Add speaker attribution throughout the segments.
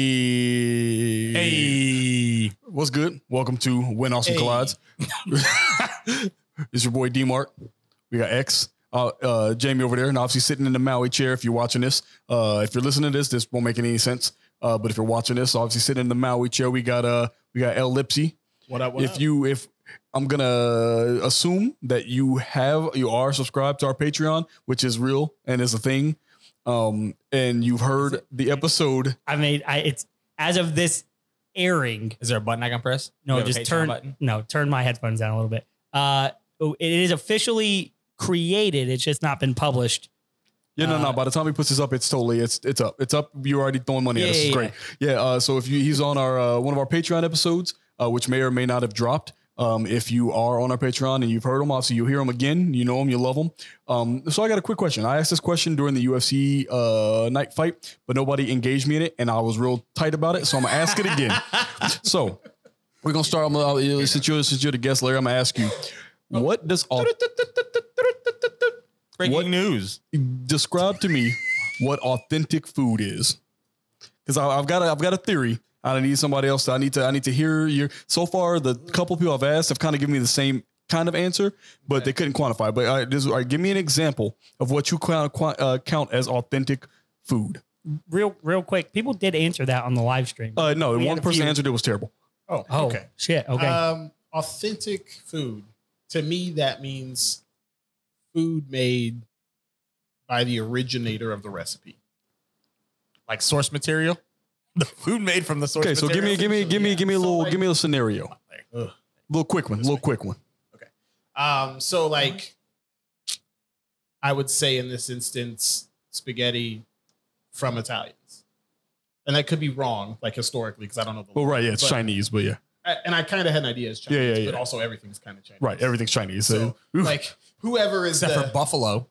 Speaker 1: Hey.
Speaker 2: Hey,
Speaker 1: What's good? Welcome to When Awesome
Speaker 2: Hey.
Speaker 1: Collides. it's your boy D Mark. We got X. Uh, uh, Jamie over there, and obviously sitting in the Maui chair. If you're watching this, uh, if you're listening to this, this won't make any sense. Uh, but if you're watching this, obviously sitting in the Maui chair, we got uh, we got L Lipsy.
Speaker 2: what up?
Speaker 1: if you if I'm gonna assume that you have you are subscribed to our Patreon, which is real and is a thing. Um, and you've heard the episode.
Speaker 3: I made I it's as of this airing.
Speaker 2: is there a button I can press?
Speaker 3: No,
Speaker 2: You have a
Speaker 3: just
Speaker 2: Patreon
Speaker 3: turn
Speaker 2: button.
Speaker 3: no, turn my headphones down a little bit. Uh oh, it is officially created. It's just not been published.
Speaker 1: Yeah, no, no.
Speaker 3: Uh,
Speaker 1: By the time he puts this up, it's totally it's it's up. It's up. You're already throwing money at
Speaker 3: Yeah,
Speaker 1: us. It's
Speaker 3: yeah,
Speaker 1: great. Yeah. uh, so if you he's on our uh, one of our Patreon episodes, uh, which may or may not have dropped. Um, if you are on our Patreon and you've heard him, obviously you'll hear him again. You know him, you love him. Um, so I got a quick question. I asked this question during the UFC uh, night fight, but nobody engaged me in it, and I was real tight about it. So I'm gonna ask it again. so we're gonna start. I'm gonna, uh, since you're since you're the guest, Larry, I'm gonna ask you, what does au-
Speaker 2: Breaking
Speaker 1: What?
Speaker 2: news.
Speaker 1: describe to me what authentic food is because i've got a, i've got a theory i need somebody else i need to i need to hear your so far the couple people i've asked have kind of given me the same kind of answer but they couldn't quantify but all right, this, all right, give me an example of what you count, qua- uh, count as authentic food
Speaker 3: Real real quick, people did answer that on the live stream.
Speaker 1: uh no
Speaker 3: We had
Speaker 1: one
Speaker 3: a
Speaker 1: person
Speaker 3: few.
Speaker 1: answered it was terrible
Speaker 4: Oh,
Speaker 3: oh
Speaker 4: okay.
Speaker 3: shit. Okay.
Speaker 5: Uh,
Speaker 4: Um, authentic food. To me, that means food made by the originator of the recipe.
Speaker 2: Like source material. The food made from the source.
Speaker 1: okay so give me
Speaker 2: material?
Speaker 1: give me give me give me a
Speaker 4: So,
Speaker 1: little
Speaker 4: like-
Speaker 1: give me a scenario
Speaker 4: Ugh.
Speaker 1: little quick one little quick one
Speaker 4: Um,
Speaker 1: Uh-huh.
Speaker 4: so like, I would say in this instance, spaghetti from Italians, and that could be wrong, like historically, because I don't know. The
Speaker 1: well right yeah it's
Speaker 4: But-
Speaker 1: chinese but yeah
Speaker 4: I- and I kind of had an idea as Chinese,
Speaker 1: Yeah, yeah, yeah.
Speaker 4: but also everything's kind of Chinese,
Speaker 1: right everything's chinese so,
Speaker 4: So, Like whoever is
Speaker 2: Except
Speaker 4: the,
Speaker 2: for buffalo.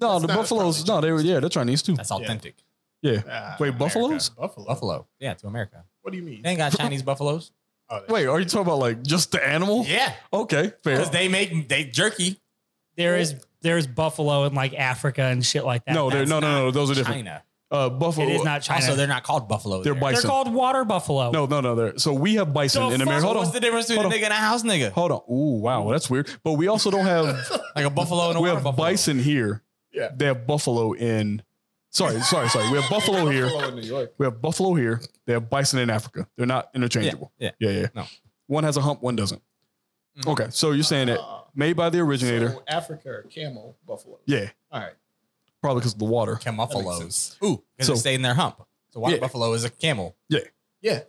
Speaker 1: no
Speaker 4: that's
Speaker 1: the
Speaker 4: not
Speaker 1: buffaloes no
Speaker 4: probably
Speaker 1: they were yeah they're chinese too
Speaker 2: That's authentic.
Speaker 1: yeah
Speaker 4: Ah,
Speaker 1: Wait,
Speaker 4: America.
Speaker 1: buffaloes?
Speaker 4: Buffalo.
Speaker 2: Buffalo. Yeah, to America.
Speaker 4: What do you mean?
Speaker 2: They ain't got Chinese buffaloes.
Speaker 4: Oh, they-
Speaker 1: Wait, are you talking about like just the animal?
Speaker 2: Yeah,
Speaker 1: Okay, fair.
Speaker 2: because they make they jerky.
Speaker 3: there is there's buffalo in like Africa and shit like that.
Speaker 1: no, they're no, no, no. Those are different.
Speaker 2: China.
Speaker 1: Uh, buffalo.
Speaker 3: it is not China.
Speaker 2: Also, they're not called buffalo.
Speaker 1: They're
Speaker 2: there.
Speaker 1: bison.
Speaker 3: They're called water buffalo.
Speaker 1: No, no, no. They're, so we have bison
Speaker 2: So
Speaker 1: in America.
Speaker 2: fuck,
Speaker 1: Hold
Speaker 2: what's
Speaker 1: on,
Speaker 2: the difference between a
Speaker 1: Hold
Speaker 2: nigga and a house nigga?
Speaker 1: hold on. Ooh, wow, that's weird. But we also don't have
Speaker 2: Like a buffalo and a
Speaker 1: we
Speaker 2: water
Speaker 1: have
Speaker 2: buffalo.
Speaker 1: bison here.
Speaker 4: Yeah.
Speaker 1: They have buffalo in. Sorry, sorry, sorry. We have buffalo here.
Speaker 4: Buffalo in New York.
Speaker 1: We have buffalo here. They have bison in Africa. They're not interchangeable.
Speaker 2: yeah.
Speaker 1: yeah, yeah.
Speaker 2: No.
Speaker 1: One has a hump, one doesn't.
Speaker 2: Mhm.
Speaker 1: Okay, so you're saying
Speaker 5: Uh,
Speaker 1: that
Speaker 4: Ah,
Speaker 1: made by the originator.
Speaker 4: so Africa or camel, buffalo.
Speaker 1: yeah,
Speaker 4: All right.
Speaker 1: probably because of the water.
Speaker 2: Camuffaloes. Ooh, because
Speaker 1: So-
Speaker 2: they stay in their hump. So water
Speaker 1: Yeah.
Speaker 2: buffalo is a camel.
Speaker 4: Yeah.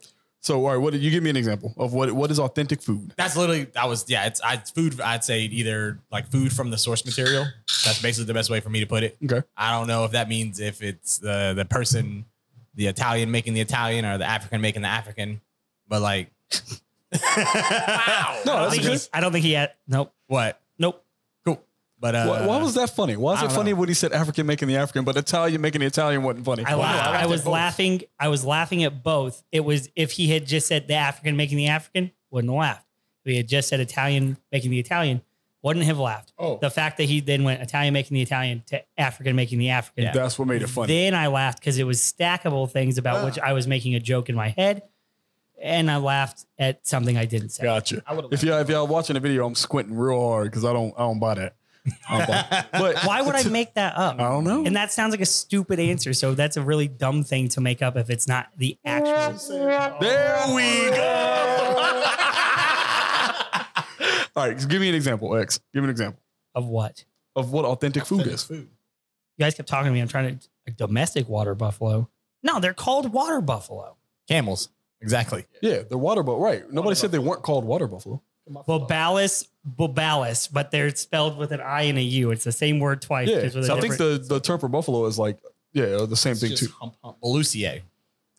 Speaker 1: So, all right, what did you give me an example of what what is authentic food?
Speaker 2: That's literally that was yeah. It's I food. I'd say either like food from the source material. That's basically the best way for me to put it.
Speaker 1: Okay.
Speaker 2: I don't know if that means if it's the the person, the Italian making the Italian or the African making the African, but like. wow.
Speaker 1: No,
Speaker 3: I,
Speaker 1: that's
Speaker 3: don't think
Speaker 1: okay.
Speaker 3: he's- I don't think he had nope.
Speaker 2: What?
Speaker 3: Nope.
Speaker 2: Cool. But uh,
Speaker 1: Why, why was that funny? Why is
Speaker 2: I
Speaker 1: it
Speaker 2: don't
Speaker 1: funny
Speaker 2: know.
Speaker 1: when he said African making the African, but Italian making the Italian wasn't funny?
Speaker 3: I laughed.
Speaker 4: I
Speaker 3: I,
Speaker 4: laughed
Speaker 3: was
Speaker 4: at both.
Speaker 3: laughing. I was laughing at both. It was if he had just said the African making the African, wouldn't have laughed. If he had just said Italian making the Italian, wouldn't have laughed.
Speaker 4: Oh.
Speaker 3: The fact that he then went Italian making the Italian to African making the African.
Speaker 2: Yeah.
Speaker 1: That's what made it funny.
Speaker 3: Then I laughed because it was stackable things about which I was making a joke in my head, and I laughed at something I didn't say.
Speaker 1: Gotcha.
Speaker 4: I would
Speaker 1: If y'all if y'all watching the video, I'm squinting real hard because I don't I don't buy that. I don't buy it. But
Speaker 3: Why would I make that up?
Speaker 1: I don't know.
Speaker 3: And that sounds like a stupid answer. So that's a really dumb thing to make up if it's not the actual.
Speaker 1: There we go. All right, give me an example, X. Give me an example
Speaker 3: Of what?
Speaker 1: of what authentic food is.
Speaker 4: food.
Speaker 3: You guys kept talking to me. I'm trying to a domestic water buffalo. No, they're called water buffalo.
Speaker 2: camels? Exactly.
Speaker 1: Yeah, they're water buffalo. Right. Nobody said they weren't called water buffalo.
Speaker 3: Bobalis, bobalis, but they're spelled with an I and a U. It's the same word twice.
Speaker 1: Yeah.
Speaker 3: just with a
Speaker 1: So I think
Speaker 3: different-
Speaker 1: the, the term for buffalo is like, yeah, the same
Speaker 4: It's
Speaker 1: thing
Speaker 4: just
Speaker 1: too.
Speaker 4: hump, hump.
Speaker 2: Belusier.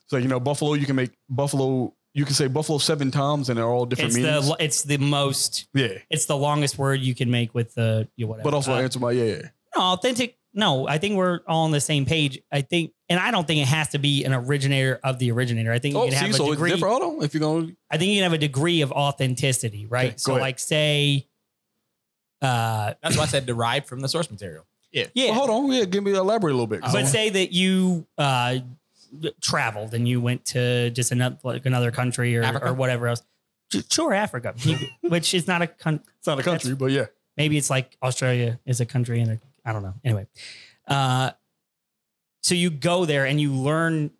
Speaker 1: So, you know, buffalo, you can make buffalo, you can say buffalo seven times and they're all different
Speaker 3: it's
Speaker 1: meanings.
Speaker 3: the it's the most
Speaker 1: yeah.
Speaker 3: it's the longest word you can make with the you know, whatever.
Speaker 1: But also
Speaker 3: Uh,
Speaker 1: answer my yeah, yeah.
Speaker 3: no, authentic. No, I think we're all on the same page. I think, and I don't think it has to be an originator of the originator. I think you
Speaker 1: Oh,
Speaker 3: can
Speaker 1: see,
Speaker 3: have
Speaker 1: so
Speaker 3: a
Speaker 1: it's
Speaker 3: degree.
Speaker 1: different. Hold on, if you're gonna
Speaker 3: I think you can have a degree of authenticity, right?
Speaker 1: Okay, go
Speaker 3: so,
Speaker 1: ahead.
Speaker 3: like, say, uh,
Speaker 2: That's why I said derived from the source material.
Speaker 3: yeah,
Speaker 1: Oh. well, hold on, yeah, give me elaborate a little bit.
Speaker 3: but say that you uh, traveled and you went to just another like another country or,
Speaker 2: Africa?
Speaker 3: or whatever else. Ju- Sure, Africa, which is not a country.
Speaker 1: It's not a country, but yeah.
Speaker 3: maybe it's like Australia is a country and a, I don't know. Anyway, uh, so you go there and you learn,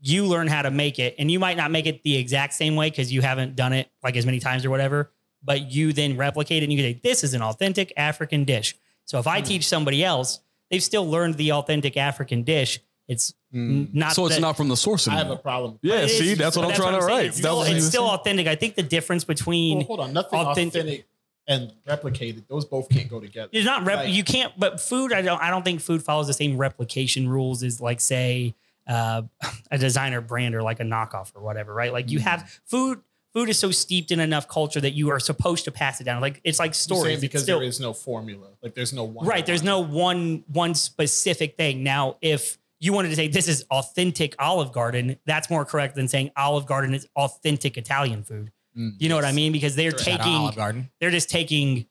Speaker 3: you learn how to make it, and you might not make it the exact same way because you haven't done it like as many times or whatever. But you then replicate it and you say, "This is an authentic African dish." So if I teach somebody else, they've still learned the authentic African dish. It's n- not
Speaker 1: so it's
Speaker 3: that-
Speaker 1: not from the source
Speaker 4: I
Speaker 1: anymore.
Speaker 4: have a problem.
Speaker 1: yeah,
Speaker 3: It is-
Speaker 1: see, that's what I'm trying to
Speaker 3: saying.
Speaker 1: write.
Speaker 3: It's
Speaker 1: That
Speaker 3: still,
Speaker 1: was-
Speaker 3: it's still authentic. I think the difference between
Speaker 4: Well, hold on, nothing
Speaker 3: Authentic.
Speaker 4: authentic. and replicated. Those both can't go together.
Speaker 3: It's not rep.
Speaker 4: Like-
Speaker 3: you can't. But food, I don't. I don't think food follows the same replication rules as like say uh, a designer brand or like a knockoff or whatever, right? Like
Speaker 4: Mm-hmm.
Speaker 3: you have food. Food is so steeped in enough culture that you are supposed to pass it down. Like it's like
Speaker 4: You're saying
Speaker 3: stories. It's
Speaker 4: because
Speaker 3: still-
Speaker 4: there is no formula. Like there's no one.
Speaker 3: right. There's no one one specific thing. Now, if you wanted to say this is authentic Olive Garden, that's more correct than saying Olive Garden is authentic Italian food.
Speaker 1: Mm,
Speaker 3: you know what I mean? Because they're
Speaker 4: Shout out
Speaker 2: Shout out
Speaker 3: taking,
Speaker 2: Olive Garden
Speaker 3: they're just taking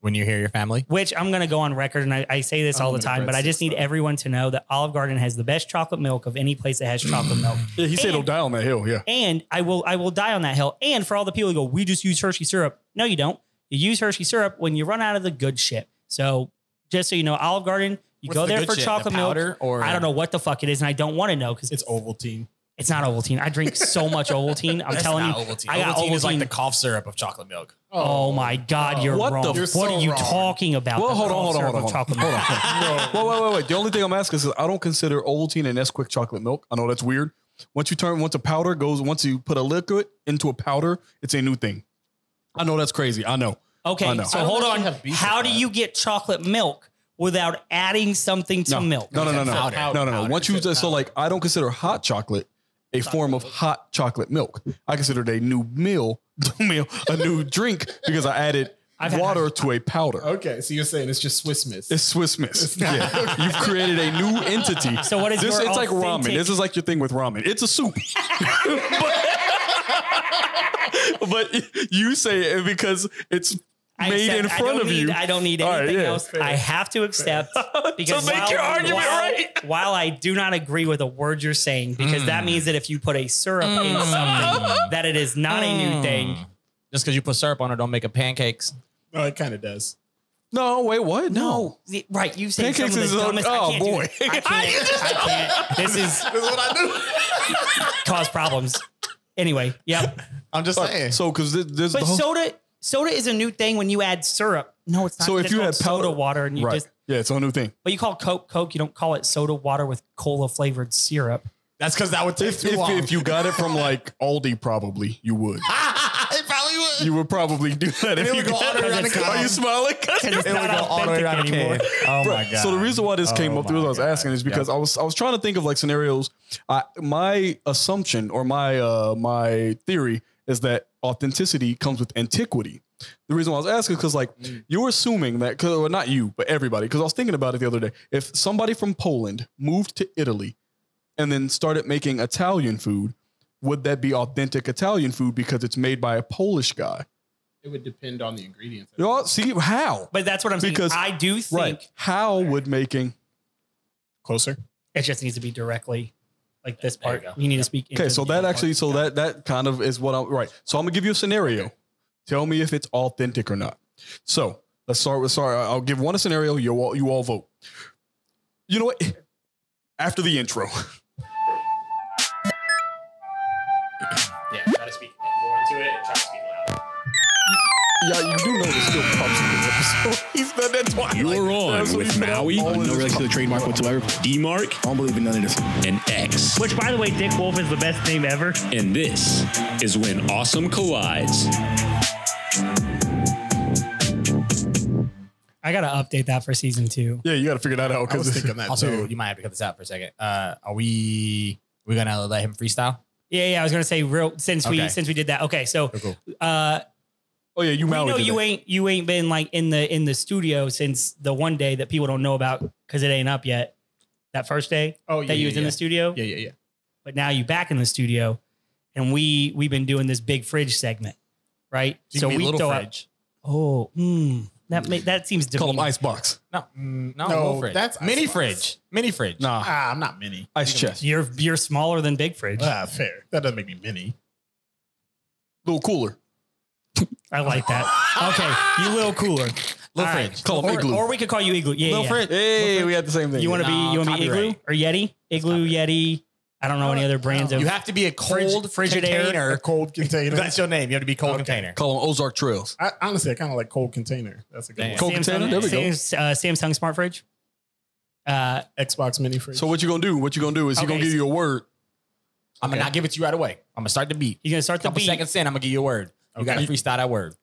Speaker 2: when you hear your family.
Speaker 3: which I'm going to go on record and I, I say this
Speaker 4: I'm
Speaker 3: all the
Speaker 4: gonna
Speaker 3: time, but I
Speaker 4: press
Speaker 3: just
Speaker 4: this,
Speaker 3: need
Speaker 4: bro.
Speaker 3: everyone to know that Olive Garden has the best chocolate milk of any place that has chocolate milk.
Speaker 1: yeah, he said
Speaker 3: And-
Speaker 1: he'll die on that hill. Yeah.
Speaker 3: And I will I will die on that hill. And for all the people who go, we just use Hershey syrup. No, you don't. You use Hershey syrup when you run out of the good shit. So just so you know, Olive Garden, you
Speaker 2: What's
Speaker 3: go
Speaker 2: the
Speaker 3: there
Speaker 2: good
Speaker 3: for
Speaker 2: shit? The
Speaker 3: chocolate milk.
Speaker 2: powder or
Speaker 3: I don't know what the fuck it is, and I don't want to know because
Speaker 4: It's Ovaltine.
Speaker 3: it's not Ovaltine. I drink so much Ovaltine. I'm
Speaker 2: That's
Speaker 3: telling you,
Speaker 2: not Ovaltine.
Speaker 3: I got
Speaker 2: Ovaltine is like
Speaker 3: Ovaltine.
Speaker 2: the cough syrup of chocolate milk.
Speaker 3: oh my god, you're
Speaker 1: What the
Speaker 3: wrong.
Speaker 1: f-
Speaker 4: You're
Speaker 3: what
Speaker 4: so
Speaker 3: are you
Speaker 4: wrong.
Speaker 3: talking about?
Speaker 1: Well,
Speaker 3: The
Speaker 1: hold on,
Speaker 3: cough
Speaker 1: hold on,
Speaker 3: syrup
Speaker 1: hold on,
Speaker 3: of
Speaker 1: hold on.
Speaker 3: chocolate
Speaker 1: Hold
Speaker 3: milk.
Speaker 1: on. Wait, wait, wait, wait. The only thing I'm asking is I don't consider Ovaltine and Nesquik chocolate milk. I know that's weird. Once you turn, once a powder goes, once you put a liquid into a powder, it's a new thing. I know that's crazy. I know. I
Speaker 3: Okay,
Speaker 1: know.
Speaker 3: so
Speaker 4: I don't
Speaker 3: hold
Speaker 4: actually
Speaker 3: on.
Speaker 4: have beef
Speaker 3: How
Speaker 4: with
Speaker 3: do
Speaker 4: that.
Speaker 3: you get chocolate milk without adding something to
Speaker 1: No,
Speaker 3: milk?
Speaker 1: no, no, no, no,
Speaker 2: Powder.
Speaker 1: no, no, no.
Speaker 4: Powder.
Speaker 1: Once you
Speaker 4: It's a
Speaker 1: so
Speaker 4: powder.
Speaker 1: like, I don't consider hot chocolate a form of hot chocolate milk. I consider it a new meal, meal, a new drink because I added
Speaker 3: I've had-
Speaker 1: water to a powder.
Speaker 4: Okay, so you're saying it's just Swiss Miss.
Speaker 1: It's Swiss Miss. Yeah. You've created a new entity.
Speaker 3: So what is
Speaker 1: this?
Speaker 3: more
Speaker 1: It's like ramen.
Speaker 3: authentic-
Speaker 1: This is like your thing with ramen. It's a soup. but, but you say it because it's
Speaker 3: I
Speaker 1: made
Speaker 3: accept-
Speaker 1: in
Speaker 3: I
Speaker 1: front
Speaker 3: don't
Speaker 1: of
Speaker 3: need-
Speaker 1: you.
Speaker 3: I don't need
Speaker 1: All right,
Speaker 3: anything
Speaker 1: yeah.
Speaker 3: else. I have to accept because
Speaker 1: make your argument
Speaker 3: while,
Speaker 1: right. Mm.
Speaker 3: While I do not agree with a word you're saying, because that means that if you put a syrup in something, that it is not a new thing.
Speaker 1: Mm.
Speaker 2: Just because you put syrup on it, don't make it pancakes.
Speaker 4: oh, it kind of does.
Speaker 1: no, wait, what? No.
Speaker 3: The- right? You say
Speaker 1: Pancakes
Speaker 3: some of
Speaker 1: is
Speaker 3: the
Speaker 1: a-
Speaker 3: dumbest.
Speaker 1: oh,
Speaker 3: I can't do
Speaker 1: boy.
Speaker 3: this. I can't. I can't. This is
Speaker 4: That's what I do.
Speaker 3: cause problems. Anyway, yep.
Speaker 2: I'm just saying.
Speaker 1: So because this, this
Speaker 3: But
Speaker 1: the whole,
Speaker 3: soda, soda is a new thing when you add syrup. No, it's not.
Speaker 1: So if
Speaker 3: That's
Speaker 1: you
Speaker 3: called
Speaker 1: add powder-
Speaker 3: soda water and you
Speaker 1: right?
Speaker 3: just,
Speaker 1: yeah, it's a new thing.
Speaker 3: but you call Coke Coke, you don't call it soda water with cola flavored syrup.
Speaker 2: That's because that would take
Speaker 1: If,
Speaker 2: too long.
Speaker 1: if you got it from like Aldi, probably you would.
Speaker 2: it probably would.
Speaker 1: You would probably do that if
Speaker 2: it
Speaker 1: you
Speaker 2: would go all
Speaker 1: got
Speaker 2: the way
Speaker 1: it.
Speaker 2: around the
Speaker 1: Are you
Speaker 2: can.
Speaker 1: smiling?
Speaker 3: And it's
Speaker 2: It would
Speaker 3: not
Speaker 2: go all the way
Speaker 3: authentic
Speaker 2: around the
Speaker 3: anymore.
Speaker 2: can. Oh
Speaker 1: Bruh, So the reason why this came
Speaker 2: Oh
Speaker 1: up, the reason I
Speaker 2: my
Speaker 1: was
Speaker 2: God.
Speaker 1: asking is because I was I was trying to think of like scenarios. I my assumption or my uh my theory is that authenticity comes with antiquity. The reason why I was asking is because like
Speaker 2: Mm.
Speaker 1: you're assuming that because well, not you but everybody because I was thinking about it the other day. If somebody from Poland moved to Italy and then started making Italian food, would that be authentic Italian food because it's made by a Polish guy?
Speaker 4: It would depend on the ingredients.
Speaker 1: You all see how
Speaker 3: But that's what I'm saying.
Speaker 1: Because-
Speaker 3: I do think
Speaker 1: right? How would making
Speaker 4: Closer.
Speaker 3: it just needs to be directly like this
Speaker 2: There you
Speaker 3: part.
Speaker 2: go.
Speaker 3: You, need to speak.
Speaker 1: Okay,
Speaker 3: into
Speaker 1: so
Speaker 3: the
Speaker 1: that
Speaker 3: other
Speaker 1: actually,
Speaker 3: part.
Speaker 1: so that that kind of is what I'm right. So I'm gonna give you a scenario. Tell me if it's authentic or not. So let's start with sorry. I'll give one a scenario. You all you all vote. You know what? After the intro,
Speaker 2: Yeah, try to speak more into it. Try to speak loud.
Speaker 1: yeah, you do know there's still props in this episode. He's done that twice.
Speaker 6: You're
Speaker 1: Like,
Speaker 6: on
Speaker 1: that's what
Speaker 6: with
Speaker 1: he put out
Speaker 6: Maui,
Speaker 1: all in
Speaker 6: no
Speaker 1: his-
Speaker 6: relation to the trademark whatsoever, D-Mark,
Speaker 5: I don't believe in none of this.
Speaker 6: and X.
Speaker 3: Which, by the way, Dick Wolf is the best name ever.
Speaker 6: And this is when awesome collides.
Speaker 3: I gotta update that for season two.
Speaker 1: Yeah, you got to figure that out
Speaker 4: I was
Speaker 1: because
Speaker 4: thinking that
Speaker 2: Also,
Speaker 4: too.
Speaker 2: you might have to cut this out for a second. Uh, are we we gonna let him freestyle?
Speaker 3: Yeah, yeah. I was gonna say real since we
Speaker 2: Okay.
Speaker 3: since we did that. Okay, so
Speaker 2: cool.
Speaker 3: uh,
Speaker 1: oh yeah, you
Speaker 3: we
Speaker 1: Maui.
Speaker 3: know
Speaker 1: did
Speaker 3: you
Speaker 1: that.
Speaker 3: ain't you ain't been like in the in the studio since the one day that people don't know about because it ain't up yet. That first day
Speaker 4: Oh yeah,
Speaker 3: that you was
Speaker 4: yeah,
Speaker 3: in
Speaker 4: yeah.
Speaker 3: the studio,
Speaker 4: Yeah, yeah, yeah.
Speaker 3: but now you back in the studio, and we we've been doing this big fridge segment, right?
Speaker 2: You can be
Speaker 3: we
Speaker 2: Little
Speaker 3: throw out-
Speaker 2: Fridge.
Speaker 3: oh, mm, That may, that seems
Speaker 1: Call them
Speaker 3: demeaning.
Speaker 1: ice box,
Speaker 2: No, Mm,
Speaker 4: no,
Speaker 2: no, no fridge.
Speaker 4: that's-
Speaker 2: mini fridge. Mini fridge. Uh,
Speaker 1: nah,
Speaker 4: Ah, I'm not mini.
Speaker 1: ice chest,
Speaker 3: You're you're smaller than Big Fridge.
Speaker 4: Ah, fair. That doesn't make me mini.
Speaker 1: little cooler.
Speaker 3: I like that. Okay, you little cooler.
Speaker 2: Little
Speaker 3: All right.
Speaker 2: fridge.
Speaker 1: Call them
Speaker 3: Or,
Speaker 1: igloo.
Speaker 3: or we could call you igloo. Yeah,
Speaker 2: Little
Speaker 3: yeah.
Speaker 2: fridge.
Speaker 1: hey, we had the same thing.
Speaker 3: You want to be
Speaker 2: No,
Speaker 3: you want to be igloo
Speaker 2: copyright.
Speaker 3: or Yeti? Igloo, Yeti. I don't know any other brands of.
Speaker 2: You have to be a
Speaker 3: Fridge-
Speaker 2: cold
Speaker 3: Frigidaire.
Speaker 2: container.
Speaker 4: cold container.
Speaker 2: That's your name. You have to be cold
Speaker 4: Okay.
Speaker 2: container.
Speaker 1: call them Ozark Trails.
Speaker 4: I, honestly, I kind of like cold container. That's a good
Speaker 2: Damn.
Speaker 4: one.
Speaker 1: Cold container? There we go.
Speaker 3: Sam- uh, Samsung smart fridge. Uh,
Speaker 4: Xbox mini fridge.
Speaker 1: So what you gonna do? What you gonna do is he
Speaker 3: Okay,
Speaker 1: gonna give
Speaker 3: so-
Speaker 1: you a word.
Speaker 2: I'm gonna not give it to you right away. I'm gonna start the beat.
Speaker 3: he's gonna start
Speaker 2: A
Speaker 3: the
Speaker 2: couple
Speaker 3: beat.
Speaker 2: seconds in, I'm gonna give you a word. You
Speaker 4: Okay.
Speaker 2: gotta freestyle that word.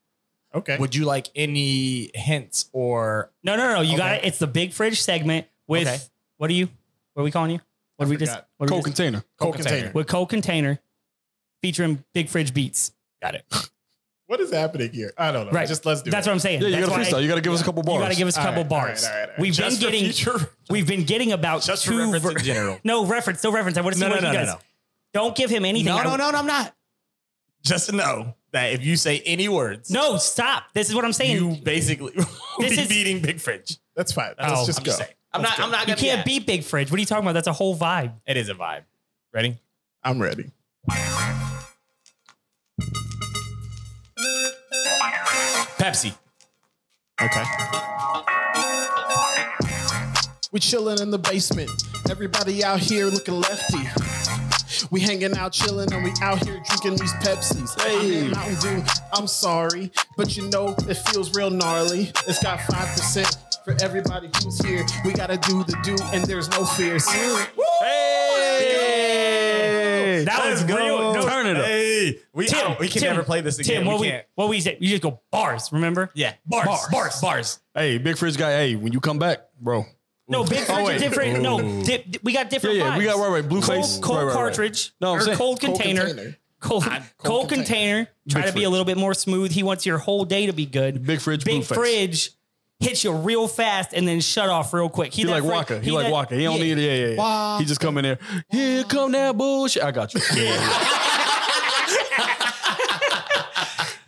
Speaker 4: okay.
Speaker 2: Would you like any hints or
Speaker 3: No, no, no. You got it.
Speaker 2: Okay.
Speaker 3: It's the big fridge segment with
Speaker 2: Okay.
Speaker 3: what are you? What are we calling you? What
Speaker 4: I
Speaker 3: are we just?
Speaker 4: forgot.
Speaker 3: What are we
Speaker 1: Cold
Speaker 3: just
Speaker 1: container.
Speaker 4: cold container.
Speaker 3: with co container featuring big fridge beats.
Speaker 2: Got it.
Speaker 4: What is happening here? I don't know.
Speaker 3: Right.
Speaker 4: Just let's do
Speaker 3: That's
Speaker 4: it.
Speaker 3: what I'm saying.
Speaker 1: Yeah, you
Speaker 3: That's
Speaker 1: gotta
Speaker 3: why
Speaker 1: freestyle. You gotta give us a couple bars.
Speaker 3: You got to give us a
Speaker 4: All
Speaker 3: couple
Speaker 4: right,
Speaker 3: bars.
Speaker 4: all right, all right, all right.
Speaker 3: We've
Speaker 2: Just for
Speaker 3: been getting
Speaker 2: future-
Speaker 3: we've been getting about
Speaker 2: Just for
Speaker 3: two
Speaker 2: reference in
Speaker 3: ver-
Speaker 2: general.
Speaker 3: No reference, no reference. I want to see
Speaker 2: No, no,
Speaker 3: what
Speaker 2: no,
Speaker 3: he
Speaker 2: no,
Speaker 3: does.
Speaker 2: no.
Speaker 3: Don't give him anything.
Speaker 2: No,
Speaker 3: I-
Speaker 2: no, no, no, I'm not. Just to know that if you say any words,
Speaker 3: No, stop. This is what I'm saying.
Speaker 2: you
Speaker 3: You,
Speaker 2: basically will
Speaker 3: This
Speaker 2: be
Speaker 3: is-
Speaker 2: beating Big Fridge.
Speaker 4: That's fine.
Speaker 2: That's
Speaker 4: let's
Speaker 2: all.
Speaker 4: just
Speaker 2: Oh, I'm
Speaker 4: go.
Speaker 2: just saying. I'm
Speaker 4: Let's
Speaker 2: not.
Speaker 4: go.
Speaker 2: I'm not. gonna
Speaker 3: can't
Speaker 2: be.
Speaker 3: beat Big Fridge. What are you talking about? That's a whole vibe.
Speaker 2: It is a vibe. Ready?
Speaker 4: I'm ready.
Speaker 2: Pepsi.
Speaker 4: Okay. We chilling in the basement. Everybody out here looking lefty. We hanging out, chilling, and we out here drinking these Pepsis. Hey, Mountain Dew. I'm sorry, but you know it feels real gnarly. It's got five percent for everybody who's here. We gotta do the do, and there's no fear. See?
Speaker 2: Hey,
Speaker 3: That was real- no-
Speaker 2: Turn it up. Hey, we
Speaker 3: Tim,
Speaker 2: oh, we can
Speaker 3: Tim,
Speaker 2: never play this again.
Speaker 3: Tim, what
Speaker 2: we
Speaker 3: we,
Speaker 2: can't.
Speaker 3: what we say? You just go bars. Remember?
Speaker 2: Yeah, bars, bars, bars.
Speaker 1: Hey, big fridge guy. Hey, when you come back, bro.
Speaker 3: No, Big Fridge.
Speaker 1: Oh, wait.
Speaker 3: is different. No, di- di- we got different.
Speaker 1: Yeah, yeah, we
Speaker 3: vibes.
Speaker 1: got- right, right, blue
Speaker 3: cold,
Speaker 1: face.
Speaker 3: cold
Speaker 1: Right, right, right.
Speaker 3: cartridge.
Speaker 1: No, I'm
Speaker 3: or
Speaker 1: saying
Speaker 3: cold
Speaker 4: cold
Speaker 3: container.
Speaker 4: container.
Speaker 3: Cold, cold, container. Try to be a little bit more smooth. He wants your whole day to be good.
Speaker 1: Big fridge, blue
Speaker 3: Big
Speaker 1: face.
Speaker 3: fridge hits you real fast and then shut off real quick.
Speaker 1: He
Speaker 3: that
Speaker 1: like
Speaker 3: fri-
Speaker 1: Waka. He, like
Speaker 3: that-
Speaker 1: Waka. He don't
Speaker 3: yeah.
Speaker 1: need it. Yeah, yeah, yeah. He just come in there. Here come that bullshit. I got you.
Speaker 3: Damn.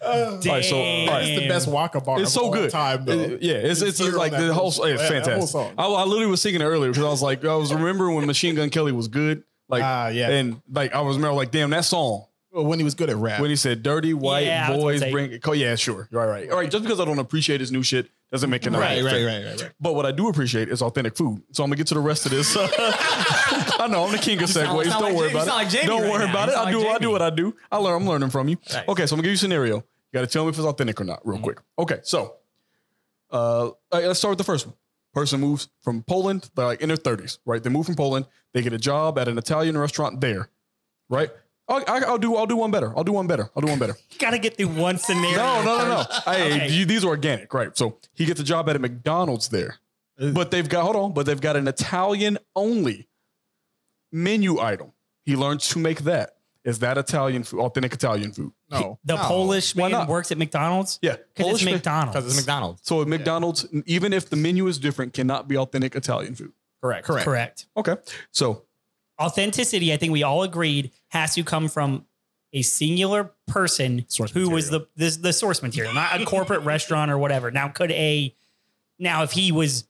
Speaker 1: All right, so- all right.
Speaker 4: It's the best Waka bar
Speaker 1: It's
Speaker 4: of
Speaker 1: so
Speaker 4: all
Speaker 1: good.
Speaker 4: Time though.
Speaker 1: It- yeah, it's it's,
Speaker 4: Hear
Speaker 1: like
Speaker 4: that
Speaker 1: the whole.
Speaker 4: whole-
Speaker 1: it's
Speaker 4: that whole
Speaker 1: fantastic.
Speaker 4: song.
Speaker 1: I, I literally was singing it earlier because I was like, I was remembering when Machine Gun Kelly was good. Like,
Speaker 4: Ah, yeah.
Speaker 1: And like, I was remember like, damn, that song
Speaker 4: Well, when he was good at rap.
Speaker 1: when he said, "Dirty white
Speaker 3: Yeah, I was gonna
Speaker 1: boys
Speaker 3: say-
Speaker 1: bring." Oh yeah, sure. Right, right, all right. Just because I don't appreciate his new shit doesn't make it not
Speaker 4: right,
Speaker 1: good.
Speaker 4: right, right, right, right.
Speaker 1: But what I do appreciate is authentic food. So I'm gonna get to the rest of this. I know I'm the king of
Speaker 2: sound-
Speaker 1: segues. Don't
Speaker 2: sound like
Speaker 1: worry
Speaker 2: Jamie-
Speaker 1: about
Speaker 2: sound like
Speaker 1: it.
Speaker 2: Jamie
Speaker 1: Don't
Speaker 2: right
Speaker 1: worry
Speaker 2: now.
Speaker 1: about
Speaker 2: You
Speaker 1: it.
Speaker 2: sound
Speaker 1: I do.
Speaker 2: like
Speaker 1: I do
Speaker 2: Jamie.
Speaker 1: what I do. I learn. I'm learning from you.
Speaker 2: Nice.
Speaker 1: Okay, so I'm gonna give you a scenario. You gotta tell me if it's authentic or not, real
Speaker 2: Mm-hmm.
Speaker 1: quick. Okay, so uh, all right, let's start with the first one. Person moves from Poland. They're like in their 30s, right? They move from Poland. They get a job at an Italian restaurant there, right? I'll, I- I'll do. I'll do one better. I'll do one better. I'll do one better.
Speaker 3: Gotta get through one scenario.
Speaker 1: No, no, no, no.
Speaker 3: first.
Speaker 1: Hey,
Speaker 3: Okay.
Speaker 1: you- these are organic, right? So he gets a job at a McDonald's there,
Speaker 3: Uh,
Speaker 1: but they've got hold on, but they've got an Italian only menu item. He learns to make that. Is that Italian food? Authentic Italian food?
Speaker 4: No.
Speaker 3: The
Speaker 4: no.
Speaker 3: Polish
Speaker 1: Why
Speaker 3: man
Speaker 1: not?
Speaker 3: works at McDonald's.
Speaker 1: Yeah,
Speaker 3: Because
Speaker 1: Polish
Speaker 3: it's
Speaker 1: fa-
Speaker 3: McDonald's.
Speaker 2: Because it's McDonald's.
Speaker 1: So at McDonald's, even if the menu is different, cannot be authentic Italian food.
Speaker 2: Correct.
Speaker 4: Correct.
Speaker 3: Correct.
Speaker 1: Okay, so
Speaker 3: Authenticity, I think we all agreed, has to come from a singular person
Speaker 4: Source
Speaker 3: who was the this, the source material, not a corporate restaurant or whatever. Now, could a now if he was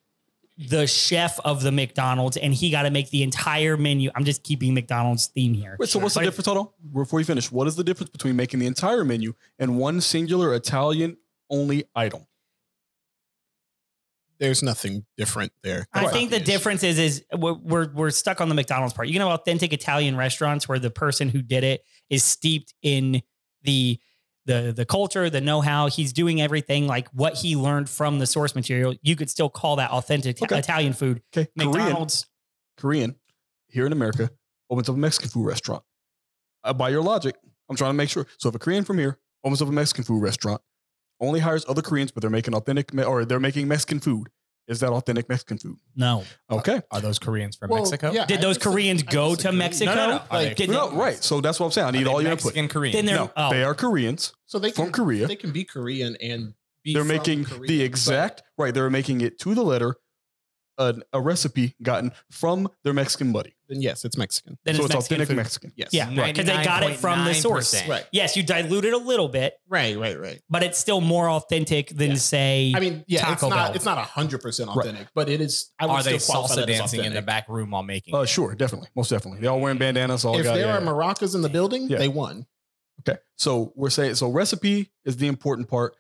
Speaker 3: the chef of the McDonald's and he got to make the entire menu, I'm just keeping McDonald's theme here.
Speaker 1: wait, so what's
Speaker 3: But
Speaker 1: the
Speaker 3: if-
Speaker 1: difference? Hold on, before you finish, what is the difference between making the entire menu and one singular Italian only item?
Speaker 4: There's nothing different there.
Speaker 3: I
Speaker 4: That's
Speaker 3: think the
Speaker 4: obvious.
Speaker 3: difference is is we're, we're we're stuck on the McDonald's part. You can have authentic Italian restaurants where the person who did it is steeped in the the the culture, the know how. He's doing everything like what he learned from the source material. You could still call that authentic
Speaker 1: Okay.
Speaker 3: Italian food.
Speaker 1: Okay, Korean.
Speaker 3: McDonald's.
Speaker 1: Korean here in America opens up a Mexican food restaurant. Uh, by your logic, I'm trying to make sure. So if a Korean from here opens up a Mexican food restaurant, only hires other Koreans, but they're making authentic me- or they're making Mexican food. Is that authentic Mexican food?
Speaker 3: No.
Speaker 4: Uh,
Speaker 1: Okay.
Speaker 2: Are those Koreans from
Speaker 4: Well,
Speaker 2: Mexico?
Speaker 4: yeah,
Speaker 3: Did
Speaker 4: I
Speaker 3: those
Speaker 4: disagree.
Speaker 3: Koreans
Speaker 4: I
Speaker 3: go to
Speaker 4: disagree.
Speaker 3: Mexico?
Speaker 2: No, no, no. Are
Speaker 3: Like,
Speaker 2: they-
Speaker 3: did
Speaker 1: No,
Speaker 3: they-
Speaker 1: right. So that's what I'm saying. I need all your input.
Speaker 2: Mexican Korean.
Speaker 3: Then they're
Speaker 1: No,
Speaker 3: oh.
Speaker 1: they are Koreans.
Speaker 4: So they can,
Speaker 1: From Korea.
Speaker 4: They can be Korean and be
Speaker 1: They're
Speaker 4: from
Speaker 1: making
Speaker 4: Korea,
Speaker 1: the
Speaker 4: but
Speaker 1: exact right. They're making it to the letter a, a recipe gotten from their Mexican buddy.
Speaker 4: Then yes, it's Mexican.
Speaker 3: Then
Speaker 1: so
Speaker 3: it's,
Speaker 1: it's
Speaker 3: Mexican
Speaker 1: authentic
Speaker 3: food.
Speaker 1: Mexican.
Speaker 4: Yes.
Speaker 3: Yeah, because they got it from the source.
Speaker 2: 99.9%.
Speaker 4: Right.
Speaker 3: Yes, you dilute it a little bit,
Speaker 4: Right. Right. Right.
Speaker 3: but it's still more authentic than
Speaker 4: Yeah.
Speaker 3: say.
Speaker 4: I mean, yeah, it's
Speaker 3: Taco
Speaker 4: not
Speaker 3: Bell.
Speaker 4: it's not hundred percent authentic, but it is. I would
Speaker 2: Are they
Speaker 4: still qualify
Speaker 2: salsa
Speaker 4: that as
Speaker 2: dancing in the
Speaker 4: authentic.
Speaker 2: back room while making?
Speaker 1: Uh,
Speaker 2: it?
Speaker 1: sure, definitely, most definitely. They all wearing bandanas. All
Speaker 4: If
Speaker 1: got,
Speaker 4: there
Speaker 1: Oh, yeah,
Speaker 4: are
Speaker 1: yeah.
Speaker 4: maracas in the building,
Speaker 1: Yeah.
Speaker 4: they won.
Speaker 1: Okay. So we're saying so recipe is the important part.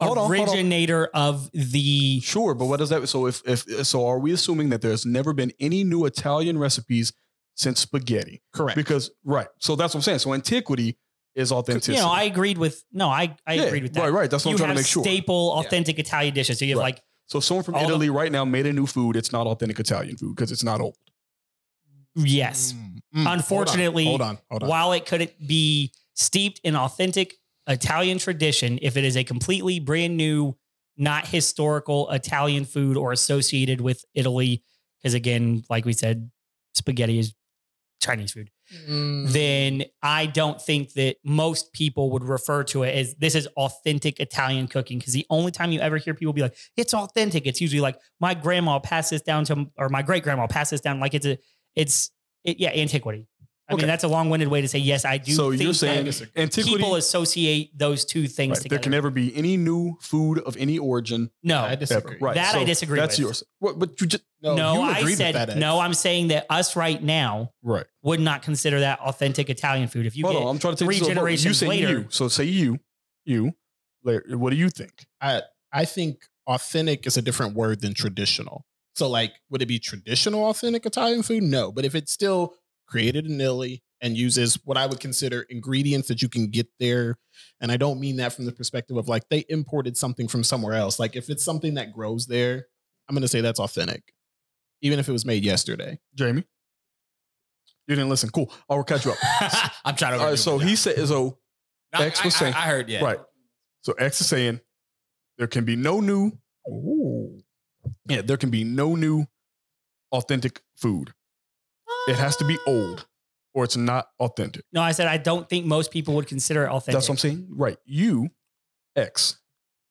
Speaker 1: Hold on, hold on.
Speaker 3: originator of the
Speaker 1: Sure, but what does that so if if so are we assuming that there's never been any new Italian recipes since spaghetti?
Speaker 4: Correct.
Speaker 1: Because right. So that's what I'm saying. So antiquity is authenticity.
Speaker 3: you know I agreed with no I I
Speaker 1: Yeah,
Speaker 3: agreed with that.
Speaker 1: Right, right. That's what
Speaker 3: you
Speaker 1: I'm trying to
Speaker 3: have
Speaker 1: make sure.
Speaker 3: staple authentic Italian dishes. So you have
Speaker 1: Right.
Speaker 3: like
Speaker 1: so if someone from
Speaker 3: all the-
Speaker 1: Italy right now made a new food, it's not authentic Italian food because it's not old.
Speaker 3: yes.
Speaker 4: Mm, mm,
Speaker 3: Unfortunately,
Speaker 4: hold on, hold on. Hold on.
Speaker 3: While it couldn't be steeped in authentic Italian tradition, if it is a completely brand new, not historical Italian food or associated with Italy, because again, like we said, spaghetti is Chinese food,
Speaker 1: Mm-hmm.
Speaker 4: Mm,
Speaker 3: then I don't think that most people would refer to it as this is authentic Italian cooking. Because the only time you ever hear people be like, it's authentic, it's usually like, my grandma passed this down to, or my great grandma passed this down. Like it's a, it's, it, yeah, antiquity. I
Speaker 1: Okay.
Speaker 3: mean, that's a long winded way to say, yes, I do.
Speaker 1: so
Speaker 3: think
Speaker 1: you're
Speaker 3: that
Speaker 1: saying antiquity
Speaker 3: people associate those two things
Speaker 1: right, there
Speaker 3: together.
Speaker 1: can never be any new food of any origin.
Speaker 3: no,
Speaker 4: I disagree.
Speaker 1: Ever. Right.
Speaker 3: That I disagree
Speaker 1: That's
Speaker 3: with.
Speaker 1: yours. What, but you just
Speaker 3: no,
Speaker 4: you
Speaker 3: I
Speaker 4: agreed with
Speaker 3: said,
Speaker 4: that, Ed.
Speaker 3: no, I'm saying that us right now
Speaker 1: right.
Speaker 3: would not consider that authentic Italian food. If you
Speaker 1: Hold
Speaker 3: get,
Speaker 1: on, I'm trying to take
Speaker 3: three
Speaker 1: this over. You
Speaker 3: generations
Speaker 1: say
Speaker 3: later-
Speaker 1: you. So say you, you. Larry, What do you think?
Speaker 4: I think authentic is a different word than traditional. So, like, would it be traditional authentic Italian food? No, but if it's still created in Italy and uses what I would consider ingredients that you can get there, and I don't mean that from the perspective of like they imported something from somewhere else. Like, if it's something that grows there, I'm going to say that's authentic, even if it was made yesterday.
Speaker 1: Jamie. You didn't listen. Cool. I'll catch you up.
Speaker 2: I'm trying to.
Speaker 1: All right. So he said, so
Speaker 2: I,
Speaker 1: X was
Speaker 2: I-
Speaker 1: saying-
Speaker 2: I heard. Yeah.
Speaker 1: right. So X is saying there can be no new. Yeah, there can be no new authentic food. It has to be
Speaker 3: Ah.
Speaker 1: old, or it's not authentic.
Speaker 3: no, I said, I don't think most people would consider it authentic.
Speaker 1: That's what I'm saying. Right. You, X.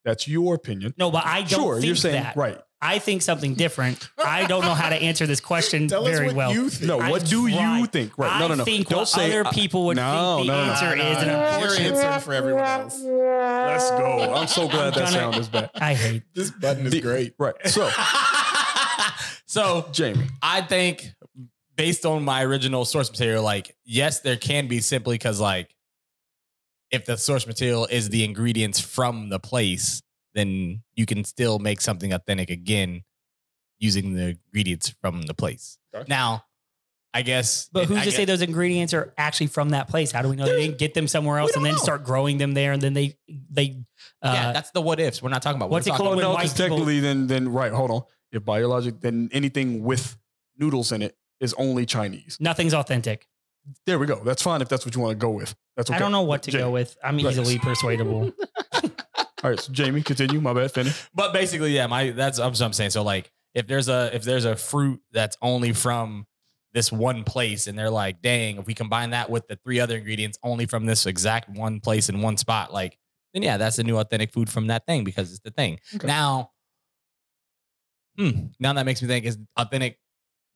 Speaker 1: That's your opinion.
Speaker 3: No, but I don't
Speaker 1: Sure,
Speaker 3: think
Speaker 1: you're saying
Speaker 3: that.
Speaker 1: right.
Speaker 3: I think something different. I don't know how to answer this question
Speaker 4: Tell us
Speaker 3: very
Speaker 4: what
Speaker 3: well.
Speaker 4: you think.
Speaker 1: No,
Speaker 3: I
Speaker 1: what do you
Speaker 3: tried.
Speaker 1: think? Right.
Speaker 3: I
Speaker 1: No, no, no.
Speaker 3: think
Speaker 1: Don't
Speaker 3: what
Speaker 1: say
Speaker 3: other
Speaker 1: uh,
Speaker 3: people would
Speaker 1: no,
Speaker 3: think the
Speaker 1: no, no, no.
Speaker 3: answer is an
Speaker 4: Nah, nah,
Speaker 3: unfortunate.
Speaker 4: your answer for everyone else.
Speaker 1: Let's go. I'm so glad that
Speaker 3: gonna-
Speaker 1: sound is back.
Speaker 3: I hate.
Speaker 4: This button is
Speaker 1: The-
Speaker 4: great.
Speaker 1: Right. So,
Speaker 2: so
Speaker 1: Jamie.
Speaker 2: I think based on my original source material, like yes, there can be simply because like if the source material is the ingredients from the place, then you can still make something authentic again using the ingredients from the place.
Speaker 1: Gotcha.
Speaker 2: Now, I guess,
Speaker 3: But who's
Speaker 2: I
Speaker 3: to say
Speaker 2: guess-
Speaker 3: those ingredients are actually from that place? How do we know they didn't get them somewhere else and
Speaker 2: don't
Speaker 3: then
Speaker 2: know.
Speaker 3: start growing them there and then they they uh,
Speaker 2: yeah, that's the what ifs. We're not talking about
Speaker 3: what's it
Speaker 2: we're talking
Speaker 3: called
Speaker 2: about-
Speaker 3: when
Speaker 1: No,
Speaker 3: white
Speaker 1: because
Speaker 3: people-
Speaker 1: technically, then, then right. Hold on. If by your logic, then anything with noodles in it is only Chinese.
Speaker 3: nothing's authentic.
Speaker 1: There we go. That's fine if that's what you want to go with. That's okay.
Speaker 3: I don't know what to
Speaker 1: Jamie.
Speaker 3: go with. I'm
Speaker 1: Right.
Speaker 3: easily persuadable.
Speaker 1: All right, so Jamie, continue. My bad. Finish.
Speaker 2: but basically, yeah, my that's that's what I'm saying. So like, if there's a if there's a fruit that's only from this one place, and they're like, dang, if we combine that with the three other ingredients only from this exact one place in one spot, like, then yeah, that's the new authentic food from that thing because it's the thing.
Speaker 1: Okay.
Speaker 2: Now, hmm, now that makes me think: is authentic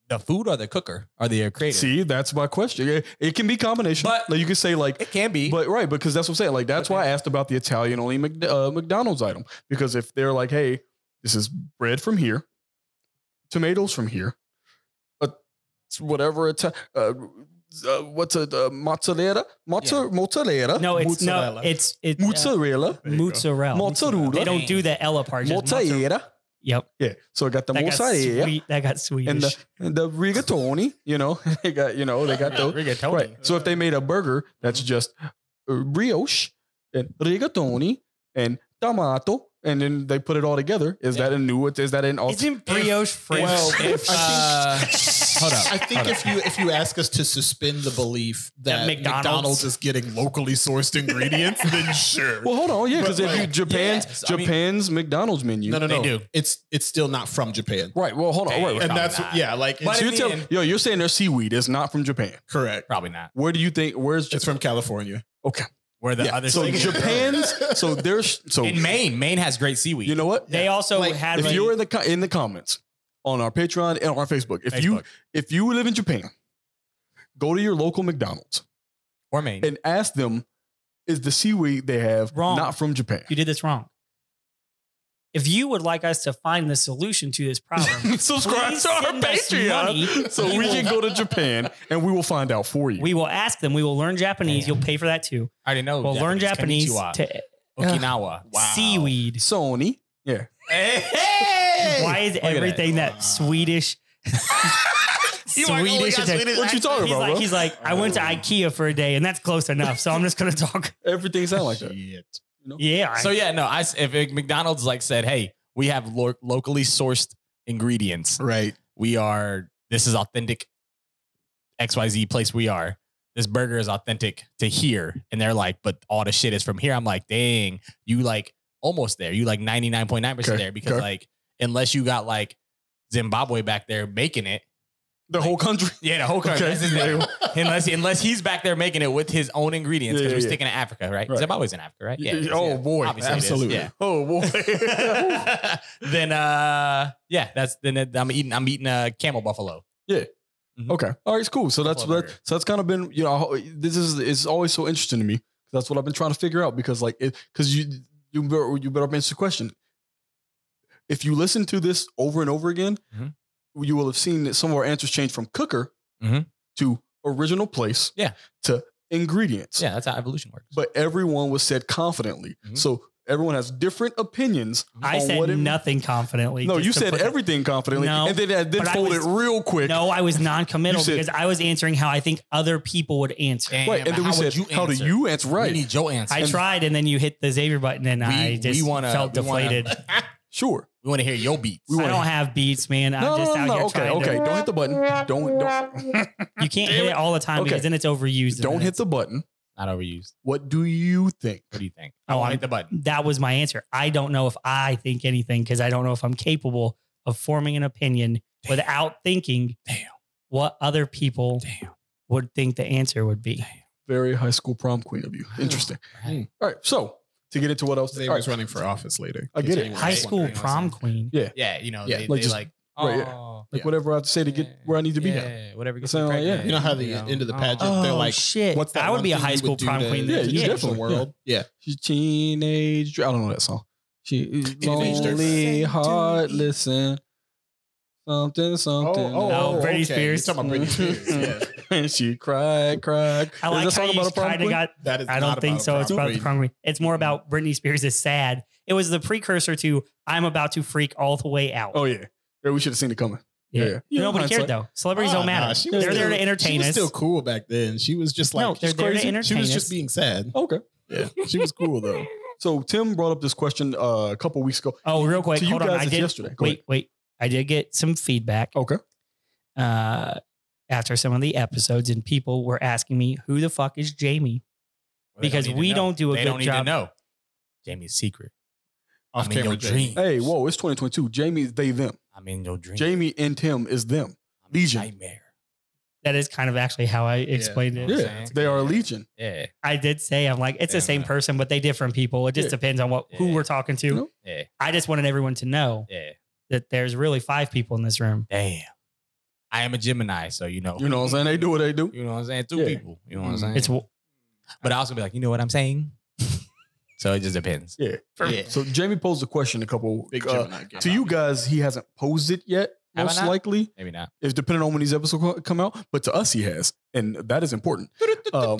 Speaker 2: the food or the cooker or the creator?
Speaker 1: See, that's my question. It, it can be combination.
Speaker 2: But-
Speaker 1: like you could say like
Speaker 2: it can be,
Speaker 1: But right, because that's what I'm saying. Like that's why I asked about the Italian only Mc, uh, McDonald's item because if they're like, "Hey, this is bread from here, tomatoes from here, but it's whatever it's uh, uh, what's it uh, mozzarella, mozzarella, mozzarella,
Speaker 3: No, it's no,
Speaker 4: Mozzarella.
Speaker 3: it's it's uh,
Speaker 1: mozzarella,
Speaker 4: There you go.
Speaker 3: mozzarella.
Speaker 1: Mozzarella.
Speaker 3: They don't do the Ella part. just mozzarella.
Speaker 1: mozzarella.
Speaker 3: Yep.
Speaker 1: Yeah, so I got the
Speaker 3: That got
Speaker 1: mozzarella
Speaker 3: sweet. That got Swedish.
Speaker 1: and the and the rigatoni. You know, they got you know they got those.
Speaker 2: rigatoni.
Speaker 1: Right. So if they made a burger that's just uh, brioche and rigatoni and tomato, and then they put it all together, is that a new? Is that an alt-
Speaker 3: Isn't brioche French?
Speaker 4: Well, if,
Speaker 2: Uh, hold up.
Speaker 4: I think if you if you ask us to suspend the belief that,
Speaker 3: That McDonald's-
Speaker 4: McDonald's, is getting locally sourced ingredients, then sure.
Speaker 1: Well, hold on, yeah, because
Speaker 4: But
Speaker 1: if you
Speaker 4: like-
Speaker 1: Japan's
Speaker 2: Yes, I mean-
Speaker 1: Japan's McDonald's menu, Oh.
Speaker 4: no, no,
Speaker 2: They
Speaker 4: no.
Speaker 2: do.
Speaker 4: It's it's still not from Japan,
Speaker 1: right? Well, hold on, wait, wait.
Speaker 4: and
Speaker 2: Probably
Speaker 4: that's
Speaker 2: not.
Speaker 4: yeah, like it's
Speaker 2: But-
Speaker 1: So you're
Speaker 2: I
Speaker 1: telling,
Speaker 2: mean-
Speaker 1: yo, you're saying their seaweed is not from Japan.
Speaker 4: correct.
Speaker 2: Probably not.
Speaker 1: Where do you think? Where's
Speaker 4: It's
Speaker 1: Japan?
Speaker 4: from California.
Speaker 1: Okay,
Speaker 2: Where the
Speaker 4: Yeah,
Speaker 2: other
Speaker 1: so
Speaker 2: thing is-
Speaker 1: Japan's. So there's so
Speaker 2: in Maine, Maine has great seaweed.
Speaker 1: you know what?
Speaker 3: they also
Speaker 4: Like,
Speaker 3: had
Speaker 1: If
Speaker 3: like-
Speaker 1: you're in the co- in the comments, on our Patreon and on our Facebook. If you
Speaker 2: Facebook.
Speaker 1: if you live in Japan, go to your local McDonald's
Speaker 2: or Maine.
Speaker 1: and ask them, is the seaweed they have
Speaker 3: Wrong.
Speaker 1: not from Japan?
Speaker 3: You did this wrong. If you would like us to find the solution to this problem,
Speaker 1: Subscribe
Speaker 3: Please
Speaker 1: to our
Speaker 3: send us money.
Speaker 1: Patreon so we can go to Japan and we will find out for you.
Speaker 3: we will ask them. We will learn Japanese. You'll pay for that too.
Speaker 2: I already
Speaker 1: Oh,
Speaker 2: know.
Speaker 3: We'll learn Japanese
Speaker 2: Konnichiwa.
Speaker 3: to
Speaker 2: Okinawa. Wow.
Speaker 3: seaweed.
Speaker 1: Sony. Yeah.
Speaker 2: Hey,
Speaker 3: Why is
Speaker 1: at
Speaker 3: everything that, Swedish? Swedish attack.
Speaker 1: What you talking
Speaker 3: He's
Speaker 1: about,
Speaker 3: like,
Speaker 1: bro? Oh.
Speaker 3: he's like, I went to IKEA for a day, and that's close enough. So I'm just gonna talk.
Speaker 1: Everything sound like that.
Speaker 4: Shit.
Speaker 3: Yeah. I-
Speaker 2: So yeah, no. I s- if it- McDonald's like said, hey, we have lo- locally sourced ingredients.
Speaker 4: Right.
Speaker 2: We are. This is authentic. X Y Z place we are. This burger is authentic to here, and they're like, but all the shit is from here. I'm like, dang, you like almost there. You like 99.9 percent
Speaker 1: Okay,
Speaker 2: there because
Speaker 1: okay.
Speaker 2: like unless you got like Zimbabwe back there making it,
Speaker 1: The whole country.
Speaker 2: Yeah, the whole country.
Speaker 1: Okay.
Speaker 2: That's his name. unless unless he's back there making it with his own ingredients
Speaker 1: Yeah,
Speaker 2: because
Speaker 1: yeah, yeah.
Speaker 2: we're sticking to Africa, right?
Speaker 1: Right.
Speaker 2: Zimbabwe's in Africa, right? it is,
Speaker 1: oh boy.
Speaker 2: Obviously it is,
Speaker 1: Absolutely.
Speaker 2: yeah.
Speaker 1: Oh boy.
Speaker 2: then uh yeah, that's then it- I'm eating I'm eating a camel buffalo.
Speaker 1: Okay. All right. It's cool. So that's
Speaker 2: Buffalo
Speaker 1: that, so that's kind of been you know this is it's always so interesting to me. That's what I've been trying to figure out because like it because you you better, you better answer the question. If you listen to this over and over again,
Speaker 2: Mhm.
Speaker 3: Mm-hmm.
Speaker 1: you will have seen that some of our answers change from cooker
Speaker 2: Mhm.
Speaker 1: to original place.
Speaker 2: Yeah.
Speaker 1: To ingredients.
Speaker 2: Yeah, that's how evolution works.
Speaker 1: But everyone was said confidently.
Speaker 2: Mhm.
Speaker 1: So everyone has different opinions.
Speaker 3: Mm-hmm. I
Speaker 1: on
Speaker 3: said
Speaker 1: what it-
Speaker 3: nothing confidently.
Speaker 1: No,
Speaker 3: just
Speaker 1: you
Speaker 3: to
Speaker 1: said
Speaker 3: put it-
Speaker 1: everything confidently,
Speaker 3: No,
Speaker 1: and then that then
Speaker 3: but I
Speaker 1: fold
Speaker 3: was-
Speaker 1: it real quick.
Speaker 3: No, I was non-committal
Speaker 1: You said-
Speaker 3: because I was answering how I think other people would answer.
Speaker 2: Damn,
Speaker 1: Right, and then we
Speaker 2: would
Speaker 1: said, "How do
Speaker 2: answer?
Speaker 1: you answer?" Right,
Speaker 2: We need your answer.
Speaker 3: I tried, and then you hit the Xavier button, and I just
Speaker 2: wanna-
Speaker 3: felt
Speaker 2: we wanna-
Speaker 3: deflated.
Speaker 1: sure.
Speaker 2: we want to hear your beats.
Speaker 1: We
Speaker 3: I
Speaker 1: wanna-
Speaker 3: don't have beats, man.
Speaker 1: No,
Speaker 3: I'm just
Speaker 1: no,
Speaker 3: out
Speaker 1: no,
Speaker 3: here
Speaker 1: no. Okay,
Speaker 3: trying
Speaker 1: okay.
Speaker 3: to.
Speaker 1: Don't hit the button. Don't don't
Speaker 3: You can't hit it all the time
Speaker 1: Okay.
Speaker 3: because then it's overused.
Speaker 1: don't hit the button.
Speaker 2: Not overused.
Speaker 1: What do you think?
Speaker 2: What do you think?
Speaker 3: Oh,
Speaker 2: I want
Speaker 3: I'm-
Speaker 2: hit the button.
Speaker 3: That was my answer. I don't know if I think anything because I don't know if I'm capable of forming an opinion without thinking
Speaker 2: Damn.
Speaker 3: what other people
Speaker 2: Damn.
Speaker 3: would think the answer would be.
Speaker 1: Very high school prom queen of you. Interesting.
Speaker 2: Right.
Speaker 1: All right. So to get into what else,
Speaker 4: They
Speaker 1: all
Speaker 4: was
Speaker 1: right,
Speaker 4: running for office later.
Speaker 1: I get it.
Speaker 2: Right.
Speaker 3: High school prom queen.
Speaker 2: Yeah, you know,
Speaker 4: Yeah,
Speaker 2: they,
Speaker 1: like
Speaker 2: they
Speaker 1: just-
Speaker 2: like,
Speaker 1: right, yeah.
Speaker 2: oh,
Speaker 1: like whatever I have to say to get
Speaker 2: yeah,
Speaker 1: where I need to be. at.
Speaker 2: yeah, whatever gets
Speaker 1: So,
Speaker 2: you
Speaker 1: yeah.
Speaker 2: pregnant,
Speaker 1: You
Speaker 4: know how the end of the pageant
Speaker 2: oh.
Speaker 4: But they're like,
Speaker 3: shit.
Speaker 1: what's
Speaker 3: that would
Speaker 4: one
Speaker 3: be a
Speaker 4: thing
Speaker 3: high
Speaker 4: you
Speaker 3: school
Speaker 4: would do
Speaker 3: prom
Speaker 4: to-
Speaker 3: queen.
Speaker 1: Yeah,
Speaker 3: though.
Speaker 1: you
Speaker 4: to change
Speaker 1: definitely-
Speaker 4: The world. Yeah.
Speaker 1: She's teenage. I don't know that song. She lonely, heart. Listen, something, something.
Speaker 3: oh, Britney Spears.
Speaker 4: You're talking about Britney Spears. Yeah.
Speaker 1: and she cried, cried.
Speaker 3: I like
Speaker 1: Is that
Speaker 3: how
Speaker 1: song
Speaker 3: you
Speaker 1: about a prom
Speaker 3: kind of
Speaker 1: queen?
Speaker 3: got.
Speaker 4: That is
Speaker 3: I
Speaker 4: not
Speaker 3: don't think
Speaker 4: about
Speaker 3: so. It's
Speaker 4: prom
Speaker 3: about the
Speaker 4: queen. Mm.
Speaker 3: prom queen. It's more about Britney Spears is sad. It was the precursor to I'm about to freak all the way out.
Speaker 1: oh yeah. Yeah, we should have seen it coming. yeah. You know,
Speaker 3: Nobody cared
Speaker 1: hindsight.
Speaker 3: though. Celebrities
Speaker 4: Ah,
Speaker 3: don't matter.
Speaker 4: nah, she was
Speaker 3: they're there
Speaker 4: still-
Speaker 3: to entertain
Speaker 4: She was
Speaker 3: us.
Speaker 4: still cool back then. She was just like,
Speaker 3: No, they're
Speaker 4: she's
Speaker 3: there to
Speaker 4: crazy. She
Speaker 3: entertain
Speaker 4: was
Speaker 3: us.
Speaker 4: just being sad.
Speaker 1: Okay.
Speaker 4: Yeah, she was cool though.
Speaker 1: So Tim brought up this question uh, a couple weeks ago.
Speaker 3: oh, real quick,
Speaker 1: to you
Speaker 3: hold on.
Speaker 1: guys,
Speaker 3: I
Speaker 1: it's
Speaker 3: did.
Speaker 1: yesterday. Go
Speaker 3: wait,
Speaker 1: ahead. Oh.
Speaker 3: wait. I did get some feedback
Speaker 1: Okay.
Speaker 3: uh, after some of the episodes, and people were asking me, "Who the fuck is Jamie?"
Speaker 2: Well, they
Speaker 3: Because
Speaker 2: need to
Speaker 3: we
Speaker 2: know.
Speaker 3: don't do a
Speaker 2: they
Speaker 3: good
Speaker 2: don't need to
Speaker 3: job.
Speaker 2: know. Jamie's secret.
Speaker 4: Off
Speaker 2: I mean, your
Speaker 4: camera,
Speaker 2: dream.
Speaker 4: dream.
Speaker 1: Hey, whoa! It's 2022. Jamie's they them.
Speaker 2: I'm in your dream.
Speaker 1: Jamie and Tim is them.
Speaker 2: I'm in
Speaker 1: Legion.
Speaker 2: Nightmare.
Speaker 3: That is kind of actually how I explained it.
Speaker 2: Yeah.
Speaker 1: Yeah, they are a legion.
Speaker 2: Yeah,
Speaker 3: I did say I'm like it's
Speaker 2: Yeah,
Speaker 3: the same
Speaker 2: man.
Speaker 3: person, but they different people. It just
Speaker 1: Yeah.
Speaker 3: depends on what who
Speaker 2: Yeah.
Speaker 3: we're talking to.
Speaker 1: Nope.
Speaker 2: yeah,
Speaker 3: I just wanted everyone to know
Speaker 2: yeah.
Speaker 3: that there's really five people in this room.
Speaker 2: Damn. I am a Gemini, so you know.
Speaker 1: You know what I'm saying? They do what they do.
Speaker 2: You know what I'm saying? Two
Speaker 1: Yeah.
Speaker 2: people. You know what I'm
Speaker 4: Mhm.
Speaker 2: saying?
Speaker 3: It's w-
Speaker 2: but I also be like, you know what I'm saying? so it just depends.
Speaker 4: Yeah.
Speaker 1: So Jamie posed a question a couple
Speaker 4: Big
Speaker 1: uh,
Speaker 4: Gemini. guy.
Speaker 1: to you guys. He hasn't posed it yet.
Speaker 2: Have I
Speaker 1: Most
Speaker 2: not?
Speaker 1: likely,
Speaker 2: Maybe not.
Speaker 1: it's depending on when these episodes co- come out. But to us, he has, and that is important. Um,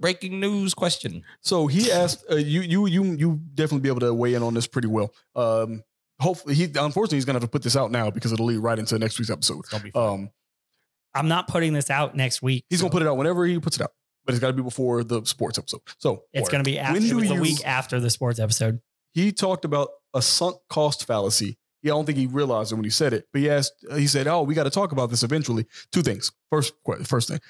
Speaker 2: Breaking news question.
Speaker 1: So he asked uh, you, you, you, you definitely be able to weigh in on this pretty well. Um, hopefully, he unfortunately he's gonna have to put this out now because it'll lead right into next week's episode.
Speaker 2: It's gonna be fun.
Speaker 1: Um,
Speaker 3: I'm not putting this out next week.
Speaker 1: he's gonna put it out whenever he puts it out, but it's got to be before the sports episode. So
Speaker 3: It's going to be after
Speaker 1: do
Speaker 3: the
Speaker 1: you-
Speaker 3: week after the sports episode.
Speaker 1: he talked about a sunk cost fallacy. He, I don't think he realized it when he said it, but he asked, he said, "Oh, we got to talk about this eventually." Two things. First, que- first thing,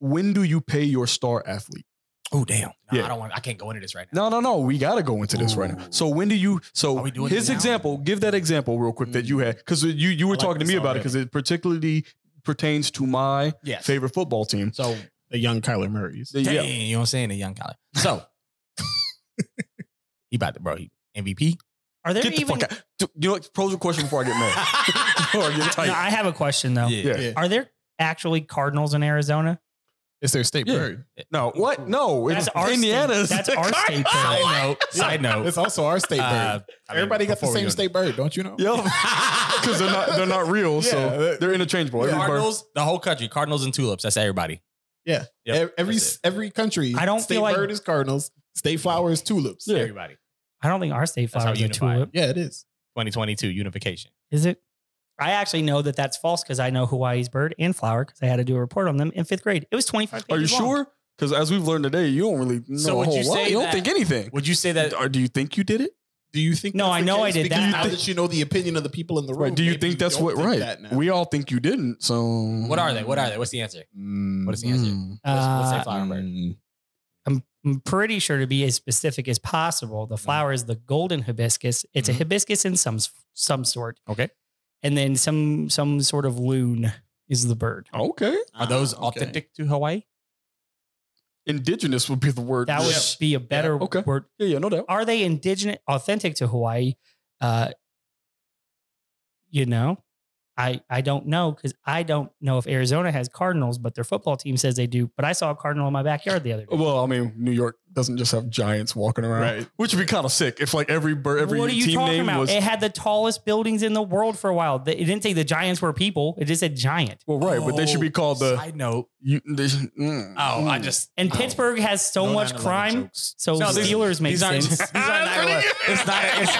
Speaker 1: when do you pay your star athlete?
Speaker 2: Oh damn. No,
Speaker 1: Yeah.
Speaker 2: I don't want I can't go into this right now.
Speaker 1: No, no, no. We got to go into this right now.
Speaker 2: Ooh.
Speaker 1: So when do you? So
Speaker 2: Are we doing
Speaker 1: his
Speaker 2: it now? Mm.
Speaker 1: example. Give that example real quick that you had because you you
Speaker 4: I
Speaker 1: were
Speaker 4: like
Speaker 1: talking to
Speaker 4: this
Speaker 1: me about it
Speaker 4: already.
Speaker 1: because it particularly pertains to my
Speaker 2: Yes.
Speaker 1: favorite football team.
Speaker 2: So
Speaker 4: the young Kyler Murray's.
Speaker 1: The-
Speaker 2: Dang,
Speaker 1: yeah,
Speaker 2: you know what I'm saying? A young college. So he about to bro, he MVP,
Speaker 3: Are there
Speaker 1: Get the
Speaker 3: even?
Speaker 1: fuck out. Do- You know what? Pose a question before I get mad. before I get tight.
Speaker 3: No, I have a question though.
Speaker 2: Yeah.
Speaker 1: Yeah.
Speaker 3: Are there actually cardinals in Arizona?
Speaker 5: It's their state
Speaker 1: Yeah.
Speaker 5: bird.
Speaker 1: No, what? No,
Speaker 3: That's
Speaker 1: it's
Speaker 3: our
Speaker 1: Indiana's.
Speaker 3: state- that's our state
Speaker 2: Side
Speaker 3: bird.
Speaker 2: note. Side note.
Speaker 5: It's also our state
Speaker 2: Uh,
Speaker 5: bird.
Speaker 2: I mean,
Speaker 5: Everybody got the
Speaker 2: before we
Speaker 5: same
Speaker 2: go-
Speaker 5: state bird, don't you know?
Speaker 1: Yep. Because they're not they're not real, so
Speaker 5: Yeah.
Speaker 1: they're interchangeable. Every bird-
Speaker 2: Cardinals, the whole country. Cardinals and tulips. That's everybody.
Speaker 5: Yeah.
Speaker 2: Yep,
Speaker 5: Ev- every
Speaker 2: that's it.
Speaker 5: every country.
Speaker 3: I don't
Speaker 5: state
Speaker 3: feel like-
Speaker 5: bird is cardinals. State flower is tulips.
Speaker 1: Yeah.
Speaker 2: Everybody.
Speaker 3: I don't think our state
Speaker 2: That's how
Speaker 3: flower is a
Speaker 2: unified.
Speaker 3: tulip.
Speaker 5: Yeah, it is.
Speaker 2: 2022 unification.
Speaker 3: Is it? I actually know that that's false because I know Hawaii's bird and flower because I had to do a report on them in fifth grade. It was 25
Speaker 1: Are you
Speaker 3: pages long.
Speaker 1: sure? Because as we've learned today, you don't really know
Speaker 2: So
Speaker 1: a
Speaker 2: would
Speaker 1: whole
Speaker 2: you
Speaker 1: lot.
Speaker 2: say
Speaker 1: You don't
Speaker 2: that-
Speaker 1: think anything.
Speaker 2: Would you say that?
Speaker 1: Or do you think you did it?
Speaker 5: Do you think?
Speaker 3: No,
Speaker 5: that's
Speaker 3: I
Speaker 5: the
Speaker 3: know I
Speaker 5: case?
Speaker 3: did
Speaker 5: Because
Speaker 3: that.
Speaker 5: Now that you know the opinion of the people in the room,
Speaker 1: Right? Do you
Speaker 5: maybe
Speaker 1: think that's
Speaker 5: don't
Speaker 1: what?
Speaker 5: think
Speaker 1: Right?
Speaker 5: that now.
Speaker 1: We all think you didn't. So
Speaker 2: What are they? What are they? What's the answer?
Speaker 5: Mm,
Speaker 2: What is the answer?
Speaker 1: Mm.
Speaker 2: What's, what's that
Speaker 3: Uh,
Speaker 2: flower bird?
Speaker 5: mm.
Speaker 3: I'm, I'm pretty sure to be as specific as possible.
Speaker 2: Mm-hmm.
Speaker 3: The flower is the golden hibiscus. It's a hibiscus in some some sort.
Speaker 2: Okay.
Speaker 3: And then some some sort of loon is the bird.
Speaker 1: Okay.
Speaker 2: Are those
Speaker 5: Ah, okay.
Speaker 2: authentic to Hawaii?
Speaker 1: Indigenous would be the word.
Speaker 3: That would be a better
Speaker 1: Yeah, okay.
Speaker 3: word.
Speaker 1: yeah, yeah, no doubt.
Speaker 3: Are they indigenous authentic to Hawaii? Uh you know? I I don't know because I don't know if Arizona has cardinals, but their football team says they do. But I saw a cardinal in my backyard the other day.
Speaker 1: Well, I mean, New York doesn't just have giants walking around,
Speaker 5: Right.
Speaker 1: which would be kind of sick if like every bird, every
Speaker 3: what are you
Speaker 1: team
Speaker 3: talking
Speaker 1: name
Speaker 3: about? Eh.
Speaker 1: was.
Speaker 3: it had the tallest buildings in the world for a while. It didn't say the Giants were people. It just said giant.
Speaker 1: Well, right, but they should be called the.
Speaker 2: Oh, Side note.
Speaker 1: You, they, should- mm,
Speaker 2: Oh, I
Speaker 1: mm.
Speaker 2: just.
Speaker 3: And
Speaker 2: oh.
Speaker 3: Pittsburgh has so
Speaker 2: No
Speaker 3: much
Speaker 2: 9/11
Speaker 3: crime.
Speaker 2: jokes.
Speaker 3: So
Speaker 2: No, these-
Speaker 3: Steelers make
Speaker 2: these aren't-
Speaker 3: sense.
Speaker 2: these aren't 9/11. It's not. it's-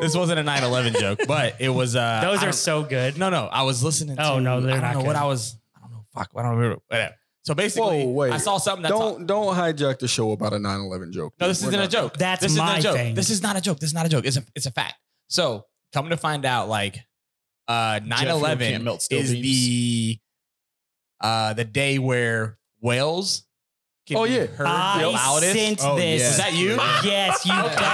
Speaker 2: this wasn't a 9/11 joke, but it was. Uh, I
Speaker 3: Those are
Speaker 2: don't-
Speaker 3: so good.
Speaker 2: No, no. I was listening.
Speaker 3: Oh,
Speaker 2: to,
Speaker 3: no, they're
Speaker 2: I don't
Speaker 3: not
Speaker 2: know
Speaker 3: good.
Speaker 2: what I was. I don't know. Fuck. I don't remember. Whatever. So basically,
Speaker 1: Whoa, wait.
Speaker 2: I saw something. That's
Speaker 1: don't don't hijack the show about a 9-11 joke.
Speaker 2: No, this
Speaker 1: We're
Speaker 2: isn't a
Speaker 1: not-
Speaker 2: joke.
Speaker 3: That's
Speaker 2: this
Speaker 3: my
Speaker 2: isn't a joke.
Speaker 3: thing.
Speaker 2: This is not a joke. This is not a joke. It's a it's a fact. So coming to find out, like uh
Speaker 5: can't
Speaker 2: 9-11
Speaker 5: melt steel
Speaker 2: is
Speaker 5: beams.
Speaker 2: the uh the day where whales can
Speaker 1: Oh,
Speaker 2: be
Speaker 1: yeah.
Speaker 2: heard the
Speaker 3: I
Speaker 2: loudest.
Speaker 3: Ah, sent
Speaker 5: Oh,
Speaker 3: this.
Speaker 5: yeah.
Speaker 2: Is that you?
Speaker 3: Yes, you dumb
Speaker 2: Okay. See,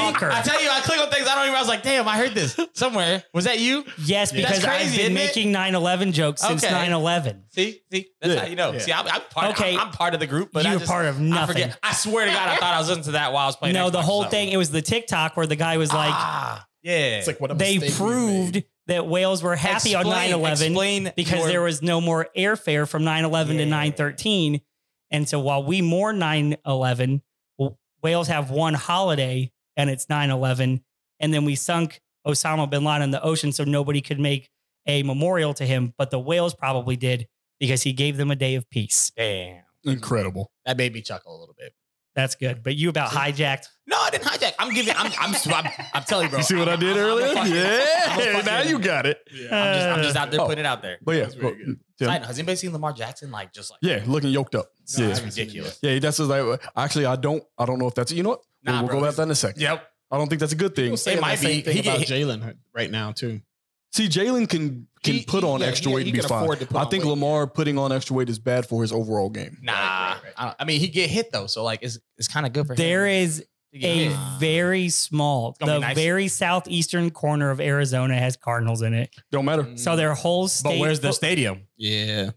Speaker 2: I
Speaker 3: motherfucker.
Speaker 2: tell you, I click on things I don't even. I was like, damn, I heard this somewhere. Was that you?
Speaker 3: Yes,
Speaker 2: Yeah.
Speaker 3: because
Speaker 2: That's crazy,
Speaker 3: I've been
Speaker 2: isn't
Speaker 3: making
Speaker 2: it?
Speaker 3: 9-11 jokes since
Speaker 2: Okay.
Speaker 3: 9-11.
Speaker 2: See, see, that's
Speaker 1: Yeah.
Speaker 2: how you know.
Speaker 5: Yeah.
Speaker 2: See, I'm, I'm part.
Speaker 3: Okay.
Speaker 2: I'm, I'm part of the group, but I
Speaker 3: You're
Speaker 2: just-
Speaker 3: part of
Speaker 2: I,
Speaker 3: nothing.
Speaker 2: forget. I swear to God, I thought I was listening to that while I was playing.
Speaker 3: No, the
Speaker 2: Xbox or
Speaker 3: whole
Speaker 2: something.
Speaker 3: thing, it was the TikTok where the guy was like,
Speaker 2: ah, yeah.
Speaker 5: It's like what a
Speaker 3: they
Speaker 5: mistake we made.
Speaker 3: proved that whales were happy on 9-11.
Speaker 2: Explain
Speaker 3: because
Speaker 2: your-
Speaker 3: there was no more airfare from 9-11 to
Speaker 2: Yeah.
Speaker 3: 9-13 and so while we mourn 9-11 w- wales have one holiday and it's 9-11 and then we sunk osama bin laden in the ocean so nobody could make a memorial to him but the whales probably did because he gave them a day of peace
Speaker 2: damn.
Speaker 5: Mm-hmm.
Speaker 1: incredible.
Speaker 2: That made me chuckle a little bit.
Speaker 3: that's good but you about hijacked
Speaker 2: No, I didn't hijack. I'm giving. I'm. I'm. I'm, I'm telling you, bro.
Speaker 1: You see what I did
Speaker 2: I'm- I'm a
Speaker 1: earlier?
Speaker 2: fucking- I'm a
Speaker 1: Yeah,
Speaker 2: fucking-
Speaker 1: now you got it.
Speaker 2: I'm just. I'm just out there
Speaker 1: Oh.
Speaker 2: putting it out there.
Speaker 1: But yeah,
Speaker 5: That's very
Speaker 1: but-
Speaker 5: good.
Speaker 1: yeah.
Speaker 2: Side note, has anybody seen Lamar Jackson? Like, just like
Speaker 1: Yeah, looking yoked up.
Speaker 5: No, I
Speaker 1: yeah.
Speaker 2: That's
Speaker 5: haven't seen it
Speaker 2: ridiculous.
Speaker 1: Yeah, that's just like actually I don't I don't know if that's you know what?
Speaker 2: Nah,
Speaker 1: we'll
Speaker 2: bro.
Speaker 1: go about that in a second.
Speaker 2: Yep.
Speaker 1: I don't think that's a good
Speaker 5: People
Speaker 1: thing.
Speaker 5: say
Speaker 2: It
Speaker 5: that
Speaker 2: might
Speaker 5: same
Speaker 2: be-
Speaker 5: thing
Speaker 2: he
Speaker 5: about
Speaker 2: get-
Speaker 5: Jalen right now too.
Speaker 1: See, Jalen can can
Speaker 5: He-
Speaker 1: put
Speaker 5: he-
Speaker 1: on
Speaker 5: yeah,
Speaker 1: extra
Speaker 5: yeah,
Speaker 1: weight
Speaker 5: he
Speaker 1: and be
Speaker 5: can
Speaker 1: fine.
Speaker 5: afford to put
Speaker 1: I
Speaker 5: on
Speaker 1: think
Speaker 5: weight,
Speaker 1: Lamar putting on extra weight is bad for his overall game.
Speaker 2: Nah.
Speaker 5: Right, right, right.
Speaker 2: I, don't- I mean, he get hit though, so like, it's it's kind of good for
Speaker 3: there
Speaker 2: him.
Speaker 3: is
Speaker 2: to get
Speaker 3: a
Speaker 2: hit.
Speaker 3: very small
Speaker 2: gonna be
Speaker 3: the
Speaker 2: nice.
Speaker 3: very southeastern corner of arizona has cardinals in it
Speaker 1: Don't matter.
Speaker 3: so their whole state
Speaker 2: Mm. But where's the stadium?
Speaker 5: Yeah,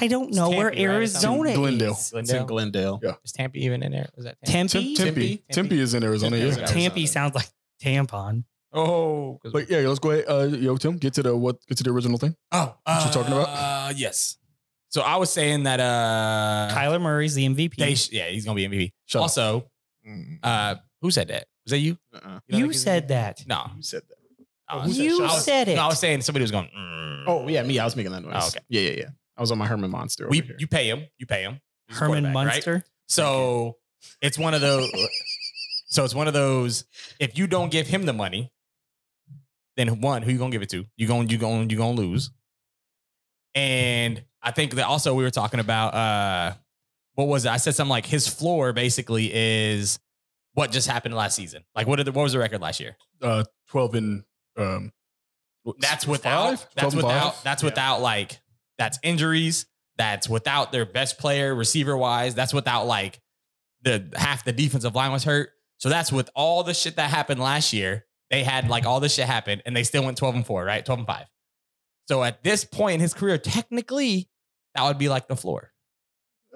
Speaker 3: i don't know
Speaker 2: Tempe,
Speaker 3: where
Speaker 2: right?
Speaker 3: arizona
Speaker 1: Glendale.
Speaker 3: is
Speaker 5: it's in Glendale.
Speaker 2: Is Tampa even in there? Was that Tampa?
Speaker 1: Tim,
Speaker 3: tempe
Speaker 1: Tempe.
Speaker 2: Tempe.
Speaker 1: Tempe is in Arizona.
Speaker 5: Tempe
Speaker 1: Yeah.
Speaker 5: is in Arizona.
Speaker 3: Tampy sounds like tampon.
Speaker 2: Oh, 'cause-
Speaker 1: But yeah, let's go ahead. Uh, yo, Tim, get to the what? Get to the original thing.
Speaker 2: oh,
Speaker 1: What you talking about?
Speaker 2: Uh, yes. So I was saying that uh,
Speaker 3: Kyler Murray's the MVP.
Speaker 2: They sh- yeah, he's gonna be MVP.
Speaker 1: Shut up.
Speaker 2: also, uh, who said that? Was that you?
Speaker 5: Uh-uh.
Speaker 2: know
Speaker 3: you
Speaker 2: that kid's
Speaker 3: said that.
Speaker 2: No,
Speaker 5: You said that.
Speaker 2: I
Speaker 5: who
Speaker 2: was-
Speaker 5: said
Speaker 3: you
Speaker 5: shut
Speaker 2: I was-
Speaker 3: said it.
Speaker 2: No, I was saying somebody was going. "Mm."
Speaker 5: Oh yeah, me. I was making that noise.
Speaker 2: Oh, okay.
Speaker 5: Yeah, yeah, yeah. I was on my Herman Monster. over
Speaker 2: we
Speaker 5: here.
Speaker 2: you pay him, you pay him. He's a
Speaker 3: Herman
Speaker 2: quarterback, right?
Speaker 3: Munster.
Speaker 2: So it's one of those. so it's one of those. If you don't give him the money, then one, who you gonna give it to? You going you going you gonna lose. And I think that also we were talking about uh, what was it? I said something like his floor basically is what just happened last season. Like what did the, what was the record last year?
Speaker 1: Uh, twelve and um. what,
Speaker 2: That's
Speaker 1: five?
Speaker 2: without.
Speaker 1: 12
Speaker 2: That's
Speaker 1: and
Speaker 2: without.
Speaker 1: five?
Speaker 2: That's
Speaker 5: Yeah.
Speaker 2: without like that's injuries. That's without their best player receiver wise. That's without like the half the defensive line was hurt. So that's with all the shit that happened last year. They had like all this shit happen, and they still went twelve and four, right? Twelve and five. So at this point in his career, technically, that would be like the floor.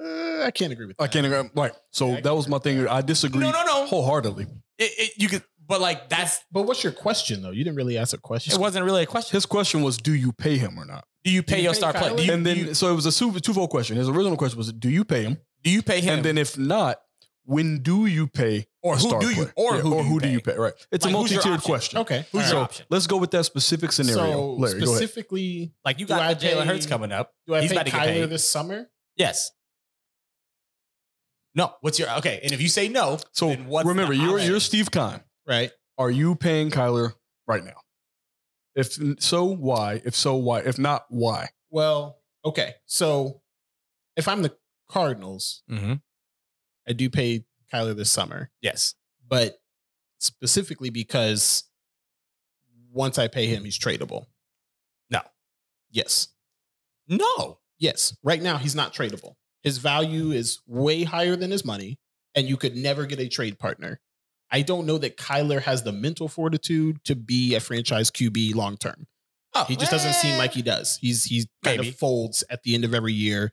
Speaker 5: Uh, I, I can't agree with that.
Speaker 1: I can't agree. Right. So that was my thing. I disagree
Speaker 2: No, no, no.
Speaker 1: wholeheartedly.
Speaker 2: It, it, you could, but like that's
Speaker 5: But what's your question though? You didn't really ask a question.
Speaker 2: it wasn't really a question.
Speaker 1: His question was, do you pay him or not?
Speaker 2: Do you pay
Speaker 5: you
Speaker 2: your
Speaker 5: pay
Speaker 2: star player?
Speaker 5: Kyler?
Speaker 2: Do you,
Speaker 1: and then,
Speaker 2: do you,
Speaker 1: so it was a two, twofold question. His original question was, do you pay him?
Speaker 2: do you pay him?
Speaker 1: And then if not, when do you pay
Speaker 2: Or
Speaker 1: a
Speaker 2: who
Speaker 1: star
Speaker 2: do you-
Speaker 1: player?
Speaker 2: or who do you
Speaker 1: do you
Speaker 2: pay?
Speaker 1: pay? Right. It's a
Speaker 2: Like, who's your
Speaker 1: multi-tiered
Speaker 2: option?
Speaker 1: question.
Speaker 5: okay.
Speaker 2: who's
Speaker 5: All
Speaker 2: your
Speaker 5: right.
Speaker 2: option?
Speaker 1: Let's go with that specific scenario.
Speaker 5: So
Speaker 1: Larry, go ahead.
Speaker 5: specifically,
Speaker 2: Like you
Speaker 5: Do
Speaker 2: got
Speaker 5: I
Speaker 2: the Jalen
Speaker 5: pay-
Speaker 2: Hurts coming up.
Speaker 5: do I
Speaker 2: He's
Speaker 5: pay
Speaker 2: about to get
Speaker 5: Kyler
Speaker 2: paid.
Speaker 5: this summer?
Speaker 2: Yes. No. What's your okay? And if you say no,
Speaker 1: So
Speaker 2: then what's
Speaker 1: remember,
Speaker 2: the
Speaker 1: you're
Speaker 2: option?
Speaker 1: you're Steve Kime.
Speaker 5: Right.
Speaker 1: Are you paying Kyler right now? If n- so, why? If so, why? If not, why?
Speaker 5: Well, okay. So if I'm the Cardinals,
Speaker 1: Mm-hmm.
Speaker 2: Mhm.
Speaker 5: I do pay Kyler this summer,
Speaker 2: yes.
Speaker 5: but specifically because once I pay him, he's tradable.
Speaker 2: No.
Speaker 5: Yes.
Speaker 2: No. Oh.
Speaker 5: Yes. Right now, he's not tradable. His value is way higher than his money, and you could never get a trade partner. I don't know that Kyler has the mental fortitude to be a franchise QB long term.
Speaker 2: Oh,
Speaker 5: He just doesn't seem like he does. He's he's kind
Speaker 2: Maybe.
Speaker 5: of folds at the end of every year.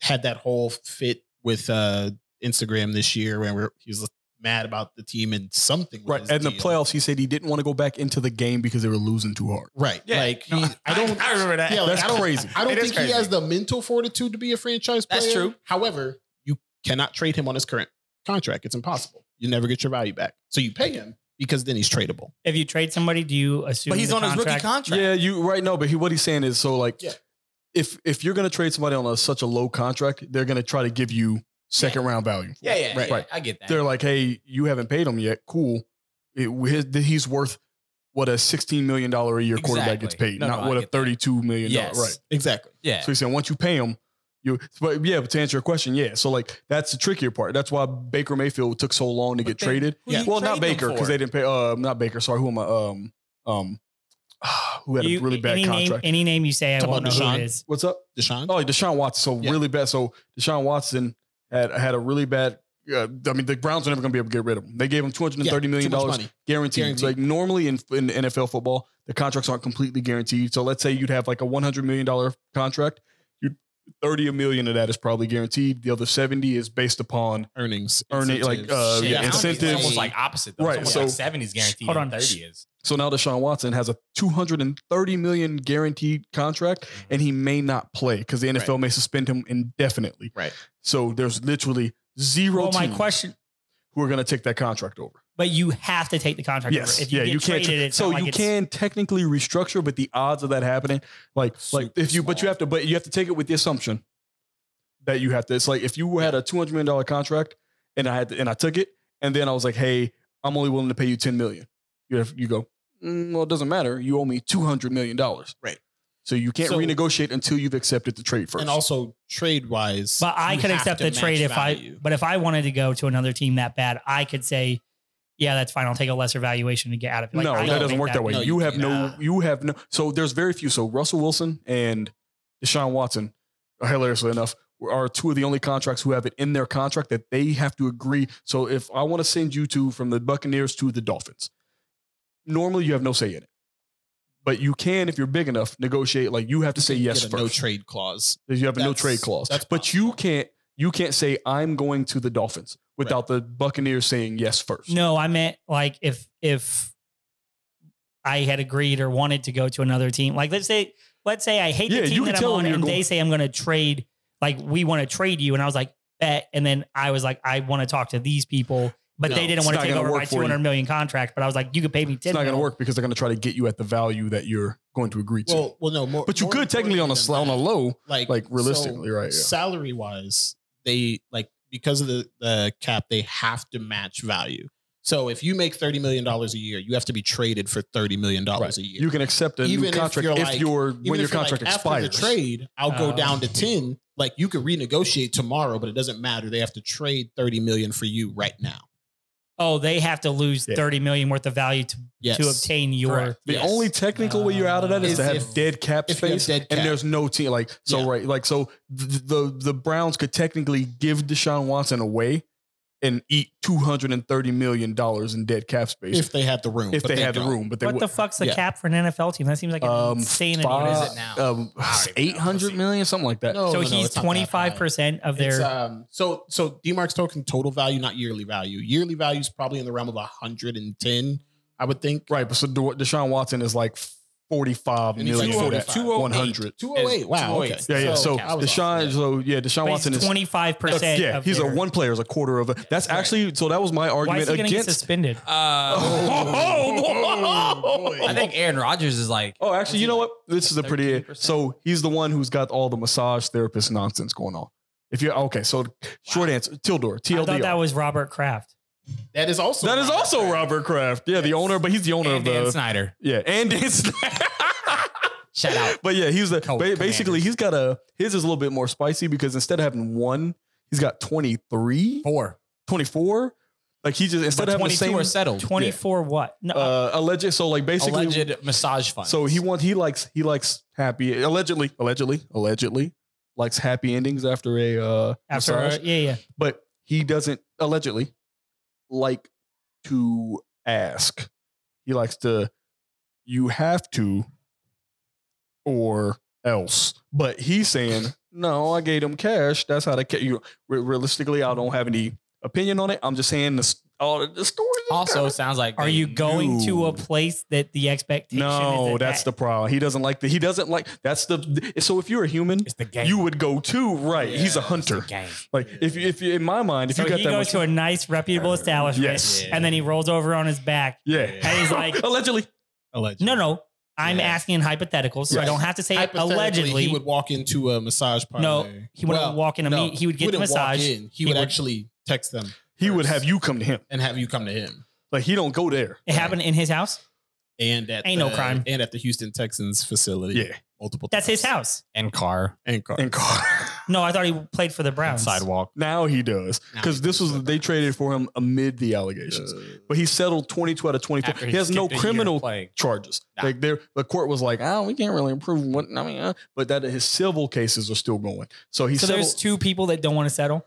Speaker 5: Had that whole fit with uh Instagram this year where he was mad about the team and something. with
Speaker 1: Right.
Speaker 5: his
Speaker 1: And the
Speaker 5: deal.
Speaker 1: playoffs, he said he didn't want to go back into the game because they were losing too hard.
Speaker 5: Right.
Speaker 2: Yeah.
Speaker 5: Like
Speaker 2: No,
Speaker 5: he, I don't
Speaker 2: I remember that.
Speaker 5: Yeah, like,
Speaker 1: That's
Speaker 5: I don't,
Speaker 1: crazy.
Speaker 5: I don't
Speaker 2: It is
Speaker 5: think he
Speaker 2: crazy.
Speaker 5: has the mental fortitude to be a franchise player.
Speaker 2: That's true.
Speaker 5: However, you cannot trade him on his current contract. It's impossible. You never get your value back. So you pay him because then he's tradable.
Speaker 3: If you trade somebody, do you assume?
Speaker 2: But he's
Speaker 3: the
Speaker 2: on his rookie
Speaker 3: contract?
Speaker 2: contract.
Speaker 1: Yeah, you right. No, but he, what he's saying is so like,
Speaker 5: Yeah.
Speaker 1: if if you're gonna trade somebody on a, such a low contract, they're gonna try to give you second round value.
Speaker 2: Yeah, yeah,
Speaker 1: Right.
Speaker 2: yeah.
Speaker 1: Right.
Speaker 2: I get that.
Speaker 1: They're like, hey, you haven't paid him yet. Cool. It- his- he's worth what a sixteen million dollar a year quarterback gets
Speaker 2: Exactly.
Speaker 1: paid,
Speaker 2: No,
Speaker 1: not
Speaker 2: no, I
Speaker 1: what a
Speaker 2: get that.
Speaker 1: thirty two million dollar.
Speaker 2: Yes.
Speaker 1: Right.
Speaker 5: Exactly.
Speaker 2: yeah.
Speaker 1: So he's saying once you pay him, you. But yeah, but to answer your question, yeah. So like that's the trickier part. That's why Baker Mayfield took so long to get
Speaker 2: then
Speaker 1: traded.
Speaker 2: who you
Speaker 1: Well, not
Speaker 2: trading him
Speaker 1: Baker because
Speaker 2: for?
Speaker 1: they didn't pay. Uh, not Baker. Sorry, who am I? Um, um, who had
Speaker 3: You-
Speaker 1: a really bad
Speaker 3: any Name,
Speaker 1: contract.
Speaker 3: any name you say, I
Speaker 5: Talking
Speaker 3: won't know
Speaker 5: about
Speaker 3: who
Speaker 5: Deshaun?
Speaker 3: it is.
Speaker 1: What's up?
Speaker 5: Deshaun?
Speaker 1: Oh, Deshaun Watson. So
Speaker 5: Yeah.
Speaker 1: really bad. So Deshaun Watson had had a really bad. Uh, I mean, the Browns are never going to be able to get rid of him. They gave him two hundred and thirty million
Speaker 5: too much
Speaker 1: dollars
Speaker 5: money.
Speaker 1: guaranteed.
Speaker 5: Guaranteed.
Speaker 1: Like normally in, in NFL football, the contracts aren't completely guaranteed. So let's say you'd have like a one hundred million dollar contract. You thirty a million of that is probably guaranteed. The other seventy is based upon
Speaker 5: Earnings.
Speaker 1: Earning, like, uh,
Speaker 5: Incentives.
Speaker 1: yeah,
Speaker 2: now it's
Speaker 1: incentives.
Speaker 2: almost like opposite. Though.
Speaker 1: Right,
Speaker 2: Right. It's almost
Speaker 1: so-
Speaker 2: like seventies guaranteed.
Speaker 3: Hold
Speaker 2: Hold
Speaker 3: on.
Speaker 2: on. Thirty is.
Speaker 1: So now Deshaun Watson has a two hundred and thirty million guaranteed contract,
Speaker 5: Mm-hmm.
Speaker 1: and he may not play because the NFL may suspend him indefinitely.
Speaker 5: Right.
Speaker 1: So there's literally zero
Speaker 3: Well, my
Speaker 1: teams
Speaker 3: question,
Speaker 1: who are going to take that contract over.
Speaker 3: but you have to take the contract.
Speaker 1: Yes.
Speaker 3: over. If you
Speaker 1: yeah,
Speaker 3: get
Speaker 1: you can't.
Speaker 3: traded,
Speaker 1: tra-
Speaker 3: it's
Speaker 1: so
Speaker 3: not like
Speaker 1: you
Speaker 3: it's-
Speaker 1: can technically restructure, but the odds of that happening, like, like
Speaker 5: Super
Speaker 1: if you, but you
Speaker 5: small.
Speaker 1: have to, but you have to take it with the assumption that you have to. It's like if you had a two hundred million dollar contract, and I had, to, and I took it, and then I was like, hey, I'm only willing to pay you ten million. You have, you go. "Mm, well, it doesn't matter. You owe me two hundred million dollars.
Speaker 5: Right.
Speaker 1: So you can't
Speaker 5: So-
Speaker 1: renegotiate until you've accepted the trade first.
Speaker 5: And also trade wise.
Speaker 3: But I could accept the trade if I. But if I wanted to go to another team that bad, I could say, "Yeah, that's fine. I'll take a lesser valuation to get out of it." Like,
Speaker 1: no,
Speaker 3: I
Speaker 1: that
Speaker 3: don't
Speaker 1: doesn't
Speaker 3: think
Speaker 1: work that way.
Speaker 5: No,
Speaker 1: you
Speaker 5: you
Speaker 1: have no,
Speaker 5: cannot.
Speaker 1: you have no. So there's very few. So Russell Wilson and Deshaun Watson, hilariously enough, are two of the only contracts who have it in their contract that they have to agree. So if I want to send you two from the Buccaneers to the Dolphins, normally you have no say in it. But you can, if you're big enough, negotiate. Like you have to say yes
Speaker 5: get
Speaker 1: first.
Speaker 5: a no trade clause.
Speaker 1: There's- You have a no
Speaker 5: That's-
Speaker 1: trade clause.
Speaker 5: that's
Speaker 1: But you can't. You can't say I'm going to the Dolphins without the Buccaneers saying yes first.
Speaker 3: No, I meant like if if I had agreed or wanted to go to another team, like let's say let's say I hate
Speaker 1: Yeah,
Speaker 3: the
Speaker 1: you
Speaker 3: team
Speaker 1: can
Speaker 3: that I'm
Speaker 1: tell them
Speaker 3: on,
Speaker 1: you're
Speaker 3: and
Speaker 1: going-
Speaker 3: they say I'm going to trade. Like we want to trade you, and I was like bet, and then I was like I want to talk to these people, but
Speaker 5: No,
Speaker 3: they didn't
Speaker 1: it's
Speaker 3: want to
Speaker 1: not
Speaker 3: take
Speaker 1: gonna
Speaker 3: over
Speaker 1: work
Speaker 3: my
Speaker 1: for
Speaker 3: two
Speaker 1: you.
Speaker 3: hundred million contract. But I was like, you could pay me ten.
Speaker 1: it's not going to
Speaker 3: mil.
Speaker 1: work because they're going to try to get you at the value that you're going to agree to.
Speaker 5: Well, well, no more.
Speaker 1: But you
Speaker 5: more
Speaker 1: could technically on a
Speaker 5: importantly
Speaker 1: sl- on
Speaker 5: than
Speaker 1: a low,
Speaker 5: that, like
Speaker 1: like realistically, right? Yeah.
Speaker 5: salary wise, they like because of the, the cap, they have to match value. So if you make thirty million dollars a year, you have to be traded for thirty million dollars
Speaker 1: Right.
Speaker 5: a year.
Speaker 1: You can accept a
Speaker 5: Even
Speaker 1: new
Speaker 5: if
Speaker 1: contract
Speaker 5: you're
Speaker 1: if,
Speaker 5: like-
Speaker 1: your
Speaker 5: Even
Speaker 1: when your
Speaker 5: if you're like,
Speaker 1: contract
Speaker 5: after
Speaker 1: expires.
Speaker 5: the trade, I'll go
Speaker 3: Oh.
Speaker 5: down to ten. Like you could renegotiate tomorrow, but it doesn't matter. They have to trade thirty million for you right now.
Speaker 3: Oh, they have to lose
Speaker 1: Yeah.
Speaker 3: thirty million worth of value to
Speaker 5: Yes.
Speaker 3: to obtain your.
Speaker 2: Correct.
Speaker 1: The
Speaker 5: Yes.
Speaker 1: only technical way you're out of that is,
Speaker 5: Is
Speaker 1: to have
Speaker 5: if-
Speaker 1: dead cap
Speaker 5: if you have
Speaker 1: space,
Speaker 5: dead
Speaker 1: and
Speaker 5: cap.
Speaker 1: there's no team like so
Speaker 5: Yeah.
Speaker 1: right like so the, the the Browns could technically give Deshaun Watson away and eat two hundred and thirty million dollars in dead cap space if,
Speaker 5: if they have the room. but
Speaker 1: they, had the
Speaker 5: don't.
Speaker 1: room. But they
Speaker 3: what
Speaker 1: would.
Speaker 3: the fuck's the
Speaker 5: yeah.
Speaker 3: cap for an NFL team? That seems like an
Speaker 1: Um,
Speaker 3: insane
Speaker 1: five-
Speaker 3: amount.
Speaker 2: What is it now?
Speaker 1: um, eight hundred million, something like that.
Speaker 5: Oh, No,
Speaker 3: Uh, so
Speaker 5: no, no,
Speaker 3: he's
Speaker 5: it's not that high.
Speaker 3: twenty five percent of
Speaker 5: It's,
Speaker 3: their.
Speaker 5: um, so so DMARC's token total value, not yearly value. Yearly value is probably in the realm of 110, I would think.
Speaker 1: Right, but so De- Deshaun Watson is like forty-five
Speaker 5: And he's
Speaker 1: million
Speaker 5: like
Speaker 1: for that
Speaker 5: 208.
Speaker 1: one hundred.
Speaker 5: 208 Wow. Okay.
Speaker 1: Yeah, yeah. oh So,
Speaker 5: I was
Speaker 1: Deshaun,
Speaker 5: off.
Speaker 1: so yeah, Deshaun Watson is
Speaker 3: twenty five percent.
Speaker 1: yeah, he's a one player, is a quarter of a. That's actually so. That was my
Speaker 3: Why
Speaker 1: argument
Speaker 3: is he going to get
Speaker 1: against.
Speaker 3: suspended?
Speaker 2: Uh,
Speaker 3: Oh,
Speaker 2: I think Aaron Rodgers is like
Speaker 1: Oh, actually, you know what? This is a pretty.
Speaker 2: 13%?
Speaker 1: So he's the one who's got all the massage therapist nonsense going on. If you're okay, so short answer, Tildor,
Speaker 3: I thought that
Speaker 1: TLDR.
Speaker 3: was Robert Kraft.
Speaker 5: That is also
Speaker 1: That is also Robert Kraft. Yeah, the owner, but he's the owner
Speaker 2: and
Speaker 1: of the.
Speaker 2: Dan Snyder.
Speaker 1: Yeah, and Dan Snyder.
Speaker 2: Shout out.
Speaker 1: But yeah, he's the
Speaker 2: Colt
Speaker 1: ba- basically
Speaker 2: Commanders.
Speaker 1: he's got a his is a little bit more spicy because instead of having one, he's got 23,
Speaker 2: Four.
Speaker 1: 24. Like he just instead
Speaker 2: But
Speaker 1: of having the
Speaker 2: 22
Speaker 1: same
Speaker 2: are settled.
Speaker 3: Twenty four what? No,
Speaker 1: uh, alleged. So like basically,
Speaker 2: Alleged massage fund.
Speaker 1: so he wants he likes he likes happy allegedly allegedly allegedly likes happy endings after a uh,
Speaker 3: after
Speaker 1: massage,
Speaker 3: yeah, yeah.
Speaker 1: but he doesn't allegedly like to ask. He likes to. You have to, or else. But he's saying, no, I gave them cash. That's how they. Ca- you re- realistically, I don't have any opinion on it. I'm just saying the s- all the story. is
Speaker 2: also
Speaker 1: kinda-
Speaker 2: sounds like
Speaker 3: Are
Speaker 2: they
Speaker 3: you going
Speaker 2: knew.
Speaker 3: to a place that the expectation?
Speaker 1: No,
Speaker 3: is that
Speaker 1: that's
Speaker 3: that-
Speaker 1: the problem. He doesn't like the. He doesn't like. That's the. So if you're a human,
Speaker 2: It's the game.
Speaker 1: you would go to right. he's a hunter.
Speaker 2: game.
Speaker 1: Like if you- if you- in my mind, if
Speaker 3: So
Speaker 1: you got
Speaker 3: he
Speaker 1: that
Speaker 3: goes
Speaker 1: much- Uh,
Speaker 3: to a nice, reputable establishment,
Speaker 1: Yes.
Speaker 3: and then he rolls over on his back,
Speaker 1: yeah.
Speaker 3: and he's like,
Speaker 1: allegedly.
Speaker 5: allegedly.
Speaker 3: "No, no, I'm
Speaker 5: Yeah.
Speaker 3: asking in hypotheticals, so I
Speaker 5: Yes.
Speaker 3: don't have to say it
Speaker 5: Hypothetically,
Speaker 3: allegedly."
Speaker 5: he would walk into a massage parlor.
Speaker 3: no, he wouldn't walk in a meet. He would get a
Speaker 5: wouldn't walk
Speaker 3: massage.
Speaker 5: in. He,
Speaker 3: He
Speaker 5: would,
Speaker 3: would-
Speaker 5: actually text them
Speaker 1: He would
Speaker 5: first
Speaker 1: have you come to him.
Speaker 5: and have you come to him.
Speaker 1: Like he don't go there.
Speaker 3: It happened in his house.
Speaker 5: And at
Speaker 3: Ain't no
Speaker 5: the-
Speaker 3: crime.
Speaker 5: And at the Houston Texans facility,
Speaker 1: Yeah,
Speaker 5: multiple.
Speaker 3: That's his
Speaker 5: times.
Speaker 3: house.
Speaker 2: And car.
Speaker 5: and car.
Speaker 1: and car.
Speaker 3: No, I thought he played for the Browns.
Speaker 2: Sidewalk.
Speaker 1: now he does
Speaker 5: Now
Speaker 1: because
Speaker 5: he
Speaker 1: this
Speaker 5: does.
Speaker 1: was they traded for him amid the allegations,
Speaker 2: Uh.
Speaker 1: but he settled twenty two out of twenty
Speaker 2: After
Speaker 1: four. He has no
Speaker 2: skipped a year
Speaker 1: criminal
Speaker 2: playing.
Speaker 1: charges.
Speaker 2: Nah.
Speaker 1: Like there, the court was like, "Oh, we can't really improve what." I mean, uh, but that his civil cases are still going. So he
Speaker 3: So
Speaker 1: settled.
Speaker 3: there's two people that don't want to settle.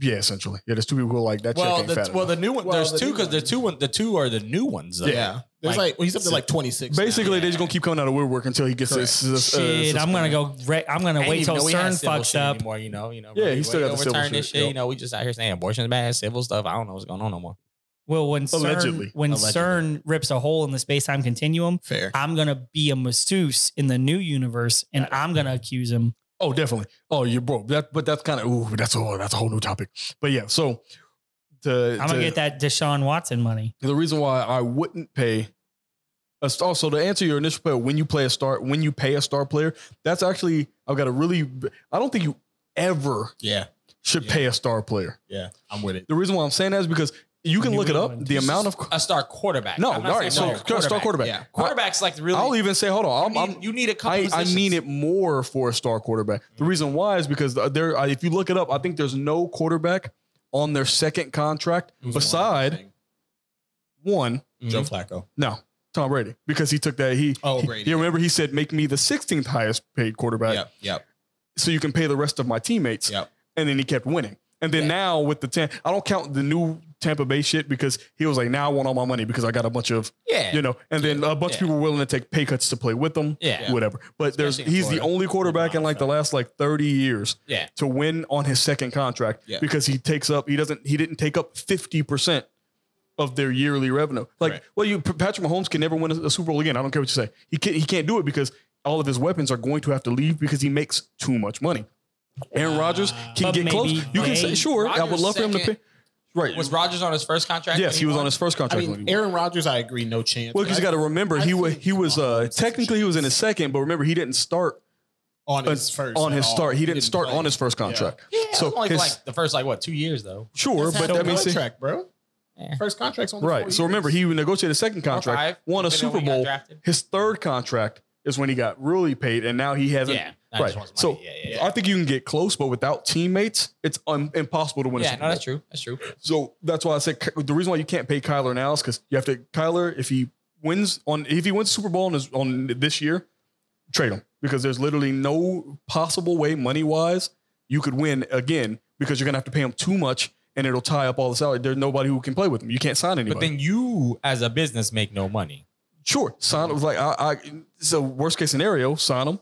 Speaker 1: yeah, essentially, yeah. There's two people who are like that.
Speaker 2: Well,
Speaker 1: check ain't
Speaker 2: the,
Speaker 1: fat
Speaker 2: well,
Speaker 1: enough.
Speaker 2: the new one.
Speaker 5: Well,
Speaker 2: there's
Speaker 5: the
Speaker 2: two
Speaker 5: new
Speaker 2: because the
Speaker 5: one.
Speaker 2: two one, the two are the new ones. Though.
Speaker 5: Yeah. There's
Speaker 2: Like-
Speaker 5: like, well, he's up to like 26. now.
Speaker 1: basically they're just gonna keep coming out of woodwork until he gets this. this, uh,
Speaker 3: Shit, I'm gonna
Speaker 1: suspension.
Speaker 3: go. Re- I'm gonna
Speaker 2: I
Speaker 3: wait
Speaker 2: didn't
Speaker 3: till
Speaker 2: even know we
Speaker 3: CERN
Speaker 2: had civil
Speaker 3: fucks
Speaker 2: shit
Speaker 3: up.
Speaker 2: anymore. You know, you know.
Speaker 1: Yeah,
Speaker 2: Roddy
Speaker 1: he still
Speaker 2: Wade
Speaker 1: got the civil
Speaker 2: overturned this
Speaker 1: shit,
Speaker 2: shit.
Speaker 1: yeah.
Speaker 2: You know, we just out here saying abortion's bad, civil stuff. I don't know what's going on no more.
Speaker 3: Well, when CERN,
Speaker 1: Allegedly.
Speaker 3: when
Speaker 2: Allegedly.
Speaker 3: CERN rips a hole in the space time continuum,
Speaker 5: fair.
Speaker 3: I'm gonna be a masseuse in the new universe, and I'm gonna accuse him.
Speaker 1: Oh, definitely. Oh, you broke that, but that's kind of ooh, that's oh, that's a whole new topic. But yeah, so to,
Speaker 3: I'm gonna
Speaker 1: to-
Speaker 3: get that Deshaun Watson money.
Speaker 1: the reason why I wouldn't pay a star. Also, to answer your initial player, when you play a star, when you pay a star player, that's actually I've got a really. I don't think you ever
Speaker 5: Yeah.
Speaker 1: should
Speaker 5: Yeah.
Speaker 1: pay a star player.
Speaker 5: Yeah. I'm with it.
Speaker 1: The reason why I'm saying that is because you can
Speaker 3: You
Speaker 1: look it
Speaker 3: really
Speaker 1: up.
Speaker 3: wouldn't.
Speaker 1: The amount of
Speaker 2: A star quarterback.
Speaker 1: no, all
Speaker 2: I'm not
Speaker 1: right, so
Speaker 2: saying
Speaker 1: star quarterback.
Speaker 5: Yeah.
Speaker 2: Quarterback's like really.
Speaker 1: I'll even say, hold on, I'm,
Speaker 2: you,
Speaker 1: I'm,
Speaker 2: need, you need a
Speaker 1: I,
Speaker 2: couple.
Speaker 1: I
Speaker 2: positions.
Speaker 1: mean it more for a star quarterback.
Speaker 5: Mm.
Speaker 1: The reason why is because there, I- if you look it up, I think there's no quarterback on their second contract beside one.
Speaker 5: Joe Flacco.
Speaker 1: No, Tom Brady, because he took that. He,
Speaker 5: Oh,
Speaker 1: you
Speaker 5: Brady.
Speaker 1: remember he said, make me the 16th highest paid quarterback
Speaker 5: Yep. Yep.
Speaker 1: so you can pay the rest of my teammates.
Speaker 5: Yep.
Speaker 1: And then he kept winning. And then
Speaker 5: Yeah.
Speaker 1: now with the 10, I don't count the new Tampa Bay shit because he was like, now I want all my money because I got a bunch of,
Speaker 2: Yeah.
Speaker 1: you know, and then a bunch of
Speaker 2: Yeah.
Speaker 1: people were willing to take pay cuts to play with them.
Speaker 2: Yeah.
Speaker 1: Whatever. But
Speaker 2: Especially
Speaker 1: there's,
Speaker 2: in
Speaker 1: he's the
Speaker 2: Florida.
Speaker 1: only quarterback in like the last like 30 years
Speaker 2: Yeah.
Speaker 1: to win on his second contract
Speaker 5: Yeah.
Speaker 1: because he takes up he doesn't he didn't take up 50% of their yearly revenue. Like
Speaker 5: Right.
Speaker 1: well you Patrick Mahomes can never win a, a Super Bowl again. I don't care what you say. He can not he can't do it because all of his weapons are going to have to leave because he makes too much money. Aaron Rodgers can
Speaker 3: But
Speaker 1: get close.
Speaker 3: maybe
Speaker 1: You can say
Speaker 3: they-
Speaker 1: sure. I would
Speaker 2: Rodgers'
Speaker 1: love for him to
Speaker 2: second-
Speaker 1: pick. Right.
Speaker 2: Was Rogers on his first contract?
Speaker 1: yes,
Speaker 2: when
Speaker 1: he was
Speaker 2: won?
Speaker 1: on his first
Speaker 5: I
Speaker 1: contract. when he
Speaker 5: mean,
Speaker 1: won.
Speaker 5: Aaron Rodgers, I agree, no chance.
Speaker 1: well, because you got to remember
Speaker 5: I
Speaker 1: he was
Speaker 5: think
Speaker 1: he was uh,
Speaker 5: Mahomes-
Speaker 1: technically he was in his second, but remember he didn't start
Speaker 5: on his
Speaker 1: uh,
Speaker 5: first
Speaker 1: on his
Speaker 5: at all.
Speaker 1: start. He didn't start
Speaker 5: play.
Speaker 1: on his first contract.
Speaker 2: Yeah,
Speaker 1: So
Speaker 2: like,
Speaker 1: his-
Speaker 2: like the first like what two years though.
Speaker 1: sure,
Speaker 5: That's
Speaker 1: but
Speaker 5: half
Speaker 1: that
Speaker 5: the
Speaker 1: means
Speaker 5: contract, bro. First contract's on the
Speaker 1: Right.
Speaker 5: four
Speaker 1: So remember,
Speaker 5: years.
Speaker 1: he negotiated a second contract,
Speaker 2: five,
Speaker 1: won a
Speaker 2: depending
Speaker 1: Super
Speaker 2: on when he got
Speaker 1: Bowl.
Speaker 2: drafted.
Speaker 1: His third contract is when he got really paid, and now he hasn't.
Speaker 2: Yeah, I just
Speaker 1: Right.
Speaker 2: want some
Speaker 1: So
Speaker 2: money. Yeah, yeah, yeah.
Speaker 1: I think you can get close, but without teammates, it's un- impossible to win. a
Speaker 2: Yeah,
Speaker 1: Super
Speaker 2: no, that's
Speaker 1: Bowl.
Speaker 2: true. That's true.
Speaker 1: So that's why I said Ky- the reason why you can't pay Kyler now is because you have to Kyler if he wins on if he wins Super Bowl on, his, on this year, trade him because there's literally no possible way money wise you could win again because you're gonna have to pay him too much and it'll tie up all the salary. There's nobody who can play with him. You can't sign anybody.
Speaker 2: But then you, as a business, make no money.
Speaker 1: sure, sign him. Like I, I, so worst case scenario, sign him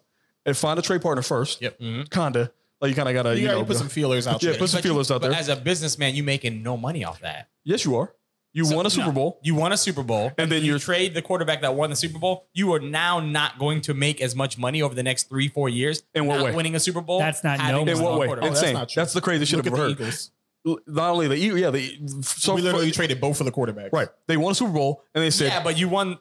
Speaker 1: and find a trade partner first.
Speaker 5: Yep.
Speaker 1: Kinda like you kind of gotta
Speaker 5: You,
Speaker 1: you,
Speaker 5: gotta
Speaker 1: know
Speaker 5: put some feelers out
Speaker 1: yeah
Speaker 5: there.
Speaker 1: put some
Speaker 2: Mm-hmm. But you-
Speaker 1: feelers out
Speaker 2: But
Speaker 1: there.
Speaker 2: as a businessman, you making no money off that.
Speaker 1: yes, you are. You
Speaker 2: So-
Speaker 1: won a Super
Speaker 2: no.
Speaker 1: Bowl.
Speaker 2: You won a Super Bowl,
Speaker 1: And then
Speaker 2: you
Speaker 1: you're-
Speaker 2: trade the quarterback that won the Super Bowl. You are now not going to make as much money over the next three, four years.
Speaker 1: In what
Speaker 2: not
Speaker 1: way?
Speaker 2: Winning a Super Bowl.
Speaker 3: That's not
Speaker 2: having
Speaker 3: no
Speaker 2: a
Speaker 3: money.
Speaker 1: In what
Speaker 2: strong
Speaker 1: way?
Speaker 2: quarterback.
Speaker 5: Oh, that's
Speaker 1: Insane.
Speaker 5: not
Speaker 1: That's,
Speaker 5: true.
Speaker 1: the craziest
Speaker 5: Look
Speaker 1: shit
Speaker 5: at
Speaker 1: I've
Speaker 5: the
Speaker 1: ever heard.
Speaker 5: Eagles.
Speaker 1: L- Not only the Eagles, yeah, the so
Speaker 5: we literally traded both for the quarterback.
Speaker 1: right. They won a Super Bowl and they said
Speaker 2: yeah, but you won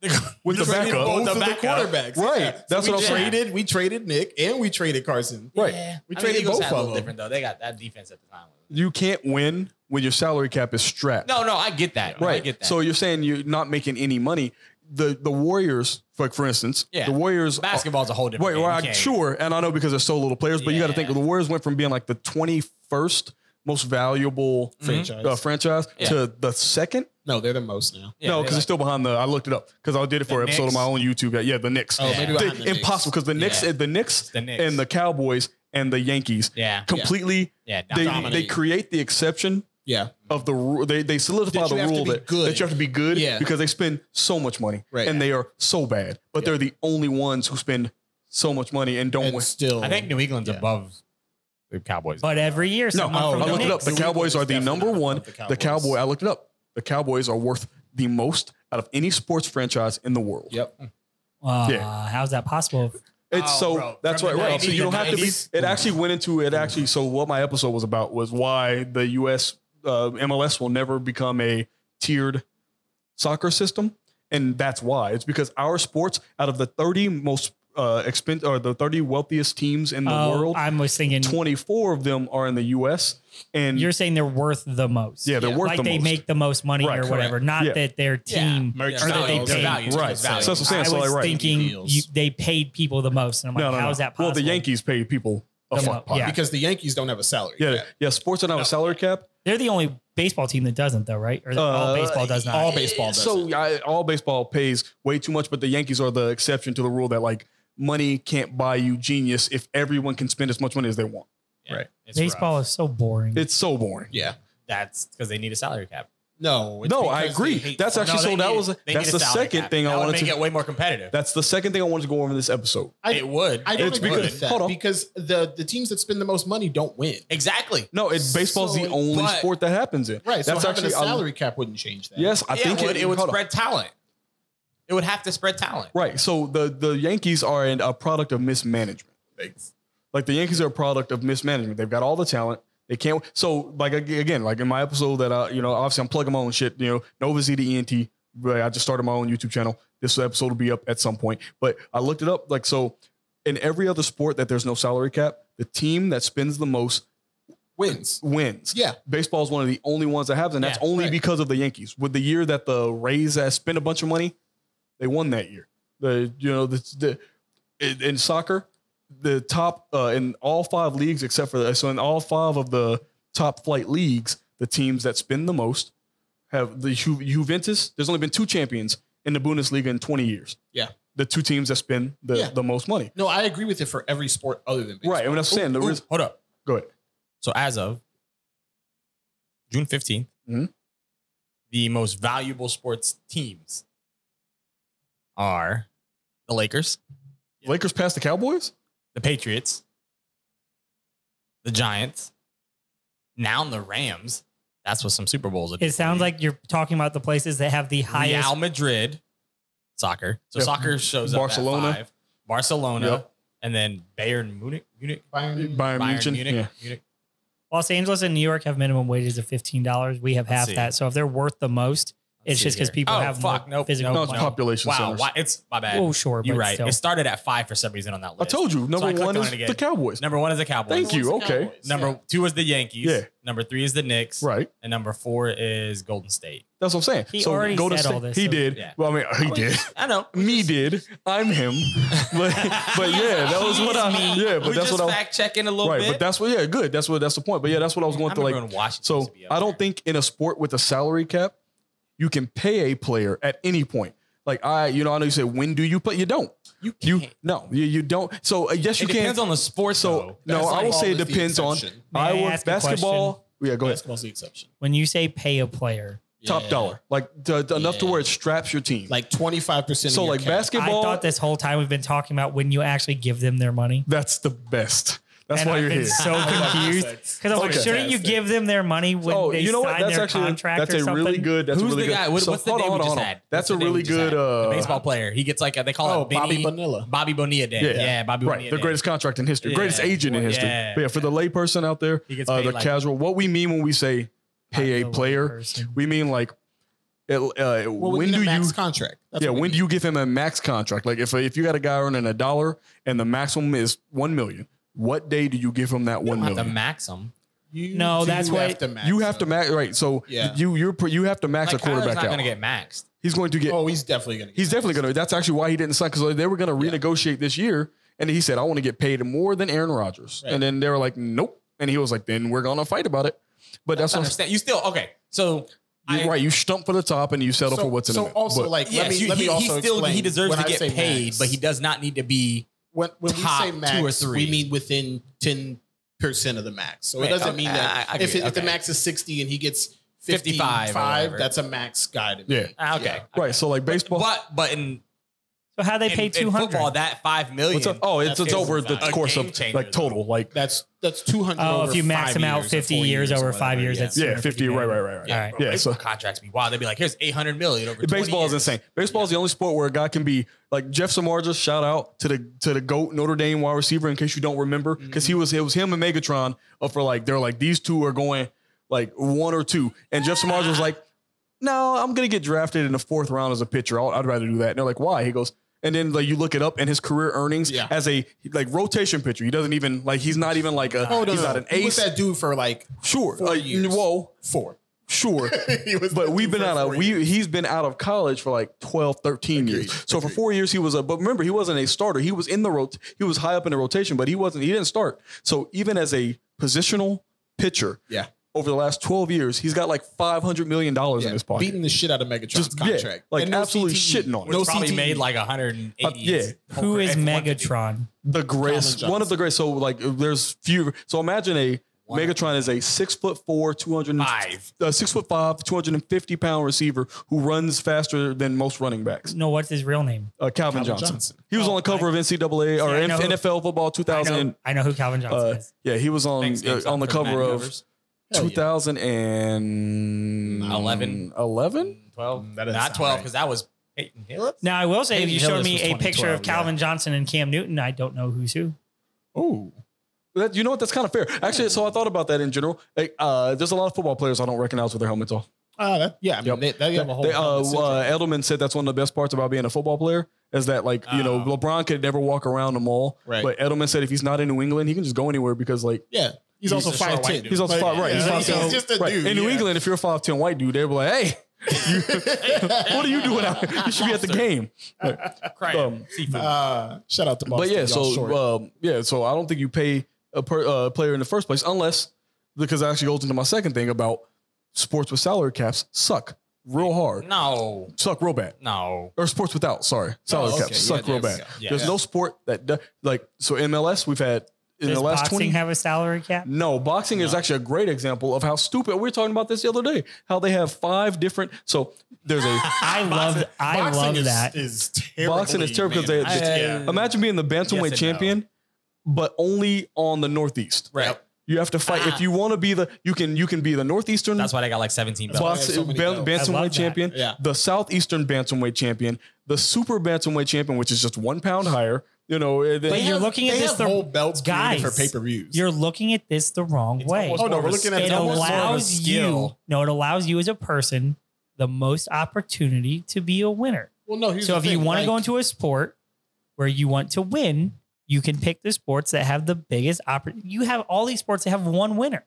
Speaker 2: the,
Speaker 1: With
Speaker 2: you
Speaker 1: the
Speaker 2: traded
Speaker 1: backup.
Speaker 2: both
Speaker 5: Both
Speaker 2: the
Speaker 5: of the
Speaker 2: backup.
Speaker 5: quarterbacks.
Speaker 1: Right.
Speaker 5: Yeah. So
Speaker 1: That's
Speaker 5: we
Speaker 1: what I'm saying.
Speaker 5: traded. We traded Nick and we traded Carson.
Speaker 1: Right.
Speaker 2: Yeah.
Speaker 5: We
Speaker 2: I mean,
Speaker 5: traded
Speaker 2: Eagles
Speaker 5: both
Speaker 2: had a
Speaker 5: of
Speaker 2: little
Speaker 5: them.
Speaker 2: different though. They got that defense at the time.
Speaker 1: you can't win when your salary cap is strapped.
Speaker 2: No, no, I get that.
Speaker 1: right.
Speaker 2: I get that.
Speaker 1: So you're saying you're not making any money. The the Warriors, like for instance,
Speaker 2: Yeah.
Speaker 1: the Warriors
Speaker 2: basketball's a whole
Speaker 1: Wait,
Speaker 2: different.
Speaker 1: well,
Speaker 2: game. You
Speaker 1: I,
Speaker 2: can't-
Speaker 1: sure, and I know because there's so little players, but you got to think
Speaker 2: Yeah.
Speaker 1: the Warriors went from being like the 21st most valuable
Speaker 5: Franchise.
Speaker 1: uh, franchise
Speaker 2: Yeah.
Speaker 1: to the second.
Speaker 5: No, they're the most now.
Speaker 2: Yeah,
Speaker 1: no,
Speaker 2: they're
Speaker 1: because it's
Speaker 2: like-
Speaker 1: still behind the. I looked it up because I did it for
Speaker 2: The
Speaker 1: an episode of
Speaker 2: Knicks?
Speaker 1: my own YouTube. Yeah, the Knicks.
Speaker 5: Oh, maybe
Speaker 2: Yeah.
Speaker 5: behind the Knicks.
Speaker 1: impossible because the Knicks,
Speaker 2: Yeah.
Speaker 1: the Knicks,
Speaker 2: the Knicks.
Speaker 1: and the Cowboys and the Yankees
Speaker 2: yeah,
Speaker 1: completely
Speaker 2: yeah,
Speaker 1: they, they
Speaker 5: Dominate.
Speaker 1: create the exception
Speaker 5: Yeah.
Speaker 1: of the rule. They they solidify
Speaker 5: That you
Speaker 1: the
Speaker 5: have to
Speaker 1: rule
Speaker 5: be
Speaker 1: that,
Speaker 5: good.
Speaker 1: that you have to be good
Speaker 5: Yeah.
Speaker 1: because they spend so much money
Speaker 5: Right.
Speaker 1: and they are so bad, but they're the only ones who spend so much money and don't
Speaker 5: And
Speaker 1: win.
Speaker 5: still,
Speaker 2: I think New England's
Speaker 5: Yeah.
Speaker 2: above the Cowboys.
Speaker 3: But every year,
Speaker 1: No,
Speaker 3: someone
Speaker 1: I
Speaker 3: from the
Speaker 1: looked it up.
Speaker 3: Knicks.
Speaker 1: The Cowboys are the
Speaker 5: Definitely
Speaker 1: number
Speaker 5: not above
Speaker 1: one.
Speaker 5: the
Speaker 1: The
Speaker 5: Cowboys.
Speaker 1: Cowboy. I looked it up. The Cowboys are worth the most out of any sports franchise in the world.
Speaker 5: Yep.
Speaker 3: Uh,
Speaker 1: Yeah.
Speaker 3: How's that possible?
Speaker 1: It's
Speaker 2: Oh,
Speaker 1: so
Speaker 2: bro.
Speaker 1: that's
Speaker 2: From
Speaker 1: right.
Speaker 2: the
Speaker 1: Right. So
Speaker 2: 90s,
Speaker 1: you don't
Speaker 2: the
Speaker 1: have to be.
Speaker 2: 90s.
Speaker 1: It actually went into it. Actually, so what my episode was about was why the U.S. Uh, MLS will never become a tiered soccer system, and that's why it's because our sports out of the thirty most uh, expen- or the thirty wealthiest teams in the
Speaker 3: Oh,
Speaker 1: world,
Speaker 3: I was thinking
Speaker 1: twenty four of them are in the U.S. And
Speaker 3: you're saying they're worth the most.
Speaker 1: yeah, they're worth
Speaker 3: like
Speaker 1: the
Speaker 3: they
Speaker 1: most.
Speaker 3: make the most money
Speaker 1: Right,
Speaker 3: or whatever. Not
Speaker 1: Yeah.
Speaker 3: that their team
Speaker 2: Yeah.
Speaker 3: or that they
Speaker 2: Value,
Speaker 3: paid.
Speaker 2: value,
Speaker 1: Right.
Speaker 2: value.
Speaker 1: So that's what I'm saying.
Speaker 3: I
Speaker 1: So,
Speaker 3: was
Speaker 1: like, right.
Speaker 3: thinking
Speaker 5: Deals.
Speaker 3: you, they paid people the most, and I'm like,
Speaker 1: no, no,
Speaker 3: how's
Speaker 1: no.
Speaker 3: that possible?
Speaker 1: Well, the Yankees paid people a
Speaker 3: The
Speaker 1: fuck
Speaker 3: mo-
Speaker 1: pot.
Speaker 3: yeah.
Speaker 5: because the Yankees don't have a salary.
Speaker 1: Yeah, yeah,
Speaker 5: cap.
Speaker 1: Sports don't have a salary cap.
Speaker 3: They're the only baseball team that doesn't, though, right? Or all
Speaker 1: Uh,
Speaker 3: baseball does not.
Speaker 5: all baseball does.
Speaker 1: So I, all baseball pays way too much, but the Yankees are the exception to the rule that like money can't buy you genius if everyone can spend as much money as they want.
Speaker 5: Right.
Speaker 2: It's rough.
Speaker 3: baseball is so boring.
Speaker 1: It's so boring.
Speaker 5: yeah.
Speaker 2: That's because they need a salary cap.
Speaker 5: No. it's
Speaker 1: No, I
Speaker 5: because
Speaker 1: agree.
Speaker 5: they hate-
Speaker 1: That's actually
Speaker 2: No,
Speaker 1: so
Speaker 2: they
Speaker 1: that
Speaker 2: need-
Speaker 1: was
Speaker 2: they
Speaker 1: that's
Speaker 2: need a
Speaker 1: the
Speaker 2: salary
Speaker 1: second
Speaker 2: cap.
Speaker 1: thing
Speaker 2: That
Speaker 1: I
Speaker 2: would
Speaker 1: wanted
Speaker 2: make
Speaker 1: to
Speaker 2: it way more competitive.
Speaker 1: that's the second thing I wanted to go over in this episode.
Speaker 5: I-
Speaker 2: it would.
Speaker 5: I don't
Speaker 2: It
Speaker 1: It's
Speaker 5: agree
Speaker 1: because-
Speaker 5: with that
Speaker 1: hold on.
Speaker 5: because the the teams that spend the most money don't win.
Speaker 2: exactly.
Speaker 1: No, it baseball's the
Speaker 5: So-
Speaker 1: only
Speaker 2: but-
Speaker 1: sport that happens in.
Speaker 5: Right. So
Speaker 1: That's
Speaker 5: having
Speaker 1: actually um,
Speaker 5: a salary cap wouldn't change that.
Speaker 1: yes, I
Speaker 2: yeah,
Speaker 1: think
Speaker 2: it would, it would
Speaker 1: hold on.
Speaker 2: spread talent. It would have to spread talent.
Speaker 1: Right. So the the Yankees are an, a product of mismanagement. Like the Yankees are a product of mismanagement. They've got all the talent. They can't. So like ag- again, like in my episode that I, you know, obviously I'm plugging my own shit. You know, Nova Z to ENT. Right. I just started my own YouTube channel. This episode will be up at some point. But I looked it up. Like so, in every other sport that there's no salary cap, the team that spends the most
Speaker 5: Wins.
Speaker 1: wins.
Speaker 5: Yeah.
Speaker 1: Baseball is one of the only ones that has, and that's
Speaker 2: Yeah,
Speaker 1: only
Speaker 5: right.
Speaker 1: because of the Yankees. With the year that the Rays has spent a bunch of money, they won that year. The you know the, the in, in soccer, the top uh, in all five leagues except for the, so in all five of the top flight leagues, the teams that spend the most have the Ju- Juventus. There's only been two champions in the Bundesliga in 20 years.
Speaker 5: Yeah.
Speaker 1: the two teams that spend the,
Speaker 5: Yeah.
Speaker 1: the most money.
Speaker 5: No, I agree with it for every sport other than baseball.
Speaker 1: Right, and I'm saying the
Speaker 2: Ooh,
Speaker 1: reason.
Speaker 2: hold up.
Speaker 1: Go ahead.
Speaker 2: So as
Speaker 1: Hmm?
Speaker 2: of June 15th,
Speaker 1: Mhm.
Speaker 2: the most valuable sports teams are the Lakers,
Speaker 1: Lakers past the Cowboys.
Speaker 2: the Patriots, the Giants, now the Rams. That's what some Super Bowls.
Speaker 3: it sounds like you're talking about the places that have the highest.
Speaker 2: Real Madrid, soccer. So
Speaker 1: Yep.
Speaker 2: soccer shows up
Speaker 1: Barcelona.
Speaker 2: at five. Barcelona,
Speaker 1: Yep.
Speaker 2: and then Bayern Munich, Munich,
Speaker 5: Bayern-
Speaker 1: Bayern,
Speaker 2: Bayern
Speaker 1: Munich.
Speaker 2: Munich,
Speaker 1: Yeah.
Speaker 2: Munich.
Speaker 3: Los Angeles and New York have minimum wages of fifteen dollars. We have
Speaker 2: Let's
Speaker 3: half
Speaker 2: see.
Speaker 3: that. So if they're worth the most,
Speaker 2: Let's
Speaker 3: it's
Speaker 2: see
Speaker 3: just because
Speaker 2: here.
Speaker 3: people
Speaker 2: Oh,
Speaker 3: have
Speaker 2: fuck,
Speaker 3: more
Speaker 2: nope,
Speaker 3: physical
Speaker 1: No, it's
Speaker 3: money.
Speaker 1: population
Speaker 2: Wow,
Speaker 1: centers.
Speaker 2: why, it's my bad.
Speaker 3: Oh, sure,
Speaker 2: You're
Speaker 3: but
Speaker 2: right.
Speaker 3: still.
Speaker 2: It started at five for some reason on that
Speaker 1: I
Speaker 2: list.
Speaker 1: told you, number
Speaker 2: I clicked
Speaker 1: one
Speaker 2: on
Speaker 1: is
Speaker 2: it again.
Speaker 1: the Cowboys.
Speaker 2: Number one is the Cowboys.
Speaker 1: Thank you. Okay.
Speaker 2: Number two is the Yankees.
Speaker 1: Yeah.
Speaker 2: Number three is the Knicks.
Speaker 1: Right.
Speaker 2: And number four is Golden State.
Speaker 1: That's what I'm saying.
Speaker 3: He already
Speaker 1: Golden
Speaker 3: said
Speaker 1: State-
Speaker 3: all this,
Speaker 1: He
Speaker 3: so-
Speaker 1: did.
Speaker 2: Yeah.
Speaker 1: Well, I mean, he did.
Speaker 2: I know.
Speaker 1: Me did. I'm him. But, but yeah, that was what I.
Speaker 2: Excuse me.
Speaker 1: Yeah, but
Speaker 2: we
Speaker 1: that's
Speaker 2: just
Speaker 1: what I.
Speaker 2: fact checking a little
Speaker 1: right,
Speaker 2: bit.
Speaker 1: but that's what. Yeah, good. That's what. That's the point. But yeah, that's what I was going
Speaker 2: I
Speaker 1: to
Speaker 2: remember
Speaker 1: like.
Speaker 2: when Washington used
Speaker 1: So
Speaker 2: to be up
Speaker 1: I don't
Speaker 2: there.
Speaker 1: think in a sport with a salary cap, you can pay a player at any point. Like I, you know, I know you said when do you play? You don't.
Speaker 2: you can't.
Speaker 1: You no. You, you don't. So uh, yes, you
Speaker 2: it
Speaker 1: can.
Speaker 2: depends on the sport.
Speaker 1: So
Speaker 2: though.
Speaker 1: no,
Speaker 5: That's
Speaker 1: I
Speaker 5: like
Speaker 1: will say it
Speaker 5: always the
Speaker 1: depends on
Speaker 5: exception.
Speaker 3: May I
Speaker 1: Iowa
Speaker 3: ask a
Speaker 1: basketball.
Speaker 3: question?
Speaker 1: Yeah, go ahead.
Speaker 5: Basketball's the exception.
Speaker 3: When you say pay a player,
Speaker 1: Top
Speaker 5: Yeah.
Speaker 1: dollar, like to, to- enough to
Speaker 5: Yeah.
Speaker 1: where it straps your team.
Speaker 5: Like 25%.
Speaker 1: so,
Speaker 5: of your
Speaker 1: like
Speaker 5: cap.
Speaker 1: basketball.
Speaker 3: I thought this whole time we've been talking about when you actually give them their money.
Speaker 1: that's the best. That's
Speaker 3: And
Speaker 1: why
Speaker 3: I've
Speaker 1: you're
Speaker 3: been
Speaker 1: here.
Speaker 3: So confused because I'm like,
Speaker 1: Okay.
Speaker 3: shouldn't you give them their money when
Speaker 1: oh,
Speaker 3: they
Speaker 1: you know
Speaker 3: sign
Speaker 1: what? That's
Speaker 3: their
Speaker 1: actually
Speaker 3: contract
Speaker 1: that's
Speaker 3: or
Speaker 1: a
Speaker 3: something?
Speaker 1: really good. That's
Speaker 2: Who's
Speaker 1: a really
Speaker 2: the
Speaker 1: good.
Speaker 2: guy? What,
Speaker 1: so
Speaker 2: what's the
Speaker 1: hold
Speaker 2: name
Speaker 1: on,
Speaker 2: we just
Speaker 1: hold on,
Speaker 2: had?
Speaker 1: That's
Speaker 2: What's
Speaker 1: a
Speaker 2: the name
Speaker 1: really
Speaker 2: we just
Speaker 1: good
Speaker 2: had? The
Speaker 1: uh,
Speaker 2: baseball player. He gets like a, they call
Speaker 5: Oh,
Speaker 2: it Benny,
Speaker 5: Bobby Bonilla.
Speaker 2: Bobby Bonilla Day.
Speaker 1: Yeah.
Speaker 2: Yeah, Bobby
Speaker 1: Right,
Speaker 2: Bonilla
Speaker 1: the
Speaker 2: Day.
Speaker 1: greatest contract in history,
Speaker 2: Yeah.
Speaker 1: greatest agent in history.
Speaker 2: Yeah.
Speaker 1: But yeah, for the layperson out there,
Speaker 2: He gets
Speaker 1: uh,
Speaker 2: paid
Speaker 1: the
Speaker 2: like-
Speaker 1: casual, what we mean when we say pay
Speaker 3: Not
Speaker 1: a
Speaker 3: the
Speaker 1: player,
Speaker 3: person.
Speaker 1: we mean like, it, uh,
Speaker 5: Well,
Speaker 1: when
Speaker 5: within
Speaker 1: do
Speaker 5: a max
Speaker 1: you?
Speaker 5: contract? That's
Speaker 1: yeah,
Speaker 5: what we
Speaker 1: when
Speaker 5: need.
Speaker 1: do you give him a max contract? Like if if you got a guy earning a dollar and the maximum is one million, what day do you give him that one
Speaker 2: Don't have to
Speaker 1: million?
Speaker 2: max him.
Speaker 5: You
Speaker 3: No,
Speaker 5: do
Speaker 3: that's
Speaker 5: have
Speaker 3: why-
Speaker 5: to max
Speaker 1: You have
Speaker 5: him.
Speaker 1: to max right. So
Speaker 5: Yeah.
Speaker 1: you you're pr- you have to max
Speaker 2: Like,
Speaker 1: a quarterback
Speaker 2: Kyler's not
Speaker 1: out.
Speaker 2: going to get maxed.
Speaker 1: he's going to get.
Speaker 5: Oh, he's definitely gonna. Get
Speaker 1: He's definitely going to. That's actually why he didn't sign because they were going to renegotiate this year, and he said, "I want to get paid more than Aaron Rodgers."
Speaker 5: Right.
Speaker 1: And then they were like, "Nope," and he was like, "Then we're going to fight about it." But that's,
Speaker 2: I
Speaker 1: what I'm
Speaker 2: understand. You still okay? So
Speaker 1: You're
Speaker 2: I-
Speaker 1: right. You stump for the top and you settle
Speaker 5: So,
Speaker 1: for what's in
Speaker 5: so
Speaker 1: the middle.
Speaker 5: also
Speaker 1: But-
Speaker 5: like
Speaker 2: yes,
Speaker 5: let me
Speaker 2: you-
Speaker 5: let me
Speaker 2: he, he
Speaker 5: also
Speaker 2: still
Speaker 5: explain
Speaker 2: he deserves
Speaker 5: when
Speaker 2: to
Speaker 5: I
Speaker 2: get
Speaker 5: say
Speaker 2: paid,
Speaker 5: max.
Speaker 2: but he does not need to be.
Speaker 5: when, when we
Speaker 2: top
Speaker 5: say
Speaker 2: two
Speaker 5: max,
Speaker 2: or three.
Speaker 5: we mean within ten percent of the max. So it
Speaker 2: Right,
Speaker 5: doesn't
Speaker 2: okay,
Speaker 5: mean that
Speaker 2: I- I
Speaker 5: if,
Speaker 2: agree,
Speaker 5: it, if the
Speaker 2: okay.
Speaker 5: max is sixty and he gets
Speaker 2: 55 or
Speaker 5: 55,
Speaker 2: whatever.
Speaker 5: that's a max guy to me.
Speaker 1: yeah,
Speaker 2: Ah, Okay,
Speaker 5: Yeah.
Speaker 1: right. So like baseball.
Speaker 2: but but in,
Speaker 3: So how they
Speaker 2: in-
Speaker 3: pay
Speaker 2: in
Speaker 3: two hundred?
Speaker 2: football that five million.
Speaker 1: what's up? Oh, it's
Speaker 5: That's
Speaker 1: it's
Speaker 5: game
Speaker 1: over the
Speaker 5: changer.
Speaker 1: course
Speaker 2: A game
Speaker 1: of
Speaker 2: changer,
Speaker 1: like total like
Speaker 5: That's that's two hundred.
Speaker 3: Oh, if you max him out 50 years over five years, that's
Speaker 1: yeah fifty. Right, right, right, right.
Speaker 3: All right.
Speaker 1: Yeah, so-
Speaker 2: Baseball contracts be wild. They'd be like, here's eight hundred million over. 20
Speaker 1: Baseball is
Speaker 2: years.
Speaker 1: insane. Baseball is the only sport where a guy can be like Jeff Samardzija. Shout out to the to the goat Notre Dame wide receiver. In case you don't remember, because
Speaker 5: Mm.
Speaker 1: he was it was him and Megatron up for like they're like these two are going like one or two, and Jeff Samardzija was like, no, I'm gonna get drafted in the fourth round as a pitcher. I'll, I'd rather do that. And they're like, why? He goes. And then like you look it up and his career earnings
Speaker 5: Yeah.
Speaker 1: as a like rotation pitcher. He doesn't even like he's not even like a
Speaker 5: Oh
Speaker 1: uh,
Speaker 5: no,
Speaker 1: he's
Speaker 5: no,
Speaker 1: not
Speaker 5: no.
Speaker 1: an
Speaker 5: He was
Speaker 1: ace.
Speaker 5: that dude for like
Speaker 1: sure,
Speaker 5: four
Speaker 1: like,
Speaker 5: years.
Speaker 1: whoa,
Speaker 5: four.
Speaker 1: sure.
Speaker 5: He was
Speaker 1: But
Speaker 5: that
Speaker 1: we've
Speaker 5: dude
Speaker 1: been
Speaker 5: for
Speaker 1: out of
Speaker 5: four
Speaker 1: we he's been out of college for like 12, 13 years. So for four years he was a but remember he wasn't a starter. He was in the rot he was high up in the rotation, but he wasn't he didn't start. So even as a positional pitcher,
Speaker 5: Yeah.
Speaker 1: over the last 12 years, he's got like five hundred million dollars in his pocket.
Speaker 5: beating the shit out of Megatron's
Speaker 1: Just- yeah,
Speaker 5: contract.
Speaker 1: like, absolutely
Speaker 5: E.
Speaker 1: shitting on it.
Speaker 2: Which
Speaker 1: No
Speaker 2: probably
Speaker 5: CTE.
Speaker 2: made like hundred and eighty.
Speaker 1: yeah.
Speaker 3: Who is Megatron?
Speaker 1: the greatest
Speaker 5: Colin
Speaker 1: one of the greatest. So like there's few so imagine a
Speaker 2: One.
Speaker 1: Megatron is a six foot four, two hundred
Speaker 2: Five.
Speaker 1: uh, six foot five, two hundred and fifty pound receiver who runs faster than most running backs.
Speaker 3: No, what's his real name?
Speaker 1: Uh, Calvin, Johnson.
Speaker 5: Johnson.
Speaker 1: He was
Speaker 3: Oh,
Speaker 1: on the cover of NCAA or
Speaker 3: Yeah, I know who-
Speaker 1: NFL football
Speaker 3: I
Speaker 1: 2000.
Speaker 3: know, I know who Calvin Johnson
Speaker 1: uh,
Speaker 3: is.
Speaker 1: yeah, he was on
Speaker 2: Thanks,
Speaker 1: uh,
Speaker 2: James,
Speaker 1: on the
Speaker 2: for
Speaker 1: cover
Speaker 2: Madden
Speaker 1: of
Speaker 2: covers.
Speaker 5: Hell yeah.
Speaker 1: 2011.
Speaker 2: Eleven.
Speaker 1: 11?
Speaker 2: 12.
Speaker 5: That doesn't
Speaker 2: Mm, Not
Speaker 5: sound
Speaker 2: 12,
Speaker 5: right.
Speaker 2: because that was Peyton Phillips.
Speaker 3: Now I will say, if
Speaker 5: Hayden
Speaker 3: you showed
Speaker 5: Hillis
Speaker 3: me
Speaker 5: was
Speaker 3: a picture of
Speaker 5: 2012,
Speaker 3: Calvin Johnson and Cam Newton, I don't know who's who.
Speaker 5: Oh,
Speaker 1: That, you know what? That's kind of fair. Actually, so I thought about that in general. Like, uh, there's a lot of football players I don't recognize with their helmets off.
Speaker 5: ah, that, yeah. I mean,
Speaker 1: Yep.
Speaker 5: they, they have a whole.
Speaker 1: They, uh, uh, Edelman said that's one of the best parts about being a football player is that, like, you know,
Speaker 2: Oh.
Speaker 1: LeBron could never walk around the mall.
Speaker 5: Right.
Speaker 1: But Edelman said if he's not in New England, he can just go anywhere because, like,
Speaker 5: yeah, he's, also
Speaker 2: a short
Speaker 5: five
Speaker 2: white
Speaker 5: ten.
Speaker 2: dude.
Speaker 1: he's also five, right? he's
Speaker 5: yeah,
Speaker 1: five,
Speaker 5: he's just a
Speaker 1: right.
Speaker 5: dude,
Speaker 1: in New
Speaker 5: yeah.
Speaker 1: England, if you're a 5'10 white dude, they're like, hey, you- what are you doing out here? You should be at the game.
Speaker 2: Cry.
Speaker 1: Um,
Speaker 2: Seafood.
Speaker 5: Uh, shout out to Boston.
Speaker 1: but yeah,
Speaker 5: y'all short.
Speaker 1: so um, yeah, so I don't think you pay a per, uh, player in the first place unless because that actually goes into my second thing about sports with salary caps suck real hard,
Speaker 2: no.
Speaker 1: suck real bad,
Speaker 2: No.
Speaker 1: or sports without sorry salary
Speaker 5: Oh, okay.
Speaker 1: caps suck
Speaker 5: Yeah,
Speaker 1: real
Speaker 5: there we
Speaker 1: bad.
Speaker 5: go. Yeah.
Speaker 1: There's no sport that do- like so MLS we've had in
Speaker 3: Does
Speaker 1: the last
Speaker 3: boxing
Speaker 1: twenty.
Speaker 3: have a salary cap?
Speaker 1: no, boxing is actually a great example of how stupid. We were talking about this the other day. How they have five different. So there's a
Speaker 3: I love, I
Speaker 5: Boxing
Speaker 3: love
Speaker 5: is,
Speaker 3: that.
Speaker 5: is terrible.
Speaker 1: boxing is terrible because they.
Speaker 2: managed.
Speaker 1: they-
Speaker 2: Yeah.
Speaker 1: Imagine being the
Speaker 2: Yes
Speaker 1: bantamweight
Speaker 2: and no.
Speaker 1: champion, but only on the Northeast.
Speaker 2: Right.
Speaker 1: You have to fight
Speaker 2: Ah.
Speaker 1: if you want to be the you can you can be the northeastern
Speaker 2: That's why they got like 17
Speaker 1: box-
Speaker 2: belts.
Speaker 5: why I have so many
Speaker 1: ban-
Speaker 5: belts.
Speaker 3: I love
Speaker 1: bantamweight
Speaker 3: that.
Speaker 1: champion,
Speaker 5: Yeah.
Speaker 1: the southeastern bantamweight champion, the super bantamweight champion, which is just one pound higher. You know, and then-
Speaker 3: But you're looking at
Speaker 5: they
Speaker 3: this
Speaker 5: have
Speaker 3: the-
Speaker 5: whole belts
Speaker 3: guys,
Speaker 5: created for pay per views.
Speaker 3: You're looking at this the wrong way.
Speaker 5: Oh, no, we're looking at
Speaker 3: it
Speaker 5: it's almost more of a
Speaker 3: allows you.
Speaker 2: skill.
Speaker 3: No, it allows you as a person the most opportunity to be a winner.
Speaker 5: well, no. Here's
Speaker 3: So
Speaker 5: the
Speaker 3: if
Speaker 5: thing,
Speaker 3: you want to
Speaker 5: like,
Speaker 3: go into a sport where you want to win, you can pick the sports that have the biggest opportunity. You have all these sports that have one winner.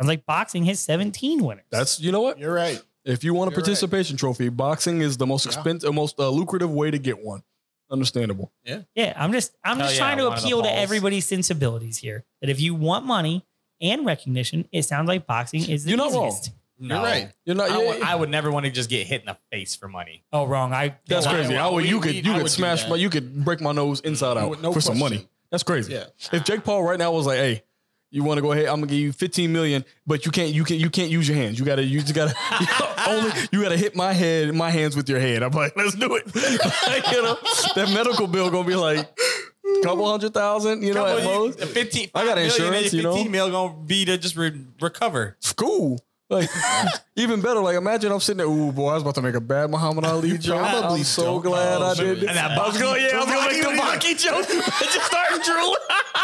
Speaker 3: Sounds like boxing has 17 winners.
Speaker 1: that's you know what?
Speaker 5: you're right.
Speaker 1: If you want a
Speaker 5: You're right.
Speaker 1: participation trophy, boxing is the most
Speaker 5: Yeah.
Speaker 1: expensive, most uh, lucrative way to get one. Understandable.
Speaker 3: yeah, I'm just I'm
Speaker 2: Hell
Speaker 3: just
Speaker 2: yeah,
Speaker 3: trying to
Speaker 2: one of the
Speaker 3: appeal to
Speaker 2: balls.
Speaker 3: everybody's sensibilities here. That if you want money and recognition, it sounds like boxing is the
Speaker 1: You're not wrong.
Speaker 3: easiest.
Speaker 2: No.
Speaker 5: You're right.
Speaker 1: You're not.
Speaker 2: I, don't
Speaker 1: yeah,
Speaker 2: want- I would never want to just get hit in the face for money.
Speaker 3: Oh, wrong. I
Speaker 1: that's
Speaker 2: I-
Speaker 1: crazy. I,
Speaker 2: I-
Speaker 1: would,
Speaker 2: we-
Speaker 1: you
Speaker 2: we-
Speaker 1: could you
Speaker 2: I
Speaker 1: could
Speaker 2: would do
Speaker 1: smash
Speaker 2: that.
Speaker 1: my you could break my nose inside out
Speaker 5: No
Speaker 1: for some
Speaker 5: question.
Speaker 1: money. That's crazy.
Speaker 5: Yeah.
Speaker 1: If Jake Paul right now was like, "Hey, You want to go ahead? I'm gonna give you 15 million, but you can't. You can. You can't use your hands. You gotta. You just gotta. only you gotta hit my head. My hands with your head. I'm like, let's do it. Like, you know, that medical bill gonna be like couple hundred thousand. You know, at most.
Speaker 2: 15,
Speaker 1: I got insurance, you know?
Speaker 2: 15 mil gonna be to just re- recover.
Speaker 1: Cool. Like even better. Like imagine I'm sitting there. Ooh, boy, I was about to make a bad Muhammad Ali joke. I'm
Speaker 5: probably
Speaker 1: so
Speaker 5: don't.
Speaker 1: glad I
Speaker 5: Oh,
Speaker 1: did.
Speaker 5: shoot.
Speaker 1: this.
Speaker 2: And that
Speaker 1: I was going, yeah, I was gonna make the monkey joke. I just start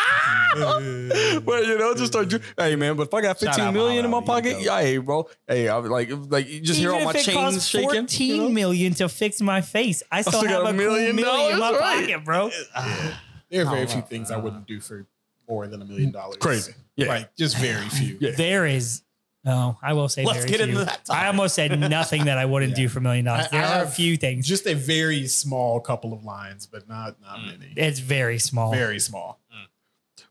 Speaker 1: drooling. but you know, just start. Dro- hey man, but if I got
Speaker 2: Shout out
Speaker 1: 15 million in my
Speaker 2: Muhammad Ali,
Speaker 1: pocket, yeah, hey bro, hey, I was like, like you just hear all
Speaker 3: Even
Speaker 1: my
Speaker 3: if it
Speaker 1: chains
Speaker 3: costs
Speaker 1: shaking. you
Speaker 3: fourteen
Speaker 1: know?
Speaker 3: million to fix my face, I still,
Speaker 1: still
Speaker 3: have
Speaker 1: got
Speaker 3: a
Speaker 1: a
Speaker 3: million,
Speaker 1: million
Speaker 3: cool million in my
Speaker 1: dollars, right.
Speaker 3: pocket, bro.
Speaker 5: There are very few things I wouldn't do for more than a million dollars.
Speaker 1: Crazy. Yeah.
Speaker 5: Like just very few.
Speaker 1: Yeah.
Speaker 3: There is. No, I will say.
Speaker 2: Let's
Speaker 3: very
Speaker 2: get
Speaker 3: few.
Speaker 2: into that topic.
Speaker 3: I almost said nothing that I wouldn't do for a million dollars.
Speaker 5: I-
Speaker 3: There
Speaker 5: I
Speaker 3: are a
Speaker 5: have-
Speaker 3: few things.
Speaker 5: Just a very small couple of lines, but not not
Speaker 1: Mm.
Speaker 5: many.
Speaker 3: It's very small.
Speaker 5: Very small.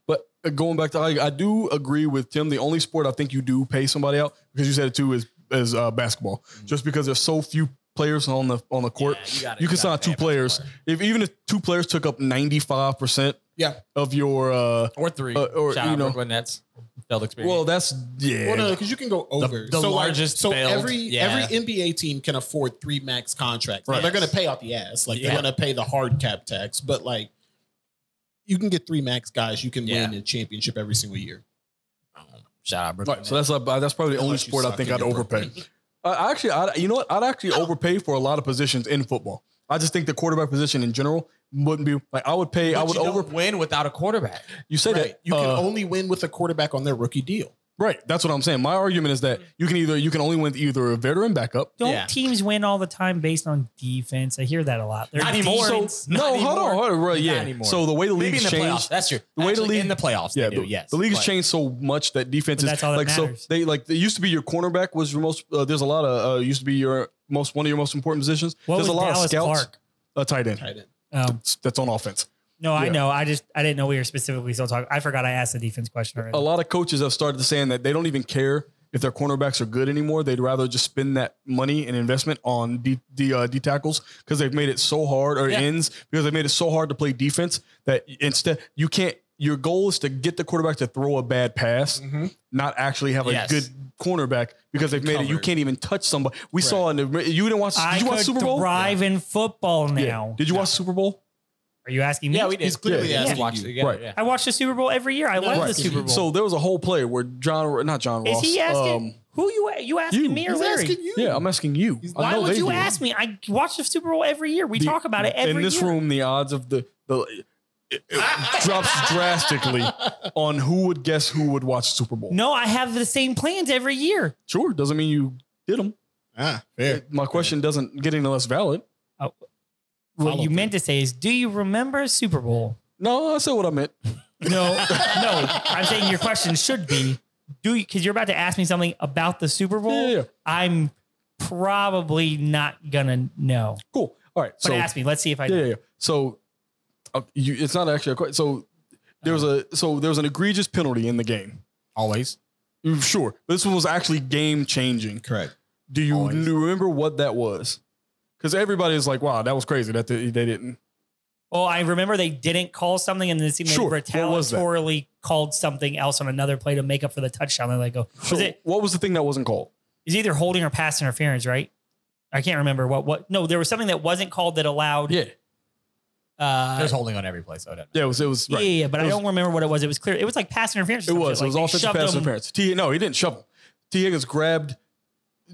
Speaker 1: But uh, going back to, I, I do agree with Tim. The only sport I think you do pay somebody out because you said it too is is uh, basketball. Just because there's so few players on the on the court,
Speaker 2: Yeah, you gotta-
Speaker 1: you
Speaker 2: you
Speaker 1: can
Speaker 2: gotta
Speaker 1: sign
Speaker 2: pay
Speaker 1: two players. If even if two players took up 95 percent,
Speaker 5: Yeah.
Speaker 1: of your uh,
Speaker 2: Or three.
Speaker 1: Uh, or,
Speaker 2: Shout
Speaker 1: you
Speaker 2: out
Speaker 1: know-
Speaker 2: Brooklyn Nets. Failed experience.
Speaker 1: well, that's yeah.
Speaker 5: Well, no, because you can go over
Speaker 2: the
Speaker 5: like-
Speaker 2: largest
Speaker 5: so
Speaker 2: failed-
Speaker 5: every
Speaker 2: yeah.
Speaker 5: every NBA team can afford three max contracts. Now,
Speaker 2: Right.
Speaker 5: they're going to pay out the ass, like
Speaker 2: Yeah.
Speaker 5: they're going to pay the hard cap tax. But like, you can get three max guys. You can
Speaker 2: Yeah.
Speaker 5: win a championship every single year.
Speaker 2: Shout out Brooklyn.
Speaker 1: Right, so that's uh, that's probably the only
Speaker 5: Unless you
Speaker 1: sport I
Speaker 5: suck
Speaker 1: think
Speaker 5: and
Speaker 1: I'd
Speaker 5: you're
Speaker 1: overpay. Uh, I actually, I'd, you know what? I'd actually overpay for a lot of positions in football. I just think the quarterback position in general wouldn't be like I would pay. I would
Speaker 2: you don't
Speaker 1: over.
Speaker 2: win without a quarterback.
Speaker 1: You say
Speaker 5: Right.
Speaker 1: that
Speaker 5: You can
Speaker 1: uh,
Speaker 5: only win with a quarterback on their rookie deal.
Speaker 1: Right. That's what I'm saying. My argument is that you can either you can only win with either a veteran backup.
Speaker 3: Don't
Speaker 2: Yeah.
Speaker 3: teams win all the time based on defense? I hear that a lot. They're
Speaker 2: Not anymore.
Speaker 3: So,
Speaker 2: It's
Speaker 1: No,
Speaker 2: not
Speaker 1: hold on,
Speaker 2: anymore.
Speaker 1: hold on. Right,
Speaker 2: Not
Speaker 1: yeah.
Speaker 2: anymore.
Speaker 1: So the way the
Speaker 2: Maybe in
Speaker 1: league's
Speaker 2: the playoffs.
Speaker 1: changed.
Speaker 2: That's true.
Speaker 1: the way the
Speaker 2: Actually,
Speaker 1: league-
Speaker 2: in the playoffs.
Speaker 1: yeah,
Speaker 2: they do,
Speaker 1: the,
Speaker 2: yes.
Speaker 1: the league has
Speaker 2: But-
Speaker 1: changed so much that defense
Speaker 3: But
Speaker 1: is
Speaker 3: that's all that
Speaker 1: like
Speaker 3: matters.
Speaker 1: so they like it used to be your cornerback was your most uh, there's a lot of uh, used to be your most one of your most important positions.
Speaker 3: what
Speaker 1: there's
Speaker 3: was
Speaker 1: a lot
Speaker 3: Dallas
Speaker 1: of scouts,
Speaker 3: Clark?
Speaker 1: a tight end
Speaker 5: Tight end.
Speaker 2: Mm-hmm.
Speaker 3: Um,
Speaker 1: that's on offense.
Speaker 3: no, I
Speaker 1: Yeah.
Speaker 3: know. I just I didn't know we were specifically still talking. I forgot I asked the defense question already.
Speaker 1: A lot of coaches have started saying that they don't even care if their cornerbacks are good anymore. They'd rather just spend that money and investment on D, D, uh, D tackles because they've made it so hard or
Speaker 2: Yeah.
Speaker 1: ends because they made it so hard to play defense that instead you can't. Your goal is to get the quarterback to throw a bad pass, not actually have a
Speaker 2: Yes.
Speaker 1: good cornerback because they've made it. You
Speaker 5: Covered.
Speaker 1: can't even touch somebody. We saw in the you didn't watch. Did
Speaker 3: I
Speaker 1: you watch
Speaker 3: could
Speaker 1: Super Bowl?
Speaker 3: thrive in football
Speaker 1: Yeah.
Speaker 3: now.
Speaker 1: Did you watch Super Bowl?
Speaker 3: Are you asking me?
Speaker 2: Yeah, we did.
Speaker 5: He's clearly
Speaker 2: yeah,
Speaker 5: asking
Speaker 2: watched
Speaker 5: you.
Speaker 2: it together,
Speaker 1: Right.
Speaker 2: yeah.
Speaker 3: I watch the Super Bowl every year. I love the
Speaker 1: Right.
Speaker 3: Super Bowl.
Speaker 1: So there was a whole play where John, not John
Speaker 3: is
Speaker 1: Ross.
Speaker 3: he asking
Speaker 1: um,
Speaker 3: who you you asking
Speaker 1: you.
Speaker 3: me or
Speaker 5: He's
Speaker 3: Larry?
Speaker 5: asking you.
Speaker 1: yeah, I'm asking you. I
Speaker 3: Why
Speaker 1: know
Speaker 3: would
Speaker 1: they
Speaker 3: you
Speaker 1: do.
Speaker 3: ask me? I watch the Super Bowl every year. We
Speaker 1: the-
Speaker 3: talk about it every
Speaker 1: in this
Speaker 3: year.
Speaker 1: room. The odds of the the it- it drops drastically on who would guess who would watch Super Bowl.
Speaker 3: No, I have the same plans every year.
Speaker 1: Sure, doesn't mean you did them.
Speaker 5: Ah, fair.
Speaker 1: My question doesn't get any less valid.
Speaker 3: What
Speaker 5: Follow
Speaker 3: you
Speaker 5: through.
Speaker 3: meant to say is, do you remember Super Bowl?
Speaker 1: No, I said what I meant.
Speaker 3: No, no. I'm saying your question should be, do you? Because you're about to ask me something about the Super Bowl.
Speaker 1: Yeah, yeah, yeah.
Speaker 3: I'm probably not gonna know.
Speaker 1: Cool. All right.
Speaker 3: But
Speaker 1: So yeah,
Speaker 3: ask me. Let's see if I.
Speaker 1: yeah, yeah. So uh, you, it's not actually a question. So there was a so there was an egregious penalty in the game. Mm,
Speaker 2: Always.
Speaker 1: Sure, but this one was actually game changing.
Speaker 5: Correct.
Speaker 1: Do you n- remember what that was? Because everybody is like, "Wow, that was crazy that they, they didn't."
Speaker 3: Oh, I remember they didn't call something, and then they
Speaker 1: Sure. What was that?
Speaker 3: retaliatorily called something else on another play to make up for the touchdown. They're like, "Oh,
Speaker 1: So
Speaker 3: was it
Speaker 1: what was the thing that wasn't called?
Speaker 3: is either holding or pass interference, right? I can't remember what what. No, there was something that wasn't called that allowed.
Speaker 1: Yeah,
Speaker 3: uh,
Speaker 2: There's holding on every place. So it doesn't matter.
Speaker 1: yeah. It was it was
Speaker 3: yeah,
Speaker 1: right.
Speaker 3: yeah, yeah, but I
Speaker 1: It was-
Speaker 3: don't remember what it was. It was clear. It was like pass interference.
Speaker 1: It
Speaker 3: or some
Speaker 1: was.
Speaker 3: shit.
Speaker 1: it was
Speaker 3: Like, they
Speaker 1: offensive
Speaker 3: shoved
Speaker 1: pass
Speaker 3: him-
Speaker 1: interference. T. No, he didn't shove him. T. Higgins grabbed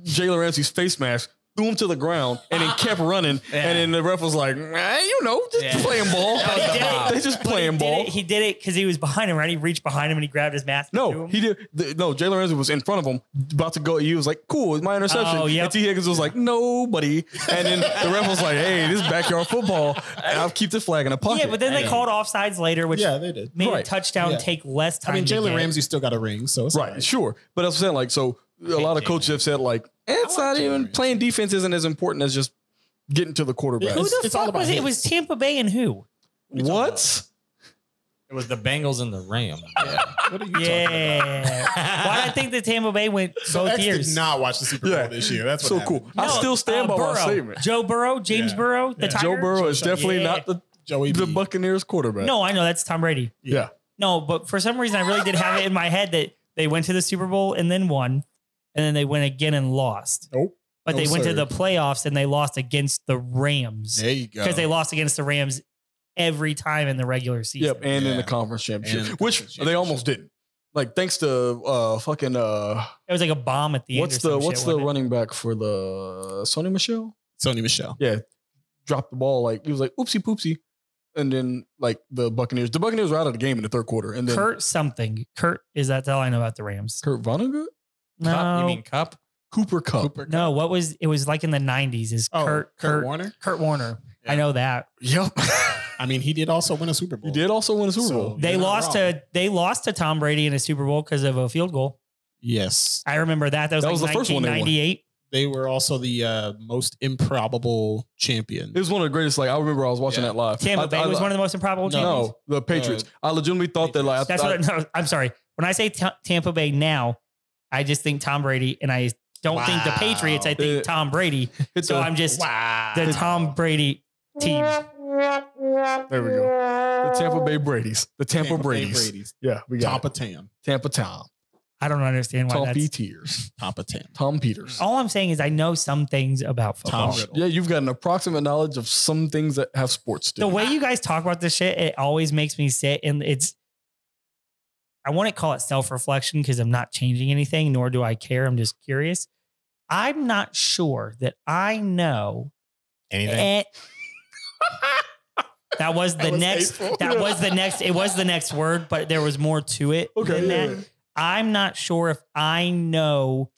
Speaker 1: Jalen Ramsey's face mask, threw him to the ground, and then kept running.
Speaker 2: Yeah.
Speaker 1: And then the ref was like, nah, "You know, just
Speaker 2: Yeah.
Speaker 1: playing ball.
Speaker 3: But he did it-
Speaker 1: they just
Speaker 3: but he
Speaker 1: playing
Speaker 3: did
Speaker 1: ball."
Speaker 3: it- He did it because he was behind him, right? He reached behind him and he grabbed his mask. and threw
Speaker 1: no,
Speaker 3: him.
Speaker 1: he did. The, no, Jalen Ramsey was in front of him, about to go. He was like, "Cool, it's my interception."
Speaker 3: Oh, yep.
Speaker 1: And T. Higgins was like, "No, buddy." And then the ref was like, "Hey, this is backyard football. And I'll keep the flag in a pocket."
Speaker 3: yeah, but then they called offsides later, which
Speaker 5: Yeah, they did.
Speaker 3: made a
Speaker 1: Right.
Speaker 3: touchdown
Speaker 5: Yeah.
Speaker 3: take less
Speaker 5: I
Speaker 3: time.
Speaker 5: mean,
Speaker 3: to
Speaker 5: Jalen
Speaker 3: get.
Speaker 5: Ramsey still got a ring, so it's
Speaker 1: Right, sure. But that's what I'm saying. Like, so a lot of coaches have said, like, "Eh, it's not even playing defense isn't as important as just getting to the quarterback.
Speaker 3: Who
Speaker 5: It's-
Speaker 3: the
Speaker 5: it's all
Speaker 3: fuck
Speaker 5: about
Speaker 3: was it? It
Speaker 5: him.
Speaker 3: was Tampa Bay and who?
Speaker 1: What?
Speaker 2: It was the Bengals and the Rams.
Speaker 5: What are you talking about?
Speaker 3: Yeah. Why do I think that Tampa Bay went
Speaker 5: So
Speaker 3: both
Speaker 5: X
Speaker 3: years?
Speaker 5: did not watch the Super Bowl
Speaker 1: Yeah.
Speaker 5: this year. That's what
Speaker 1: So
Speaker 5: happened.
Speaker 1: cool. I still stand by
Speaker 3: uh, Burrow.
Speaker 1: my statement.
Speaker 3: Joe Burrow, James
Speaker 5: Yeah.
Speaker 3: Burrow, the
Speaker 5: Yeah.
Speaker 3: Tiger.
Speaker 1: Joe Burrow is definitely
Speaker 3: Yeah.
Speaker 1: not the,
Speaker 5: Joey
Speaker 1: the
Speaker 5: B.
Speaker 1: Buccaneers quarterback.
Speaker 3: No, I know that's Tom Brady.
Speaker 1: Yeah.
Speaker 3: No, but for some reason, I really did have it in my head that they went to the Super Bowl and then won, and then they went again and lost.
Speaker 5: Nope.
Speaker 3: But they went to the playoffs and they lost against the Rams
Speaker 5: There you go.
Speaker 3: because they lost against the Rams every time in the regular season.
Speaker 1: Yep, and in
Speaker 5: Yeah.
Speaker 1: the conference championship,
Speaker 5: And in the
Speaker 1: which
Speaker 5: conference
Speaker 1: they almost didn't. Like thanks to uh fucking uh
Speaker 3: It was like a bomb at the
Speaker 1: what's
Speaker 3: end. or
Speaker 1: the
Speaker 3: some
Speaker 1: what's
Speaker 3: shit,
Speaker 1: the
Speaker 3: wasn't it?
Speaker 1: running back for the uh, Sony Michelle
Speaker 5: Sony Michelle.
Speaker 1: dropped the ball like he was like oopsie poopsie, and then like the Buccaneers, the Buccaneers were out of the game in the third quarter, and then Kurt,
Speaker 3: Kurt something. Kurt is that's all I know about the Rams.
Speaker 1: Kurt Vonnegut,
Speaker 3: No,
Speaker 2: Cup? You mean cup?
Speaker 1: Cooper Cup,
Speaker 5: Cooper.
Speaker 3: no. What was it was like in the nineties? Is
Speaker 5: Oh,
Speaker 3: Kurt Kurt Kurt,
Speaker 5: Warner.
Speaker 3: Warner?
Speaker 5: Yeah.
Speaker 3: I know that
Speaker 1: yep,
Speaker 5: I mean, he did also win a Super Bowl.
Speaker 1: he did also win a Super
Speaker 5: So-
Speaker 1: Bowl.
Speaker 3: they
Speaker 5: You're not
Speaker 3: lost
Speaker 5: wrong.
Speaker 3: to they lost to Tom Brady in a Super Bowl because of a field goal.
Speaker 5: Yes.
Speaker 3: I remember that. That was,
Speaker 1: That
Speaker 3: like
Speaker 1: was the first one they won.
Speaker 3: 1998.
Speaker 5: They were also the uh, most improbable champion.
Speaker 1: It was one of the greatest. Like I remember, I was watching
Speaker 5: Yeah.
Speaker 1: that live.
Speaker 3: Tampa
Speaker 1: I-
Speaker 3: Bay
Speaker 1: I-
Speaker 3: was one of the most
Speaker 5: No.
Speaker 3: improbable champions.
Speaker 1: no, the Patriots. I legitimately thought that like I,
Speaker 3: That's
Speaker 1: I,
Speaker 3: what I, no, I'm sorry. When I say t- Tampa Bay now, I just think Tom Brady and I don't think the
Speaker 5: Wow.
Speaker 3: Patriots. I think
Speaker 1: Uh,
Speaker 3: Tom Brady.
Speaker 1: it's
Speaker 3: So
Speaker 1: a-
Speaker 3: I'm just
Speaker 5: wow.
Speaker 3: the Tom Brady team.
Speaker 1: there we go. The Tampa Bay Brady's. The Tampa, Brady's. Yeah, we got
Speaker 5: Tampa Tam.
Speaker 1: it. Tampa Tom.
Speaker 3: I don't understand why
Speaker 1: Tom
Speaker 3: that's. Oh,
Speaker 1: P. Tears.
Speaker 5: Tampa Tam.
Speaker 1: Tom Peters.
Speaker 3: All I'm saying is I know some things about football.
Speaker 5: Tom Riddle.
Speaker 1: Yeah, you've got an approximate knowledge of some things that have sports. to
Speaker 3: the
Speaker 1: do.
Speaker 3: way you guys talk about this shit, it always makes me sit and it's I wouldn't call it self-reflection because I'm not changing anything, nor do I care. I'm just curious. I'm not sure that I know
Speaker 5: Eh,
Speaker 2: Anything?
Speaker 3: it. that was the
Speaker 5: That was
Speaker 3: next
Speaker 5: hateful.
Speaker 3: that was the next it was the next word, but there was more to it
Speaker 1: Okay,
Speaker 3: than
Speaker 1: yeah,
Speaker 3: that. I'm not sure if I know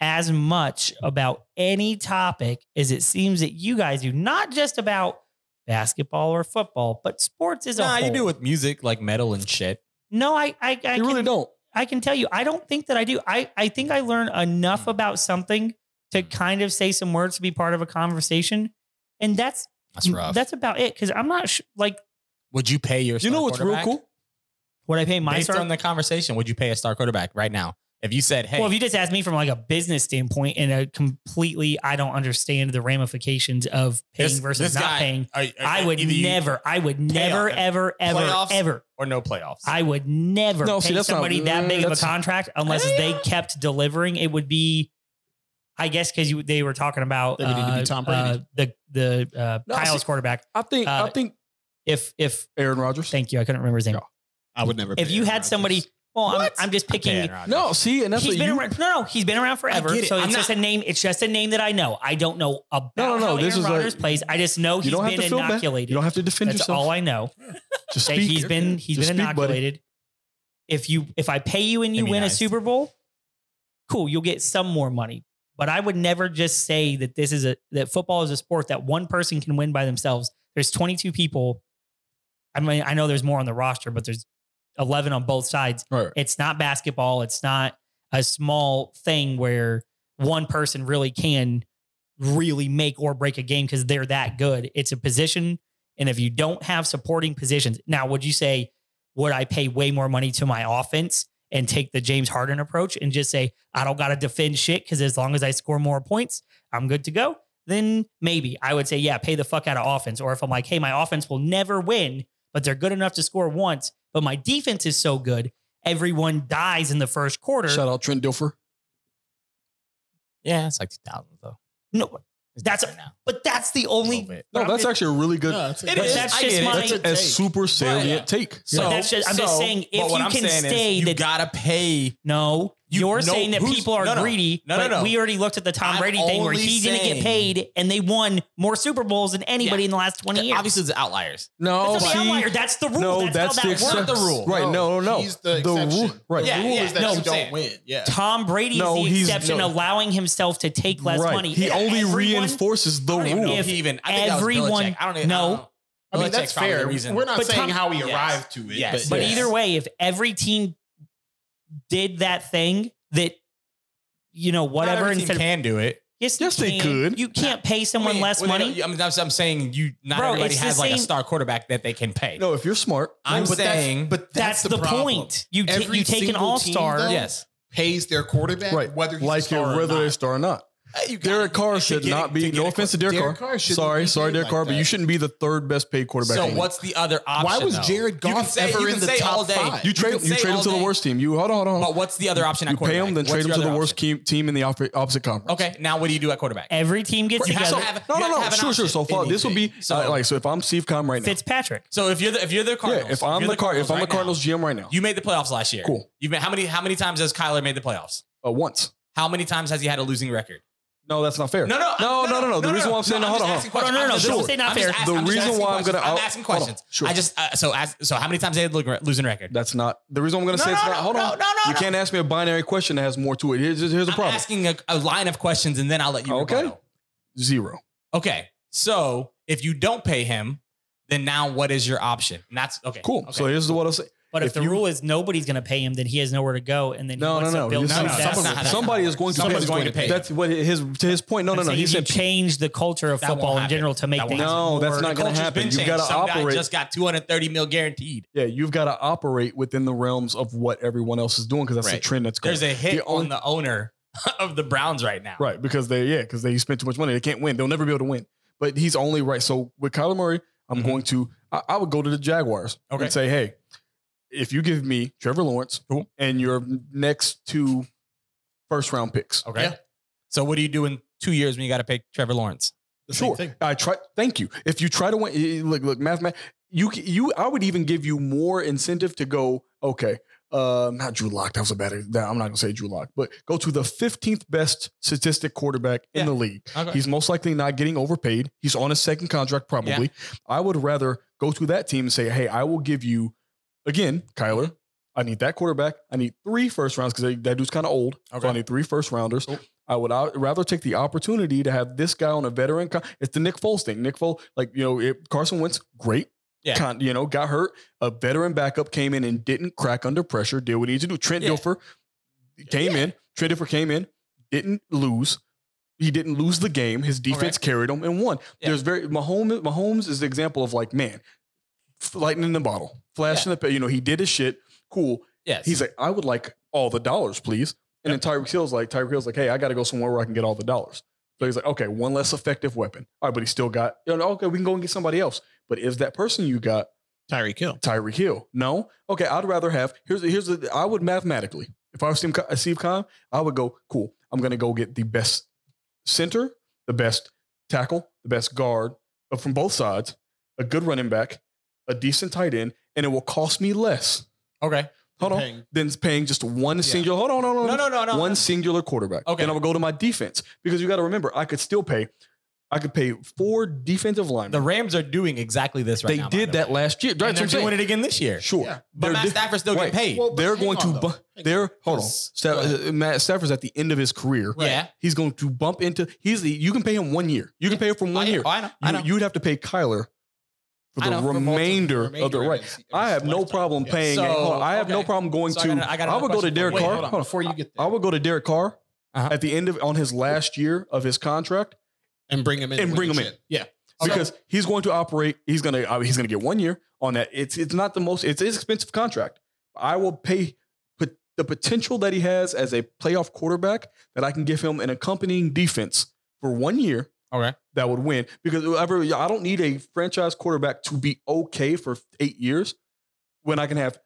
Speaker 3: as much about any topic as it seems that you guys do, not just about basketball or football, but sports as a
Speaker 2: Nah,
Speaker 3: whole.
Speaker 2: you do with music like metal and shit.
Speaker 3: No, I, I, I,
Speaker 1: you
Speaker 3: can,
Speaker 1: really don't.
Speaker 3: I can tell you, I don't think that I do. I, I think I learn enough
Speaker 1: Mm.
Speaker 3: about something to kind of say some words to be part of a conversation. And that's,
Speaker 2: That's rough.
Speaker 3: that's about it. Cause I'm not sh- like
Speaker 2: would you pay your?
Speaker 1: You
Speaker 2: star
Speaker 1: know what's real
Speaker 2: quarterback?
Speaker 1: cool?
Speaker 3: what I pay my
Speaker 2: Based
Speaker 3: star.
Speaker 2: on the conversation, would you pay a star quarterback right now? If you said, "Hey,
Speaker 3: Well, if you just ask me from like a business standpoint and a completely, I don't understand the ramifications of paying
Speaker 2: this-
Speaker 3: versus
Speaker 2: this
Speaker 3: not
Speaker 2: guy-
Speaker 3: paying.
Speaker 2: are- are-
Speaker 3: I would
Speaker 2: either you-
Speaker 3: never, I would never,
Speaker 2: Playoff-
Speaker 3: ever, ever,
Speaker 2: playoffs?
Speaker 3: ever.
Speaker 2: or no playoffs."
Speaker 3: I would never
Speaker 1: No,
Speaker 3: pay
Speaker 1: see, that's not-
Speaker 3: somebody that big of a
Speaker 1: that's-
Speaker 3: contract unless they kept delivering. It would be, I guess, because they were talking about
Speaker 5: They would need to be
Speaker 3: uh,
Speaker 5: Tom Brady.
Speaker 3: uh, the the uh,
Speaker 1: No,
Speaker 3: Kyle's
Speaker 1: see-
Speaker 3: quarterback.
Speaker 1: I think.
Speaker 3: Uh,
Speaker 1: I think
Speaker 3: If if
Speaker 1: Aaron Rodgers.
Speaker 3: thank you, I couldn't remember his name.
Speaker 1: No,
Speaker 5: I would never.
Speaker 3: if
Speaker 5: pay
Speaker 3: you
Speaker 5: Aaron
Speaker 3: had
Speaker 5: Rodgers.
Speaker 3: somebody, well, I'm, I'm just picking.
Speaker 1: No, see, and that's
Speaker 3: he's
Speaker 1: what
Speaker 3: been
Speaker 1: you.
Speaker 3: around. No, no, he's been around forever.
Speaker 2: I get it.
Speaker 3: So it's
Speaker 2: I'm
Speaker 3: just a name. It's just a name that I know. I don't know about
Speaker 1: No, no, no,
Speaker 3: how
Speaker 1: this
Speaker 3: Aaron
Speaker 1: is like-
Speaker 3: Rodgers plays. I just know
Speaker 1: you
Speaker 3: he's
Speaker 1: don't have
Speaker 3: been
Speaker 1: to feel bad. You
Speaker 3: inoculated.
Speaker 1: don't have to defend
Speaker 3: That's
Speaker 1: yourself.
Speaker 3: all I know.
Speaker 1: Just
Speaker 3: That
Speaker 1: speak.
Speaker 3: he's been he's
Speaker 1: Just
Speaker 3: been
Speaker 1: speak, buddy.
Speaker 3: inoculated. If you if I pay you and you win a
Speaker 2: Immunized.
Speaker 3: Super Bowl, cool, you'll get some more money. But I would never just say that this is a that football is a sport that one person can win by themselves. There's 22 people. I mean, I know there's more on the roster, but there's 11 on both sides.
Speaker 1: Right.
Speaker 3: It's not basketball. It's not a small thing where one person really can really make or break a game because they're that good. It's a position. And if you don't have supporting positions, now would you say, would I pay way more money to my offense and take the James Harden approach and just say, I don't got to defend shit because as long as I score more points, I'm good to go? Then maybe I would say, yeah, pay the fuck out of offense. Or if I'm like, hey, my offense will never win, but they're good enough to score once, but my defense is so good, everyone dies in the first quarter.
Speaker 1: Shout out Trent Dilfer.
Speaker 2: Yeah, it's like 2000 though.
Speaker 3: No,
Speaker 2: It's
Speaker 3: That's-
Speaker 2: different now.
Speaker 3: but that's the
Speaker 2: A little
Speaker 3: only.
Speaker 2: bit.
Speaker 1: No,
Speaker 3: but
Speaker 1: that's
Speaker 3: I'm
Speaker 1: actually a really good.
Speaker 5: No, it's a-
Speaker 2: It
Speaker 3: But
Speaker 2: is.
Speaker 3: that's
Speaker 2: I
Speaker 3: just
Speaker 2: get it.
Speaker 3: my-
Speaker 1: that's
Speaker 5: It's
Speaker 1: a,
Speaker 5: a
Speaker 1: super salient take.
Speaker 3: But that's just- I'm just saying, if
Speaker 2: but what
Speaker 3: you
Speaker 2: I'm
Speaker 3: can
Speaker 2: saying is
Speaker 3: stay
Speaker 2: you
Speaker 3: that-
Speaker 2: gotta pay.
Speaker 3: No,
Speaker 2: You-
Speaker 3: you, are
Speaker 2: no,
Speaker 3: saying that
Speaker 2: who's-
Speaker 3: people are
Speaker 2: no, no.
Speaker 3: greedy.
Speaker 2: No, no,
Speaker 3: but
Speaker 2: no.
Speaker 3: We already looked at the Tom
Speaker 2: I'm
Speaker 3: Brady thing where
Speaker 2: only
Speaker 3: he didn't get
Speaker 2: saying-
Speaker 3: paid, and they won more Super Bowls than anybody
Speaker 2: Yeah.
Speaker 3: in the last 20 years.
Speaker 2: Obviously, oh, it's outliers.
Speaker 1: No,
Speaker 3: that's not the outlier. That's the rule.
Speaker 1: no,
Speaker 3: that's,
Speaker 1: that's
Speaker 3: how
Speaker 1: the
Speaker 3: that works.
Speaker 1: exception.
Speaker 2: Not the rule.
Speaker 1: Right? No, no, no.
Speaker 5: He's the
Speaker 1: rule.
Speaker 5: exception.
Speaker 1: Right.
Speaker 2: Yeah,
Speaker 5: The rule
Speaker 2: yeah,
Speaker 5: is that
Speaker 3: no,
Speaker 5: you
Speaker 2: I'm
Speaker 5: don't
Speaker 2: saying.
Speaker 5: win. Yeah.
Speaker 3: Tom Brady
Speaker 1: No,
Speaker 3: is the
Speaker 1: he's-
Speaker 3: exception,
Speaker 1: no.
Speaker 3: allowing himself to take less
Speaker 1: right.
Speaker 3: money.
Speaker 1: He
Speaker 3: Yeah,
Speaker 1: only
Speaker 3: everyone-
Speaker 1: reinforces the
Speaker 2: I don't even know
Speaker 1: rule.
Speaker 2: if he even. I think
Speaker 3: everyone-
Speaker 2: everyone. I don't even.
Speaker 3: no.
Speaker 2: I, don't know.
Speaker 5: I mean,
Speaker 2: Belichick's
Speaker 5: that's
Speaker 2: probably the
Speaker 5: fair.
Speaker 2: reason.
Speaker 5: We're not
Speaker 3: But
Speaker 5: saying
Speaker 3: Tom-
Speaker 5: how he
Speaker 2: Yes.
Speaker 5: arrived to it.
Speaker 2: Yes.
Speaker 3: But
Speaker 2: Yeah.
Speaker 3: either way, if every team did that thing, that you know
Speaker 2: Not
Speaker 3: whatever
Speaker 2: every team
Speaker 3: instead of
Speaker 2: can do it.
Speaker 3: yes, you
Speaker 1: Yes, they
Speaker 3: can.
Speaker 1: could.
Speaker 3: You can't pay someone
Speaker 2: I mean,
Speaker 3: less
Speaker 2: well, they
Speaker 3: money.
Speaker 2: don't- I'm, that's- I'm saying you. Not
Speaker 3: Bro,
Speaker 2: everybody
Speaker 3: it's the
Speaker 2: has like a
Speaker 3: same-
Speaker 2: star quarterback that they can pay.
Speaker 1: No, if you're smart,
Speaker 2: I'm
Speaker 5: but that's-
Speaker 2: saying,
Speaker 5: but
Speaker 3: that's, the,
Speaker 5: problem.
Speaker 3: point. You ta-
Speaker 5: Every
Speaker 3: you take an
Speaker 5: single
Speaker 3: all
Speaker 5: team,
Speaker 3: star.
Speaker 5: though,
Speaker 2: yes,
Speaker 5: Pays their quarterback
Speaker 1: right?
Speaker 5: whether he's a
Speaker 1: like
Speaker 5: star
Speaker 1: you're
Speaker 5: or
Speaker 1: whether
Speaker 5: not.
Speaker 1: they're star or not.
Speaker 2: you got-
Speaker 1: Derek Carr should
Speaker 2: get-
Speaker 1: not be.
Speaker 2: get
Speaker 1: No
Speaker 2: it-
Speaker 1: offense to Derek,
Speaker 5: Derek
Speaker 1: Carr.
Speaker 5: Carr shouldn't
Speaker 1: sorry,
Speaker 5: be
Speaker 1: sorry,
Speaker 5: paid
Speaker 1: Derek
Speaker 5: like
Speaker 1: Carr, but
Speaker 5: that.
Speaker 1: you shouldn't be the third best paid quarterback.
Speaker 2: So
Speaker 1: in the
Speaker 2: what's the other option?
Speaker 5: Why was
Speaker 2: though?
Speaker 5: Jared
Speaker 2: You can
Speaker 5: Goff
Speaker 2: say-
Speaker 5: ever
Speaker 2: you
Speaker 5: in
Speaker 2: can
Speaker 5: the
Speaker 2: say
Speaker 5: top
Speaker 2: all day.
Speaker 5: five?
Speaker 1: league? you
Speaker 2: can
Speaker 1: trade you
Speaker 2: say
Speaker 1: trade him
Speaker 2: all
Speaker 1: to the
Speaker 2: day,
Speaker 1: worst team. You hold on, hold on.
Speaker 2: But
Speaker 1: Hold on.
Speaker 2: what's the other option? At
Speaker 1: You pay him,
Speaker 2: quarterback?
Speaker 1: then
Speaker 2: What's
Speaker 1: trade him
Speaker 2: your
Speaker 1: to the
Speaker 2: other
Speaker 1: worst
Speaker 2: option?
Speaker 1: team team in the op- opposite conference.
Speaker 2: Okay, now what do you do at quarterback?
Speaker 3: Every team gets
Speaker 2: You have
Speaker 3: together.
Speaker 2: to have-
Speaker 1: No,
Speaker 2: you
Speaker 1: no,
Speaker 2: have to
Speaker 1: no.
Speaker 2: have an
Speaker 1: Sure, sure.
Speaker 2: option.
Speaker 1: So far, this will be
Speaker 2: So-
Speaker 1: uh, like so. If I'm Steve Com right now,
Speaker 3: Fitzpatrick.
Speaker 2: So if you're the if you're the
Speaker 1: yeah.
Speaker 2: Cardinals,
Speaker 1: If I'm
Speaker 2: you're
Speaker 1: the Car- if I'm the
Speaker 2: right now,
Speaker 1: Cardinals GM right now,
Speaker 2: you made the playoffs last year.
Speaker 1: Cool.
Speaker 2: You've been how many how many times has Kyler made the playoffs?
Speaker 1: uh, once.
Speaker 2: How many times has he had a losing record?
Speaker 1: No, that's not fair.
Speaker 2: No, no,
Speaker 1: no, no, no. no. The reason why I'm saying, hold on, hold on.
Speaker 3: No, no, no, no, don't say not fair.
Speaker 1: The reason why I'm gonna-
Speaker 2: I'm
Speaker 1: I'll-
Speaker 2: asking
Speaker 1: hold on,
Speaker 2: questions.
Speaker 1: sure.
Speaker 2: I just uh, so as, so how many times they had a losing record?
Speaker 1: That's not the reason I'm going to
Speaker 2: No,
Speaker 1: say it's
Speaker 2: no,
Speaker 1: not.
Speaker 2: no,
Speaker 1: Hold
Speaker 2: no,
Speaker 1: on.
Speaker 2: no, no,
Speaker 1: you
Speaker 2: no.
Speaker 1: can't ask me a binary question that has more to it. Here's, here's the
Speaker 2: I'm
Speaker 1: problem
Speaker 2: asking a, a line of questions and then I'll let you.
Speaker 1: Okay.
Speaker 2: rebuttal.
Speaker 1: zero.
Speaker 2: Okay. So if you don't pay him, then now what is your option? And that's okay.
Speaker 1: Cool.
Speaker 2: Okay.
Speaker 1: So here's what I'll say.
Speaker 3: But if,
Speaker 1: If
Speaker 3: the
Speaker 1: you-
Speaker 3: rule is nobody's going to pay him, then he has nowhere to go, and then
Speaker 1: No, no,
Speaker 3: he wants
Speaker 1: no.
Speaker 3: to build
Speaker 1: You're
Speaker 2: no,
Speaker 1: saying
Speaker 2: no,
Speaker 3: success.
Speaker 2: that's not how that
Speaker 1: somebody is going to
Speaker 2: Somebody's
Speaker 1: pay.
Speaker 2: going to pay.
Speaker 1: That's what his to his point. No, no,
Speaker 3: I'm
Speaker 1: no.
Speaker 3: saying
Speaker 1: He
Speaker 3: you
Speaker 1: said
Speaker 3: change the culture of
Speaker 2: That won't
Speaker 3: football in
Speaker 2: happen.
Speaker 3: general to make
Speaker 2: That
Speaker 3: things.
Speaker 2: won't
Speaker 1: no. That's
Speaker 3: more-
Speaker 1: not going to
Speaker 2: Culture's
Speaker 1: happen.
Speaker 2: been
Speaker 1: You've
Speaker 2: changed.
Speaker 1: got to
Speaker 2: Some guy
Speaker 1: operate.
Speaker 2: just got 230 mil guaranteed.
Speaker 1: Yeah, you've got to operate within the realms of what everyone else is doing because that's the
Speaker 5: Right.
Speaker 1: trend that's going.
Speaker 2: There's a hit
Speaker 1: The only-
Speaker 2: on the owner of the Browns right now.
Speaker 1: Right, because they yeah, because they spent too much money. They can't win. They'll never be able to win. But he's only right. So with Kyler Murray, I'm
Speaker 2: Mhm.
Speaker 1: going to I, I would go to the Jaguars
Speaker 2: Okay.
Speaker 1: and say, hey, if you give me Trevor Lawrence
Speaker 2: Cool.
Speaker 1: and your next two first round picks,
Speaker 2: Okay. So what do you do in two years when you got to pay Trevor Lawrence?
Speaker 5: The same
Speaker 1: sure.
Speaker 5: thing.
Speaker 1: I try. Thank you. If you try to win, eh, eh, look, look, math, math. You, c- you. I would even give you more incentive to go. Okay, uh, not Drew Lock. That was a bad. that- I'm not gonna say Drew Lock, but go to the 15th best statistic quarterback
Speaker 2: Yeah.
Speaker 1: in the league.
Speaker 2: Okay.
Speaker 1: He's most likely not getting overpaid. He's on his second contract probably. I would rather go to that team and say, hey, I will give you again, Kyler. I need that quarterback. I need three first rounds because that dude's kind of old. So I
Speaker 2: Okay.
Speaker 1: need three first rounders. I would out- rather take the opportunity to have this guy on a veteran. Con- it's the Nick Foles thing. Nick Foles, like you know, it, Carson Wentz, great.
Speaker 2: Yeah.
Speaker 1: Con- you know, got hurt. A veteran backup came in and didn't crack under pressure. Did what he needed to do. Trent
Speaker 2: Yeah.
Speaker 1: Dilfer came in. Trent Dilfer came in, didn't lose. He didn't lose the game. His defense carried him and won.
Speaker 2: Yeah.
Speaker 1: There's very Mahomes. Mahomes is the example of like man, f- lightning in the bottle, flash in the. You know, he did his shit. Cool.
Speaker 2: Yes.
Speaker 1: He's like, I would like all the dollars, please. And then Tyreek Hill's like, Tyreek Hill's like, hey, I got to go somewhere where I can get all the dollars. So he's like, okay, one less effective weapon. All right, but he still got, you know, okay, we can go and get somebody else. But is that person you got
Speaker 5: Tyreek Hill.
Speaker 1: Tyreek Hill? No. Okay, I'd rather have, here's, here's, the, I would mathematically, if I was Steve, Con- Steve Khan, I would go, cool, I'm going to go get the best center, the best tackle, the best guard uh, from both sides, a good running back, a decent tight end, and it will cost me less.
Speaker 2: okay.
Speaker 1: Hold on
Speaker 5: Paying-
Speaker 1: than paying just one singular. Hold on, hold on,
Speaker 2: No,
Speaker 1: hold
Speaker 2: no,
Speaker 1: on.
Speaker 2: no, no.
Speaker 1: One singular quarterback.
Speaker 2: Okay.
Speaker 1: Then I would go to my defense because you got to remember, I could still pay. I could pay four defensive
Speaker 2: the
Speaker 1: linemen.
Speaker 2: Rams are doing exactly this right
Speaker 1: they
Speaker 2: now. by
Speaker 1: did
Speaker 2: the
Speaker 1: that
Speaker 2: way.
Speaker 1: last year. Right,
Speaker 2: and
Speaker 1: so
Speaker 2: they're
Speaker 1: I'm saying,
Speaker 2: doing it again this year.
Speaker 1: Sure,
Speaker 5: Yeah.
Speaker 2: But
Speaker 1: They're
Speaker 2: Matt
Speaker 1: diff-
Speaker 2: Stafford's still
Speaker 1: Wait.
Speaker 2: getting paid.
Speaker 5: Well, but
Speaker 1: they're
Speaker 5: hang
Speaker 1: going
Speaker 5: on,
Speaker 1: to.
Speaker 5: though.
Speaker 1: Bu-
Speaker 5: Hang
Speaker 1: they're
Speaker 5: on.
Speaker 1: hold on.
Speaker 5: Because-
Speaker 1: Staff-
Speaker 5: go ahead.
Speaker 1: uh, Matt Stafford's at the end of his career.
Speaker 2: Yeah.
Speaker 1: He's going to bump into. He's the, you can pay him one year. You can pay him for one
Speaker 2: I,
Speaker 1: year.
Speaker 2: Oh, I know. I
Speaker 1: You,
Speaker 2: know.
Speaker 1: you'd have to pay Kyler for
Speaker 2: I
Speaker 1: the
Speaker 2: know, for multiple-
Speaker 1: remainder,
Speaker 5: remainder
Speaker 1: of the
Speaker 5: of
Speaker 1: right.
Speaker 5: his- of
Speaker 1: I
Speaker 5: his
Speaker 1: have no
Speaker 5: lifetime.
Speaker 1: problem
Speaker 5: Yeah.
Speaker 1: paying.
Speaker 2: So,
Speaker 1: hold on, I have no
Speaker 2: okay.
Speaker 1: problem going
Speaker 2: So I
Speaker 1: to.
Speaker 2: gotta- I gotta have a
Speaker 1: would go to
Speaker 2: question for
Speaker 1: Derek
Speaker 2: you.
Speaker 1: Carr.
Speaker 2: Wait,
Speaker 1: Hold on.
Speaker 5: Before you get there,
Speaker 1: I would go to Derek Carr
Speaker 2: Uh-huh.
Speaker 1: at the end of on his last year of his contract
Speaker 5: and bring him in
Speaker 1: and
Speaker 5: win
Speaker 1: bring
Speaker 5: the
Speaker 1: him
Speaker 5: chip.
Speaker 1: in.
Speaker 5: Yeah.
Speaker 1: because he's going to operate. He's gonna uh, he's gonna get one year on that. It's it's not the most. It's an expensive contract. I will pay put the potential that he has as a playoff quarterback that I can give him an accompanying defense for one year.
Speaker 2: Okay.
Speaker 1: That would win because whoever I don't need a franchise quarterback to be okay for eight years when I can have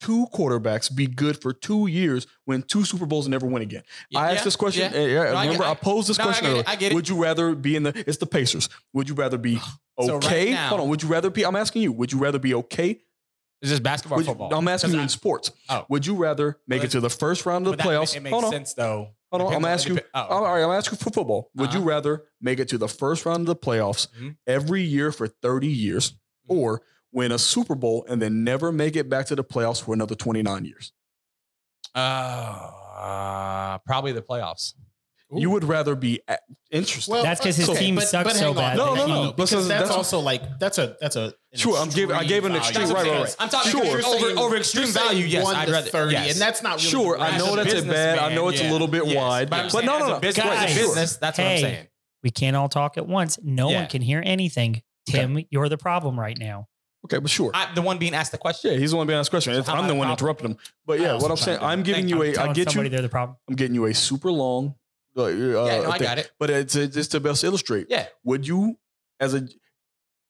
Speaker 1: two quarterbacks be good for two years, win two Super Bowls, and never win again. I asked
Speaker 2: Yeah.
Speaker 1: this question.
Speaker 2: Yeah.
Speaker 1: eh, yeah,
Speaker 2: No, I
Speaker 1: remember,
Speaker 2: get-
Speaker 1: I, posed this
Speaker 2: No, I
Speaker 1: question
Speaker 2: get it.
Speaker 1: earlier.
Speaker 2: I get it.
Speaker 1: Would you rather be in the? It's the Pacers. Would you rather be
Speaker 2: So right
Speaker 1: okay?
Speaker 2: now-
Speaker 1: Hold on. Would you rather be? I'm asking you. Would you rather be okay?
Speaker 2: Is this basketball or
Speaker 1: Would you-
Speaker 2: football?
Speaker 1: I'm asking
Speaker 2: 'Cause
Speaker 1: you
Speaker 2: I-
Speaker 1: in sports.
Speaker 2: Oh.
Speaker 1: Would you rather make
Speaker 2: Well,
Speaker 1: it to the first round of
Speaker 2: but
Speaker 1: the
Speaker 2: that-
Speaker 1: playoffs?
Speaker 2: It
Speaker 1: hold
Speaker 2: makes
Speaker 1: on.
Speaker 2: sense though.
Speaker 1: Hold on. I'm
Speaker 2: Depends
Speaker 1: asking you.
Speaker 2: oh,
Speaker 1: All right. I'm asking you for football. Would you
Speaker 2: Uh-huh.
Speaker 1: rather make it to the first round of the playoffs
Speaker 2: Mhm.
Speaker 1: every year for 30 years,
Speaker 2: Mm-hmm.
Speaker 1: or win a Super Bowl and then never make it back to the playoffs for another 29 years?
Speaker 2: Uh, probably the playoffs.
Speaker 1: You would rather be at, interesting.
Speaker 5: Well,
Speaker 3: That's 'cause his team sucks so
Speaker 5: hang on.
Speaker 3: bad
Speaker 1: No,
Speaker 5: No,
Speaker 1: that
Speaker 5: no,
Speaker 1: he-
Speaker 5: no.
Speaker 1: Because
Speaker 5: because
Speaker 1: that's
Speaker 5: that's,
Speaker 1: a-
Speaker 5: also like that's a that's a an
Speaker 1: Sure, I'm giving- I gave an
Speaker 5: extreme
Speaker 1: extreme-
Speaker 2: That's
Speaker 1: right,
Speaker 2: what I'm
Speaker 1: right,
Speaker 2: saying.
Speaker 1: right.
Speaker 2: I'm talking
Speaker 1: Sure.
Speaker 2: over, over extreme value. Yes, I'd rather
Speaker 5: thirty,
Speaker 2: yes.
Speaker 5: and that's not really
Speaker 1: Sure, I
Speaker 2: As
Speaker 1: know
Speaker 2: a
Speaker 1: that's a bad. I
Speaker 2: businessman,
Speaker 1: know it's a
Speaker 2: yeah.
Speaker 1: little bit
Speaker 2: Yes.
Speaker 1: wide,
Speaker 2: But I'm
Speaker 1: but
Speaker 2: saying
Speaker 1: no,
Speaker 2: as
Speaker 1: no,
Speaker 2: a
Speaker 1: no.
Speaker 2: business,
Speaker 1: Right,
Speaker 2: as a
Speaker 3: Guys.
Speaker 2: business, that's what I'm
Speaker 3: Hey.
Speaker 2: saying.
Speaker 3: We can't all talk at once. No
Speaker 2: Yeah.
Speaker 3: one can hear anything. Tim, you're the problem right now.
Speaker 1: Okay, but sure.
Speaker 2: I, the one being asked the question.
Speaker 1: Yeah, he's the one being asked question. It's-
Speaker 2: how
Speaker 1: I'm
Speaker 2: about
Speaker 1: the
Speaker 2: a
Speaker 1: one
Speaker 2: problem?
Speaker 1: interrupting him. But yeah,
Speaker 2: I
Speaker 1: what
Speaker 2: also
Speaker 1: I'm saying,
Speaker 2: tried to
Speaker 1: I'm giving
Speaker 2: think-
Speaker 1: you
Speaker 2: I'm
Speaker 1: a. I
Speaker 3: Telling
Speaker 1: get
Speaker 3: somebody
Speaker 1: you.
Speaker 3: they're the problem.
Speaker 1: I'm getting you a super long Uh,
Speaker 2: yeah, no, I got it.
Speaker 1: But it's, it's just to best illustrate.
Speaker 2: Yeah.
Speaker 1: Would you, as a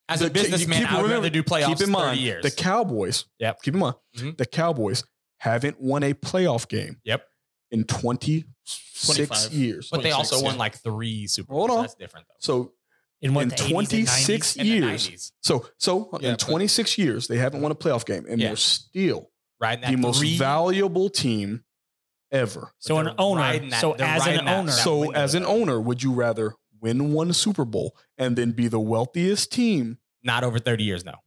Speaker 2: As
Speaker 1: the-
Speaker 2: a businessman,
Speaker 1: keep-
Speaker 2: I would
Speaker 1: remember-
Speaker 2: rather do playoffs.
Speaker 1: keep in mind
Speaker 2: 30 years.
Speaker 1: the Cowboys?
Speaker 2: Yep.
Speaker 1: Keep in mind
Speaker 2: Mhm.
Speaker 1: the Cowboys haven't won a playoff game.
Speaker 2: Yep.
Speaker 1: In twenty six
Speaker 5: 25.
Speaker 1: years.
Speaker 2: but they
Speaker 5: 26,
Speaker 2: also won
Speaker 5: yeah.
Speaker 2: like three Super
Speaker 1: Hold
Speaker 2: Bowls.
Speaker 1: on.
Speaker 2: That's different though.
Speaker 1: So
Speaker 3: in what
Speaker 1: in
Speaker 3: the 80s and
Speaker 1: 26
Speaker 3: 90s?
Speaker 2: In the
Speaker 1: years.
Speaker 2: 90s,
Speaker 1: so so
Speaker 5: Yeah,
Speaker 1: in
Speaker 5: but-
Speaker 1: twenty six years they haven't won a playoff game, and
Speaker 2: Yeah.
Speaker 1: they're still
Speaker 2: riding that
Speaker 1: the most
Speaker 2: three,
Speaker 1: valuable team ever.
Speaker 3: So an
Speaker 2: They're
Speaker 3: owner.
Speaker 2: riding that-
Speaker 3: so
Speaker 2: they're
Speaker 3: as an
Speaker 2: riding that-
Speaker 3: owner,
Speaker 2: that
Speaker 1: So,
Speaker 2: window,
Speaker 1: as an
Speaker 2: though.
Speaker 1: owner, would you rather win one Super Bowl and then be the wealthiest team?
Speaker 2: not over thirty years now.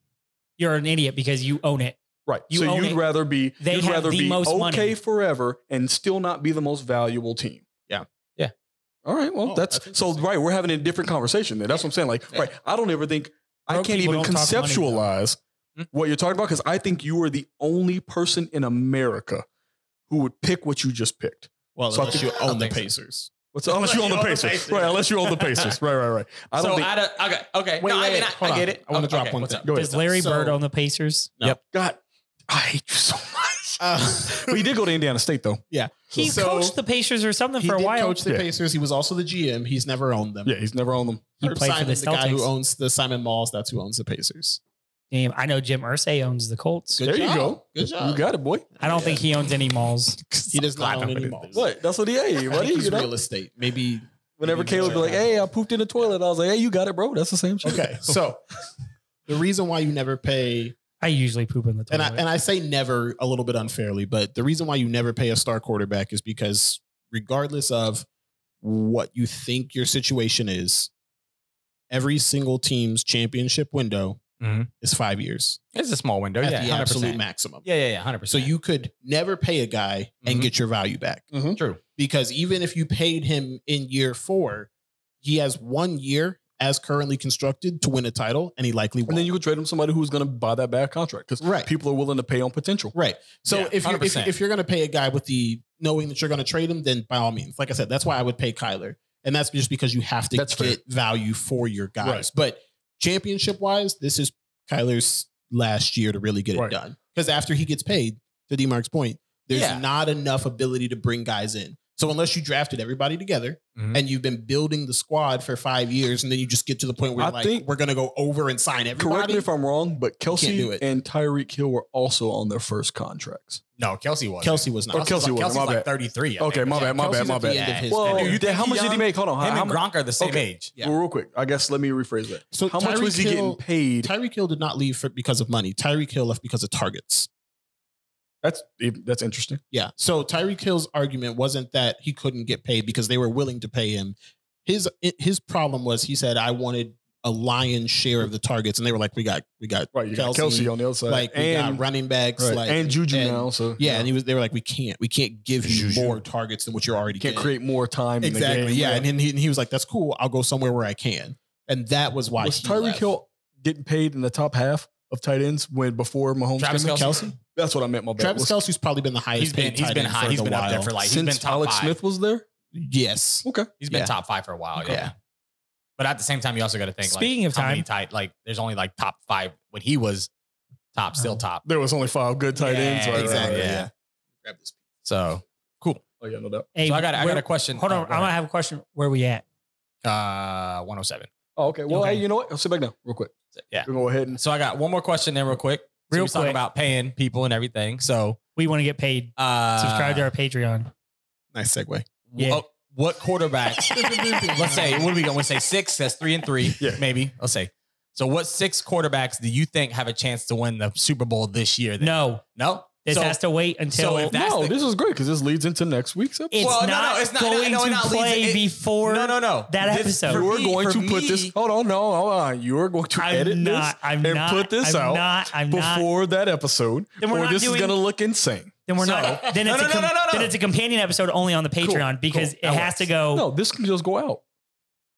Speaker 3: you're an idiot because you own it.
Speaker 1: Right.
Speaker 3: You
Speaker 1: so
Speaker 3: own
Speaker 1: you'd
Speaker 3: it.
Speaker 1: rather be
Speaker 3: They
Speaker 1: you'd
Speaker 3: have
Speaker 1: rather
Speaker 3: the
Speaker 1: be
Speaker 3: most
Speaker 1: okay
Speaker 3: money.
Speaker 1: forever and still not be the most valuable team.
Speaker 5: Yeah.
Speaker 2: Yeah.
Speaker 1: All right. Well,
Speaker 5: Oh,
Speaker 1: that's,
Speaker 5: that's
Speaker 1: so
Speaker 5: interesting.
Speaker 1: right. We're having a different conversation there. That's what I'm saying. Like,
Speaker 5: Yeah.
Speaker 1: right. I don't ever think I
Speaker 3: Broke
Speaker 1: can't
Speaker 3: people
Speaker 1: even
Speaker 3: don't talk money, though.
Speaker 1: conceptualize
Speaker 2: Hmm?
Speaker 1: what you're talking about because I think you are the only person in America who would pick what you just picked.
Speaker 5: Well,
Speaker 1: So I
Speaker 5: unless you
Speaker 1: think-
Speaker 5: own the
Speaker 2: I think so.
Speaker 5: Pacers.
Speaker 1: What's unless you own the Pacers, right? Unless you own the Pacers, right? Right? Right? I don't
Speaker 2: so
Speaker 1: think.
Speaker 2: I don't, okay, okay.
Speaker 5: Wait,
Speaker 2: no, I
Speaker 5: wait,
Speaker 2: mean, I,
Speaker 5: hold
Speaker 2: I
Speaker 5: on.
Speaker 2: get it.
Speaker 5: I wanna
Speaker 2: Okay,
Speaker 5: drop one
Speaker 2: what's
Speaker 5: thing.
Speaker 2: up?
Speaker 1: go ahead.
Speaker 3: Does Larry
Speaker 5: So-
Speaker 3: Bird own the Pacers?
Speaker 1: God, I hate you so much.
Speaker 5: Uh,
Speaker 1: But he did go to Indiana State though.
Speaker 3: He
Speaker 5: So-
Speaker 3: coached the Pacers or something
Speaker 5: he
Speaker 3: for a
Speaker 5: did
Speaker 3: while.
Speaker 5: coach the
Speaker 1: Yeah.
Speaker 5: Pacers. He was also the GM. He's never owned them.
Speaker 1: Yeah, he's never owned them.
Speaker 3: he
Speaker 5: Herb
Speaker 3: played for the
Speaker 5: Simon's the guy
Speaker 3: Celtics.
Speaker 5: who owns the Simon Malls. That's who owns the Pacers.
Speaker 3: Damn, I know Jim Ursay owns the Colts.
Speaker 5: Good
Speaker 1: There you
Speaker 5: job.
Speaker 1: go.
Speaker 5: Good job.
Speaker 1: You got it, boy.
Speaker 3: I don't think he owns any malls.
Speaker 5: He does not own
Speaker 2: Clapping.
Speaker 5: any malls.
Speaker 1: What? That's what he ate.
Speaker 5: I
Speaker 1: What
Speaker 5: think
Speaker 1: he
Speaker 5: he's
Speaker 1: you know?
Speaker 5: real estate. Maybe.
Speaker 1: Whenever
Speaker 5: maybe
Speaker 1: Caleb be like,
Speaker 5: Jared.
Speaker 1: "Hey, I pooped in the toilet," I was like, "Hey, you got it, bro. That's the same shit."
Speaker 5: Okay, so the reason why you never pay,
Speaker 3: I usually poop in the
Speaker 5: and
Speaker 3: toilet.
Speaker 5: I and I say never a little bit unfairly, but the reason why you never pay a star quarterback is because regardless of what you think your situation is, every single team's championship window
Speaker 2: Mhm.
Speaker 5: is five years
Speaker 2: It's a small window.
Speaker 5: at
Speaker 2: Oh, yeah,
Speaker 5: the
Speaker 2: 100%.
Speaker 5: absolute maximum.
Speaker 2: Yeah, yeah, yeah, hundred
Speaker 5: So
Speaker 2: percent.
Speaker 5: you could never pay a guy
Speaker 2: Mhm.
Speaker 5: and get your value back.
Speaker 2: true.
Speaker 5: because even if you paid him in year four, he has one year as currently constructed to win a title, and he likely won't.
Speaker 1: And then you could trade him somebody who's going to buy that bad contract because
Speaker 5: right,
Speaker 1: people are willing to pay on potential.
Speaker 5: right. So
Speaker 2: Yeah,
Speaker 5: if, you're, if
Speaker 2: 100%.
Speaker 5: if you're going to pay a guy with the knowing that you're going to trade him, then by all means, like I said, that's why I would pay Kyler, and that's just because you have to
Speaker 1: That's
Speaker 5: get value for your guys.
Speaker 1: Right.
Speaker 5: But championship wise, this is Kyler's last year to really get
Speaker 1: Right.
Speaker 5: it done because after he gets paid, to D Mark's point, there's
Speaker 2: Yeah.
Speaker 5: not enough ability to bring guys in. So unless you drafted everybody together,
Speaker 2: Mhm.
Speaker 5: and you've been building the squad for five years, and then you just get to the point where
Speaker 1: I
Speaker 5: like
Speaker 1: think-
Speaker 5: we're gonna go over and sign everybody.
Speaker 1: Correct me if I'm wrong, but
Speaker 5: do
Speaker 1: Kelsey
Speaker 5: it.
Speaker 1: and Tyreek Hill were also on their first contracts.
Speaker 2: No, Kelsey was.
Speaker 5: Kelsey was not.
Speaker 1: Or Kelsey was,
Speaker 2: Kelsey's
Speaker 1: my
Speaker 2: like
Speaker 1: bad.
Speaker 2: thirty three.
Speaker 1: Okay, my bad, my bad,
Speaker 5: Kelsey's
Speaker 1: my
Speaker 5: at the
Speaker 1: bad.
Speaker 5: end of his
Speaker 1: Well,
Speaker 5: tenure.
Speaker 1: you did, how much did he make? Hold on,
Speaker 2: Him
Speaker 1: how,
Speaker 2: and Gronk are the same
Speaker 1: okay.
Speaker 2: age.
Speaker 5: Yeah.
Speaker 1: well, real quick. I guess let me rephrase that.
Speaker 5: So
Speaker 1: How much
Speaker 5: Tyreek
Speaker 1: was he
Speaker 5: Hill-
Speaker 1: getting paid?
Speaker 5: Tyreek Hill did not leave for, because of money. Tyreek Hill left because of targets.
Speaker 1: That's that's interesting.
Speaker 5: Yeah. So Tyreek Hill's argument wasn't that he couldn't get paid because they were willing to pay him. His his problem was he said I wanted a lion's share of the targets, and they were like, we got we got
Speaker 1: Right, you
Speaker 5: Kelsey,
Speaker 1: got Kelsey on the other side,
Speaker 5: like we
Speaker 1: and
Speaker 5: got running backs
Speaker 1: right,
Speaker 5: like
Speaker 1: and Juju
Speaker 5: and-
Speaker 1: now. So
Speaker 5: Yeah, and he was. They were like, we can't we can't give you
Speaker 1: Juju.
Speaker 5: more targets than what you're already
Speaker 1: you can't
Speaker 5: getting.
Speaker 1: create more time. In
Speaker 5: Exactly.
Speaker 1: the game.
Speaker 5: yeah. And, then he, and he was like, that's cool. I'll go somewhere where I can. And that was why
Speaker 1: was
Speaker 5: he
Speaker 1: Tyreek
Speaker 5: left.
Speaker 1: Hill getting paid in the top half of tight ends when before Mahomes?
Speaker 2: Travis
Speaker 1: came in?
Speaker 2: Kelce.
Speaker 5: Kelsey?
Speaker 1: That's what I meant. My bad.
Speaker 5: Travis
Speaker 1: Was-
Speaker 5: Kelsey's probably been the highest
Speaker 2: He's been
Speaker 5: paid
Speaker 2: he's
Speaker 5: tight
Speaker 2: been
Speaker 5: end
Speaker 2: high.
Speaker 5: for
Speaker 2: He's
Speaker 5: a
Speaker 2: been up there
Speaker 5: while.
Speaker 2: for like he's been
Speaker 1: since
Speaker 2: top
Speaker 1: Alex
Speaker 2: five.
Speaker 1: Smith was there.
Speaker 5: Yes.
Speaker 1: Okay.
Speaker 2: He's been
Speaker 5: Yeah.
Speaker 2: top five for a while.
Speaker 5: Okay.
Speaker 2: Oh, Yeah. But at the same time, you also got to think.
Speaker 3: Speaking
Speaker 2: like,
Speaker 3: of
Speaker 2: how many
Speaker 3: time.
Speaker 2: tight like there's only like top five when he was top, still top.
Speaker 1: There was only five good tight
Speaker 2: Yeah,
Speaker 1: ends. Right, right,
Speaker 5: Exactly.
Speaker 1: right.
Speaker 2: yeah.
Speaker 5: Yeah.
Speaker 2: So cool.
Speaker 1: Oh yeah, no doubt.
Speaker 3: Hey,
Speaker 2: so I got I
Speaker 3: where-
Speaker 2: got a question.
Speaker 3: Hold on,
Speaker 2: Oh,
Speaker 3: I'm
Speaker 2: go
Speaker 3: gonna
Speaker 2: ahead.
Speaker 3: have a question. Where we at?
Speaker 2: uh 107.
Speaker 1: Oh, okay. Well,
Speaker 3: Okay.
Speaker 1: hey, you know what? I'll sit back down real quick.
Speaker 2: Yeah.
Speaker 1: We'll go ahead and
Speaker 2: So I got one more question there, real quick. So
Speaker 3: Real
Speaker 2: we was talking
Speaker 3: quick.
Speaker 2: about paying people and everything. So
Speaker 3: We want to get paid.
Speaker 2: uh,
Speaker 3: Subscribe to our Patreon.
Speaker 5: Nice segue.
Speaker 3: Yeah.
Speaker 2: What, what quarterback? let's say what are we going? We say six. That's three and three.
Speaker 1: Yeah.
Speaker 2: Maybe. Let's say. So what six quarterbacks do you think have a chance to win the Super Bowl this year? Then?
Speaker 3: No,
Speaker 2: No.
Speaker 3: this has to wait until
Speaker 2: so if that's
Speaker 1: no,
Speaker 2: the-
Speaker 1: this is great because this leads into next week's episode.
Speaker 3: it's,
Speaker 2: Well, no, no,
Speaker 3: not
Speaker 2: it's not-
Speaker 3: going
Speaker 2: no,
Speaker 3: to
Speaker 2: it not leads-
Speaker 3: play
Speaker 2: it-
Speaker 3: before.
Speaker 2: no, no, no.
Speaker 3: that episode.
Speaker 2: for
Speaker 1: you are
Speaker 2: me-
Speaker 1: going
Speaker 2: for
Speaker 1: to put
Speaker 2: me-
Speaker 1: this. Hold on, no, hold on. You are going to
Speaker 3: I'm
Speaker 1: edit
Speaker 3: not. I'm
Speaker 1: and
Speaker 3: not.
Speaker 1: put this
Speaker 3: I'm
Speaker 1: out
Speaker 3: Not, I'm
Speaker 1: this
Speaker 3: not.
Speaker 1: before that episode,
Speaker 3: Then we're
Speaker 1: or
Speaker 3: not
Speaker 1: this
Speaker 3: doing-
Speaker 1: is going to look insane.
Speaker 3: Then we're
Speaker 2: So-
Speaker 3: not. Then
Speaker 2: No,
Speaker 3: it's
Speaker 2: no,
Speaker 3: a
Speaker 2: no, no, no, no.
Speaker 3: Then it's a companion episode only on the Patreon because
Speaker 2: That
Speaker 3: it has
Speaker 2: works.
Speaker 3: to go.
Speaker 1: No, this can just go out.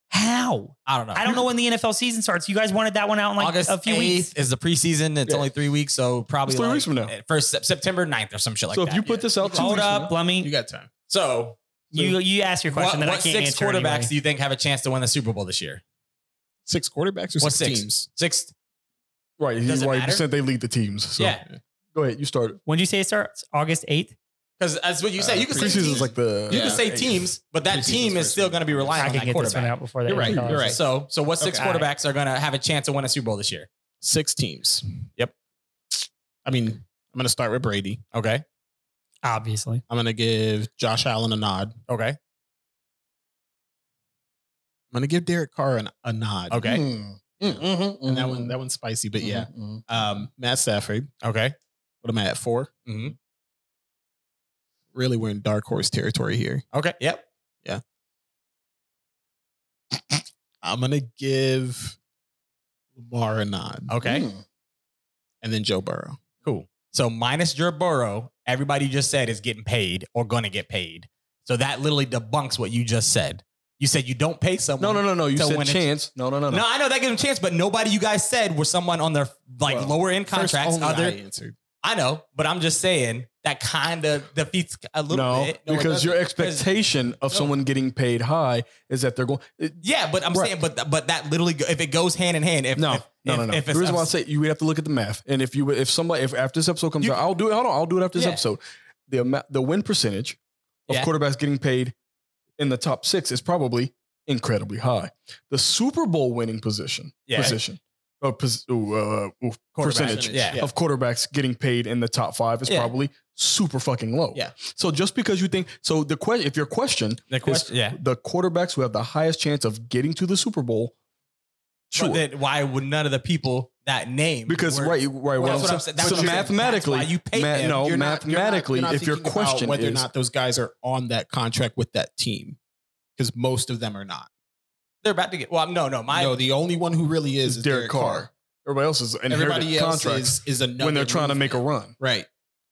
Speaker 3: How?
Speaker 2: I don't know.
Speaker 3: I don't know when the NFL season starts. You guys wanted that one out in like
Speaker 2: August
Speaker 3: a few
Speaker 2: 8th
Speaker 3: weeks.
Speaker 2: is the preseason. It's
Speaker 1: Yeah.
Speaker 2: only three weeks, so probably
Speaker 1: It's three
Speaker 2: like,
Speaker 1: weeks from now.
Speaker 2: uh, First Sep- September 9th or some shit like
Speaker 1: so
Speaker 2: that.
Speaker 1: if you put
Speaker 2: Yeah.
Speaker 1: this out, two
Speaker 3: Hold
Speaker 1: weeks from
Speaker 3: up, let
Speaker 5: You
Speaker 3: me.
Speaker 5: got time.
Speaker 2: so
Speaker 3: You you ask your question
Speaker 2: what,
Speaker 3: that
Speaker 2: what
Speaker 3: I can't
Speaker 2: six
Speaker 3: answer.
Speaker 2: quarterbacks
Speaker 3: anyway.
Speaker 2: do you think have a chance to win the Super Bowl this year?
Speaker 5: Six quarterbacks or
Speaker 2: What's
Speaker 5: six,
Speaker 2: six?
Speaker 5: teams?
Speaker 2: Six.
Speaker 1: Right. He's
Speaker 2: Does it
Speaker 1: right. You
Speaker 2: matter?
Speaker 1: said they lead the teams. So
Speaker 2: yeah.
Speaker 1: go ahead. You started.
Speaker 3: When did you say it starts? August eighth.
Speaker 2: Because that's what you say. You can say
Speaker 1: Preseason
Speaker 2: teams,
Speaker 1: is Uh, like the
Speaker 2: you can say teams, but that
Speaker 5: Preseason's
Speaker 2: team is
Speaker 5: first
Speaker 2: still
Speaker 5: week.
Speaker 2: going to be
Speaker 3: I
Speaker 2: relying on
Speaker 3: can
Speaker 2: that
Speaker 3: get this one
Speaker 2: quarterback.
Speaker 3: out before that.
Speaker 5: You're right,
Speaker 3: colors.
Speaker 5: you're right.
Speaker 2: So, so what six
Speaker 5: Okay.
Speaker 2: quarterbacks are going to have a chance to win a Super Bowl this year?
Speaker 5: Six teams.
Speaker 2: Yep.
Speaker 5: I mean, I'm going to start with Brady.
Speaker 2: Okay.
Speaker 3: Obviously.
Speaker 5: I'm going to give Josh Allen a nod.
Speaker 2: Okay.
Speaker 5: I'm going to give Derek Carr an, a nod.
Speaker 2: Okay.
Speaker 1: Hmm. Mm,
Speaker 5: And that
Speaker 2: Mm-hmm.
Speaker 5: one, that one's spicy, but yeah. Um, Matt Stafford.
Speaker 2: Okay.
Speaker 5: What am I at? Four?
Speaker 2: hmm
Speaker 5: Really, we're in dark horse territory here.
Speaker 2: Okay. Yep.
Speaker 5: I'm going to give Lamar a nod.
Speaker 2: Okay.
Speaker 5: And then Joe Burrow.
Speaker 2: Cool. So minus Joe Burrow, everybody just said is getting paid or going to get paid. So that literally debunks what you just said. You said you don't pay someone.
Speaker 1: No, no, no, no. You
Speaker 2: So
Speaker 1: said
Speaker 2: when it's-
Speaker 1: chance. No, no, no,
Speaker 2: No,
Speaker 1: no.
Speaker 2: I know that gives them a chance, but nobody you guys said were someone on their like
Speaker 1: Well,
Speaker 2: lower end
Speaker 5: First,
Speaker 2: contracts.
Speaker 5: only I
Speaker 2: Other,
Speaker 5: answered.
Speaker 2: I know, but I'm just saying that kind of defeats a little
Speaker 1: No,
Speaker 2: bit. it
Speaker 1: because your
Speaker 2: doesn't.
Speaker 1: expectation of
Speaker 2: No.
Speaker 1: someone getting paid high is that they're going. it-
Speaker 2: Yeah, but I'm
Speaker 1: Right.
Speaker 2: saying, but but that literally, go- if it goes hand in hand, if
Speaker 1: No,
Speaker 2: if,
Speaker 1: no, no,
Speaker 2: if-
Speaker 1: no.
Speaker 2: if
Speaker 1: the
Speaker 2: it's-
Speaker 1: reason why I say you would have to look at the math, and if you if somebody if after this episode comes
Speaker 2: You-
Speaker 1: out, I'll do it. Hold on, I'll do it after this
Speaker 2: Yeah.
Speaker 1: episode. The amount, the win percentage of
Speaker 2: Yeah.
Speaker 1: quarterbacks getting paid in the top six is probably incredibly high. The Super Bowl winning position,
Speaker 2: Yeah.
Speaker 1: position, or pos, ooh, uh, ooh, percentage
Speaker 2: Yeah.
Speaker 1: of quarterbacks getting paid in the top five is
Speaker 2: Yeah.
Speaker 1: probably super fucking low.
Speaker 5: Yeah.
Speaker 1: So just because you think so, the question if your question,
Speaker 2: the question, yeah.
Speaker 1: the quarterbacks who have the highest chance of getting to the Super Bowl,
Speaker 2: Sure.
Speaker 1: sure.
Speaker 2: then why would none of the people that name
Speaker 1: Because
Speaker 2: were-
Speaker 1: right, right. what
Speaker 2: that's
Speaker 1: I'm
Speaker 2: what
Speaker 1: saying-
Speaker 2: I'm saying. That's
Speaker 1: so
Speaker 2: what I'm saying.
Speaker 1: mathematically,
Speaker 2: That's why you pay them.
Speaker 1: No,
Speaker 5: You're not- you're not-
Speaker 1: mathematically,
Speaker 5: you're not
Speaker 1: if your
Speaker 5: thinking about
Speaker 1: question
Speaker 5: whether
Speaker 1: is
Speaker 5: or not those guys are on that contract with that team, because most of them are not.
Speaker 2: they're about to get? Well, no, no, my
Speaker 5: no, the only one who really is is Derek, Carr.
Speaker 1: everybody else is inherited
Speaker 5: Everybody else
Speaker 1: contracts
Speaker 5: is is another
Speaker 1: when they're trying to
Speaker 5: movement.
Speaker 1: make a run.
Speaker 5: right.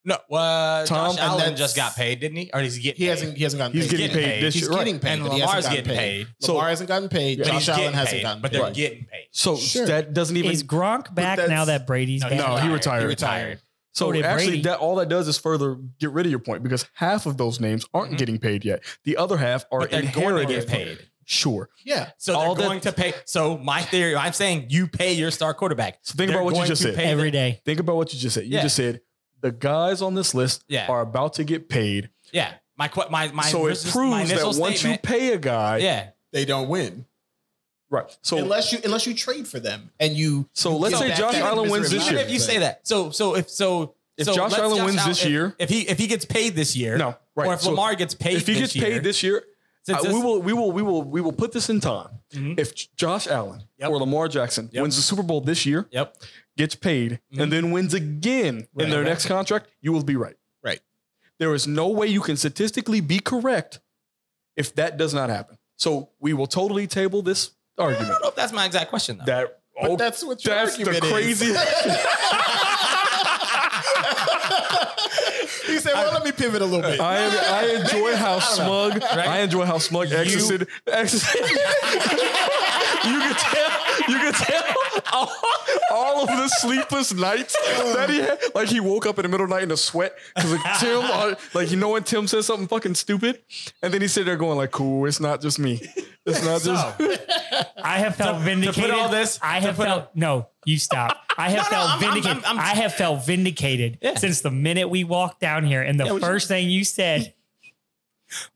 Speaker 2: no. Uh,
Speaker 1: Tom-
Speaker 2: Tom Josh
Speaker 1: and
Speaker 2: Allen
Speaker 5: that's-
Speaker 2: just got paid, didn't he? Or did he get?
Speaker 5: He
Speaker 2: paid?
Speaker 5: hasn't he hasn't gotten
Speaker 1: He's
Speaker 5: paid.
Speaker 1: getting
Speaker 2: getting
Speaker 1: paid
Speaker 2: paid.
Speaker 1: this
Speaker 5: He's
Speaker 1: year, right?
Speaker 5: getting paid,
Speaker 2: And
Speaker 5: but he
Speaker 2: Lamar's
Speaker 5: hasn't gotten
Speaker 2: getting
Speaker 5: paid.
Speaker 2: paid.
Speaker 1: So-
Speaker 5: Lamar hasn't gotten paid.
Speaker 2: But he's
Speaker 5: Josh
Speaker 2: getting
Speaker 5: Allen hasn't
Speaker 2: paid,
Speaker 5: gotten
Speaker 2: but
Speaker 5: paid.
Speaker 2: they're
Speaker 1: Right.
Speaker 2: getting paid.
Speaker 1: So
Speaker 5: Sure.
Speaker 1: that doesn't even.
Speaker 3: Is Gronk back
Speaker 5: that's-
Speaker 3: now that Brady's
Speaker 2: No,
Speaker 3: back?
Speaker 2: he's
Speaker 1: no, he
Speaker 2: retired.
Speaker 1: retired.
Speaker 5: He retired.
Speaker 1: So
Speaker 3: So did
Speaker 1: actually,
Speaker 3: Brady.
Speaker 1: that all that does is further get rid of your point because half of those names aren't
Speaker 2: Mhm.
Speaker 1: getting paid yet. The other half are
Speaker 2: But they're going to
Speaker 1: inherited.
Speaker 2: get paid.
Speaker 1: Sure.
Speaker 5: Yeah.
Speaker 2: So they're
Speaker 1: All that-
Speaker 2: going to pay. So my theory, I'm saying you pay your star quarterback.
Speaker 1: So think
Speaker 2: They're
Speaker 1: about what you
Speaker 2: going
Speaker 1: just
Speaker 2: to
Speaker 1: said.
Speaker 2: pay
Speaker 3: Every
Speaker 2: them.
Speaker 3: day.
Speaker 1: Think about what you just said. You
Speaker 2: Yeah.
Speaker 1: just said the guys on this list
Speaker 2: Yeah.
Speaker 1: are about to get paid.
Speaker 2: Yeah. My que- my my.
Speaker 1: so it
Speaker 2: resist- my
Speaker 1: proves that
Speaker 2: initial
Speaker 1: once
Speaker 2: statement-
Speaker 1: you pay a guy,
Speaker 2: yeah.
Speaker 5: They don't win.
Speaker 1: right. So
Speaker 5: unless you unless you trade for them and you
Speaker 1: So let's
Speaker 5: get
Speaker 1: say
Speaker 5: back
Speaker 1: Josh
Speaker 5: that
Speaker 1: Allen wins
Speaker 5: misery.
Speaker 1: this
Speaker 2: Even
Speaker 1: year.
Speaker 2: if you say that, so so if so.
Speaker 1: If
Speaker 2: so
Speaker 1: Josh
Speaker 2: let's
Speaker 1: Allen wins this
Speaker 2: if-
Speaker 1: year-
Speaker 2: if he if he gets paid this year,
Speaker 1: No, right.
Speaker 2: Or if
Speaker 1: So
Speaker 2: Lamar gets paid,
Speaker 1: if he gets
Speaker 2: year,
Speaker 1: paid this year,
Speaker 2: since
Speaker 1: uh,
Speaker 2: this-
Speaker 1: we will we will we will we will put this in time.
Speaker 2: Mhm.
Speaker 1: If J- Josh Allen
Speaker 2: Yep.
Speaker 1: or Lamar Jackson
Speaker 2: Yep.
Speaker 1: wins the Super Bowl this year,
Speaker 2: Yep.
Speaker 1: gets paid,
Speaker 2: Mhm.
Speaker 1: and then wins again in their
Speaker 2: Right.
Speaker 1: next contract, you will be right.
Speaker 5: Right.
Speaker 1: There is no way you can statistically be correct if that does not happen. So we will totally table this
Speaker 2: I
Speaker 1: argument.
Speaker 2: don't know if that's my exact question though.
Speaker 1: That oh,
Speaker 5: But that's what your
Speaker 1: that's the
Speaker 5: argument
Speaker 1: crazy.
Speaker 5: is. he said, "Well, let me pivot a little bit."
Speaker 1: I, I enjoy how smug I enjoy how smug exited. exited. you can tell you can tell all, all of the sleepless nights that he had. Like he woke up in the middle of the night in a sweat because like Tim, uh, like you know when Tim says something fucking stupid, and then he sit there going like, "Cool, it's not just me. It's not just."
Speaker 3: I have felt vindicated.
Speaker 2: all this-
Speaker 3: I
Speaker 2: to
Speaker 3: have
Speaker 2: put
Speaker 3: felt no. You stop. I have
Speaker 2: No, no,
Speaker 3: felt
Speaker 2: I'm- I'm-
Speaker 3: vindicated.
Speaker 2: I'm- I'm-
Speaker 3: I have felt vindicated
Speaker 2: Yeah.
Speaker 3: since the minute we walked down here, and the
Speaker 2: we
Speaker 3: first thing you said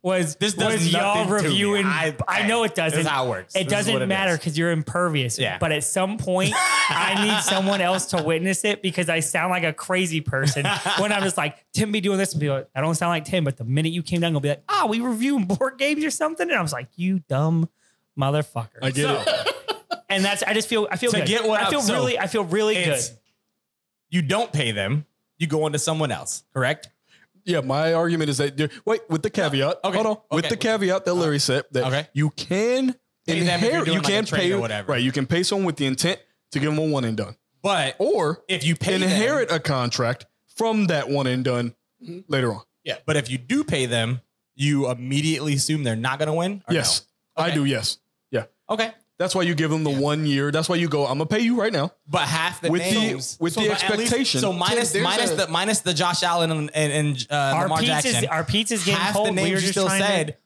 Speaker 3: was
Speaker 2: This does
Speaker 3: was y'all
Speaker 2: nothing to me.
Speaker 3: reviewing. I,
Speaker 2: I-
Speaker 3: know
Speaker 2: hey,
Speaker 3: it doesn't.
Speaker 2: this is how it works. This is
Speaker 3: doesn't
Speaker 2: what it
Speaker 3: matter
Speaker 2: is.
Speaker 3: because you're impervious.
Speaker 2: Yeah.
Speaker 3: But at some point, I need someone else to witness it because I sound like a crazy person when I'm just like Tim be doing this and be like, I don't sound like Tim. But the minute you came down, I'll be like, ah, we reviewing board games or something, and I was like, you dumb motherfucker
Speaker 1: I get it.
Speaker 3: and that's I just feel I feel
Speaker 2: To
Speaker 3: good.
Speaker 2: get what
Speaker 3: I
Speaker 2: I-
Speaker 3: feel
Speaker 2: so
Speaker 3: really I feel really good.
Speaker 2: It's- You don't pay them. You go on to someone else. Correct.
Speaker 1: Yeah, my argument is that there- wait with the caveat.
Speaker 2: Okay.
Speaker 1: Hold on, with
Speaker 2: Okay. Uh,
Speaker 1: the caveat that Larry said that
Speaker 2: Okay.
Speaker 1: you can
Speaker 2: Pay them if you're
Speaker 1: inherit,
Speaker 2: doing
Speaker 1: you
Speaker 2: like a
Speaker 1: can
Speaker 2: trade
Speaker 1: pay
Speaker 2: or whatever.
Speaker 1: Right, you can pay someone with the intent to give them a one and done.
Speaker 2: But
Speaker 1: or
Speaker 2: if you pay them, Mm-hmm.
Speaker 1: inherit a contract from that one and done later on.
Speaker 2: but if you do pay them, you immediately assume they're not going to win. or
Speaker 1: yes, I
Speaker 2: Okay.
Speaker 1: do. Yes, yeah.
Speaker 2: no? Okay.
Speaker 1: That's why you give them the one year. That's why you go. I'm gonna pay you right now.
Speaker 2: But half the
Speaker 1: With the-
Speaker 2: names
Speaker 1: with the
Speaker 2: but at
Speaker 1: expectation-
Speaker 2: so minus
Speaker 5: Tim, there's
Speaker 2: minus
Speaker 5: a-
Speaker 2: the minus the Josh Allen and and, and uh,
Speaker 3: Our
Speaker 2: Lamar
Speaker 3: pizza's
Speaker 2: Jackson.
Speaker 3: our pizza's getting
Speaker 2: half
Speaker 3: cold.
Speaker 2: the
Speaker 3: we were
Speaker 2: names you
Speaker 3: just
Speaker 2: still
Speaker 3: trying to-
Speaker 2: said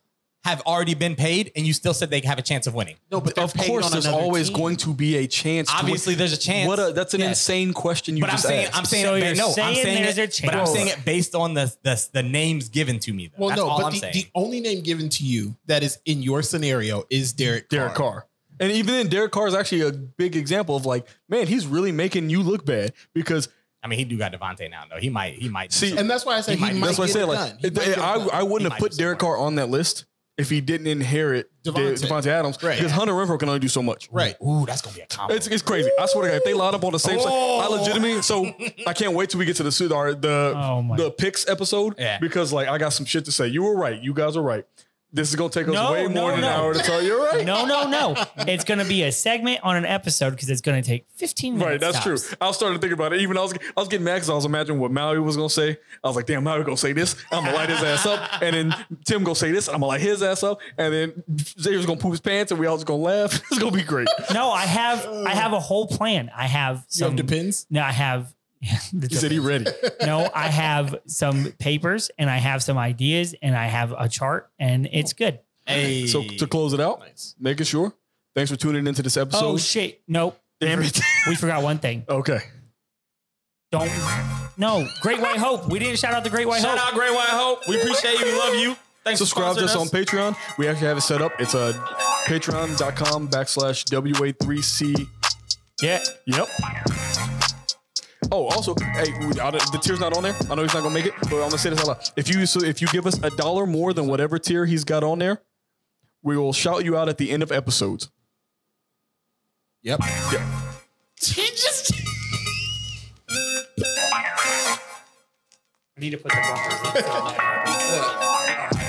Speaker 2: have already been paid, and you still said they have a chance of winning.
Speaker 5: No, but they're
Speaker 1: Of
Speaker 5: paid
Speaker 1: course,
Speaker 5: on
Speaker 1: there's
Speaker 5: another
Speaker 1: always
Speaker 5: team.
Speaker 1: going to be a chance. to win.
Speaker 2: Obviously, there's a chance.
Speaker 1: what a, that's an
Speaker 2: Yes.
Speaker 1: insane question you
Speaker 2: But I'm
Speaker 1: just
Speaker 2: saying,
Speaker 1: asked.
Speaker 2: I'm saying,
Speaker 3: So
Speaker 2: it,
Speaker 3: you're
Speaker 2: ba- no, I'm
Speaker 3: saying
Speaker 2: saying
Speaker 3: there's
Speaker 2: it,
Speaker 3: a
Speaker 2: but I'm
Speaker 3: chance.
Speaker 2: saying it based on the the, the names given to me. Though.
Speaker 5: Well,
Speaker 2: That's
Speaker 5: no,
Speaker 2: all
Speaker 5: but
Speaker 2: I'm
Speaker 5: the,
Speaker 2: saying.
Speaker 5: the only name given to you that is in your scenario is Derek.
Speaker 1: Derek Carr. And even then, Derek Carr is actually a big example of like, man, he's really making you look bad because
Speaker 2: I mean, he do got Devontae now, though. He might, he might. do
Speaker 1: See,
Speaker 2: something.
Speaker 5: And that's why I said
Speaker 2: He
Speaker 5: he,
Speaker 2: might-
Speaker 5: might
Speaker 1: that's why I
Speaker 5: get
Speaker 1: said
Speaker 5: it
Speaker 1: like,
Speaker 5: done. He
Speaker 1: it-
Speaker 5: might get it
Speaker 1: I,
Speaker 5: done.
Speaker 1: I
Speaker 2: He
Speaker 1: wouldn't
Speaker 2: might
Speaker 1: have put
Speaker 2: be
Speaker 1: Derek Carr on that list if he didn't inherit De-
Speaker 5: Devontae.
Speaker 1: Devontae, Adams
Speaker 5: Right.
Speaker 1: because Hunter Renfro can only do so much.
Speaker 5: right.
Speaker 2: Ooh, that's gonna be a combo.
Speaker 1: It's, it's crazy. I swear to God, if they line up on the same side, I
Speaker 2: Oh.
Speaker 1: legitimately. So I can't wait till we get to the suit or the
Speaker 3: Oh my-
Speaker 1: the picks episode
Speaker 2: Yeah.
Speaker 1: because like I got some shit to say. You were right. You guys are right. This is gonna take us
Speaker 3: No,
Speaker 1: way
Speaker 3: no,
Speaker 1: more than
Speaker 3: no.
Speaker 1: an hour to tell. You're right.
Speaker 3: No, no, no. It's going to be a segment on an episode because it's going to take 15 minutes.
Speaker 1: Right, that's
Speaker 3: tops.
Speaker 1: true. I was starting to think about it. Even I was, I was getting mad because I was imagining what Maui was gonna say. I was like, "Damn, Maui gonna say this. I'm gonna light his ass up." And then Tim gonna say this. I'm gonna light his ass up. And then Xavier's gonna poop his pants, and we all just gonna laugh. it's gonna be great.
Speaker 3: No, I have I have a whole plan. I have
Speaker 5: You
Speaker 3: some
Speaker 5: have depends.
Speaker 3: No, I have the
Speaker 1: He said he ready.
Speaker 3: No, I have some papers and I have some ideas and I have a chart and it's good.
Speaker 2: hey,
Speaker 1: So to close it out,
Speaker 5: Nice.
Speaker 1: making sure. Thanks for tuning into this episode.
Speaker 3: oh shit. Nope.
Speaker 1: Damn it.
Speaker 3: We forgot one thing.
Speaker 1: okay.
Speaker 3: Don't No, Great White Hope. We didn't shout out the Great White
Speaker 2: shout
Speaker 3: Hope.
Speaker 2: out Great White Hope. We appreciate you. We love you. Thanks. for
Speaker 1: Subscribe to
Speaker 2: sponsoring
Speaker 1: us on
Speaker 2: us.
Speaker 1: Patreon. We actually have it set up. It's uh, patreon.com backslash WA3C.
Speaker 3: Yeah.
Speaker 1: Yep. Oh, also, hey, we- I don't- the tier's not on there. I know he's not gonna make it, but I'm gonna say this out loud. If you so if you give us a dollar more than whatever tier he's got on there, we will shout you out at the end of episodes.
Speaker 5: Yep.
Speaker 3: I need to put the bumpers in.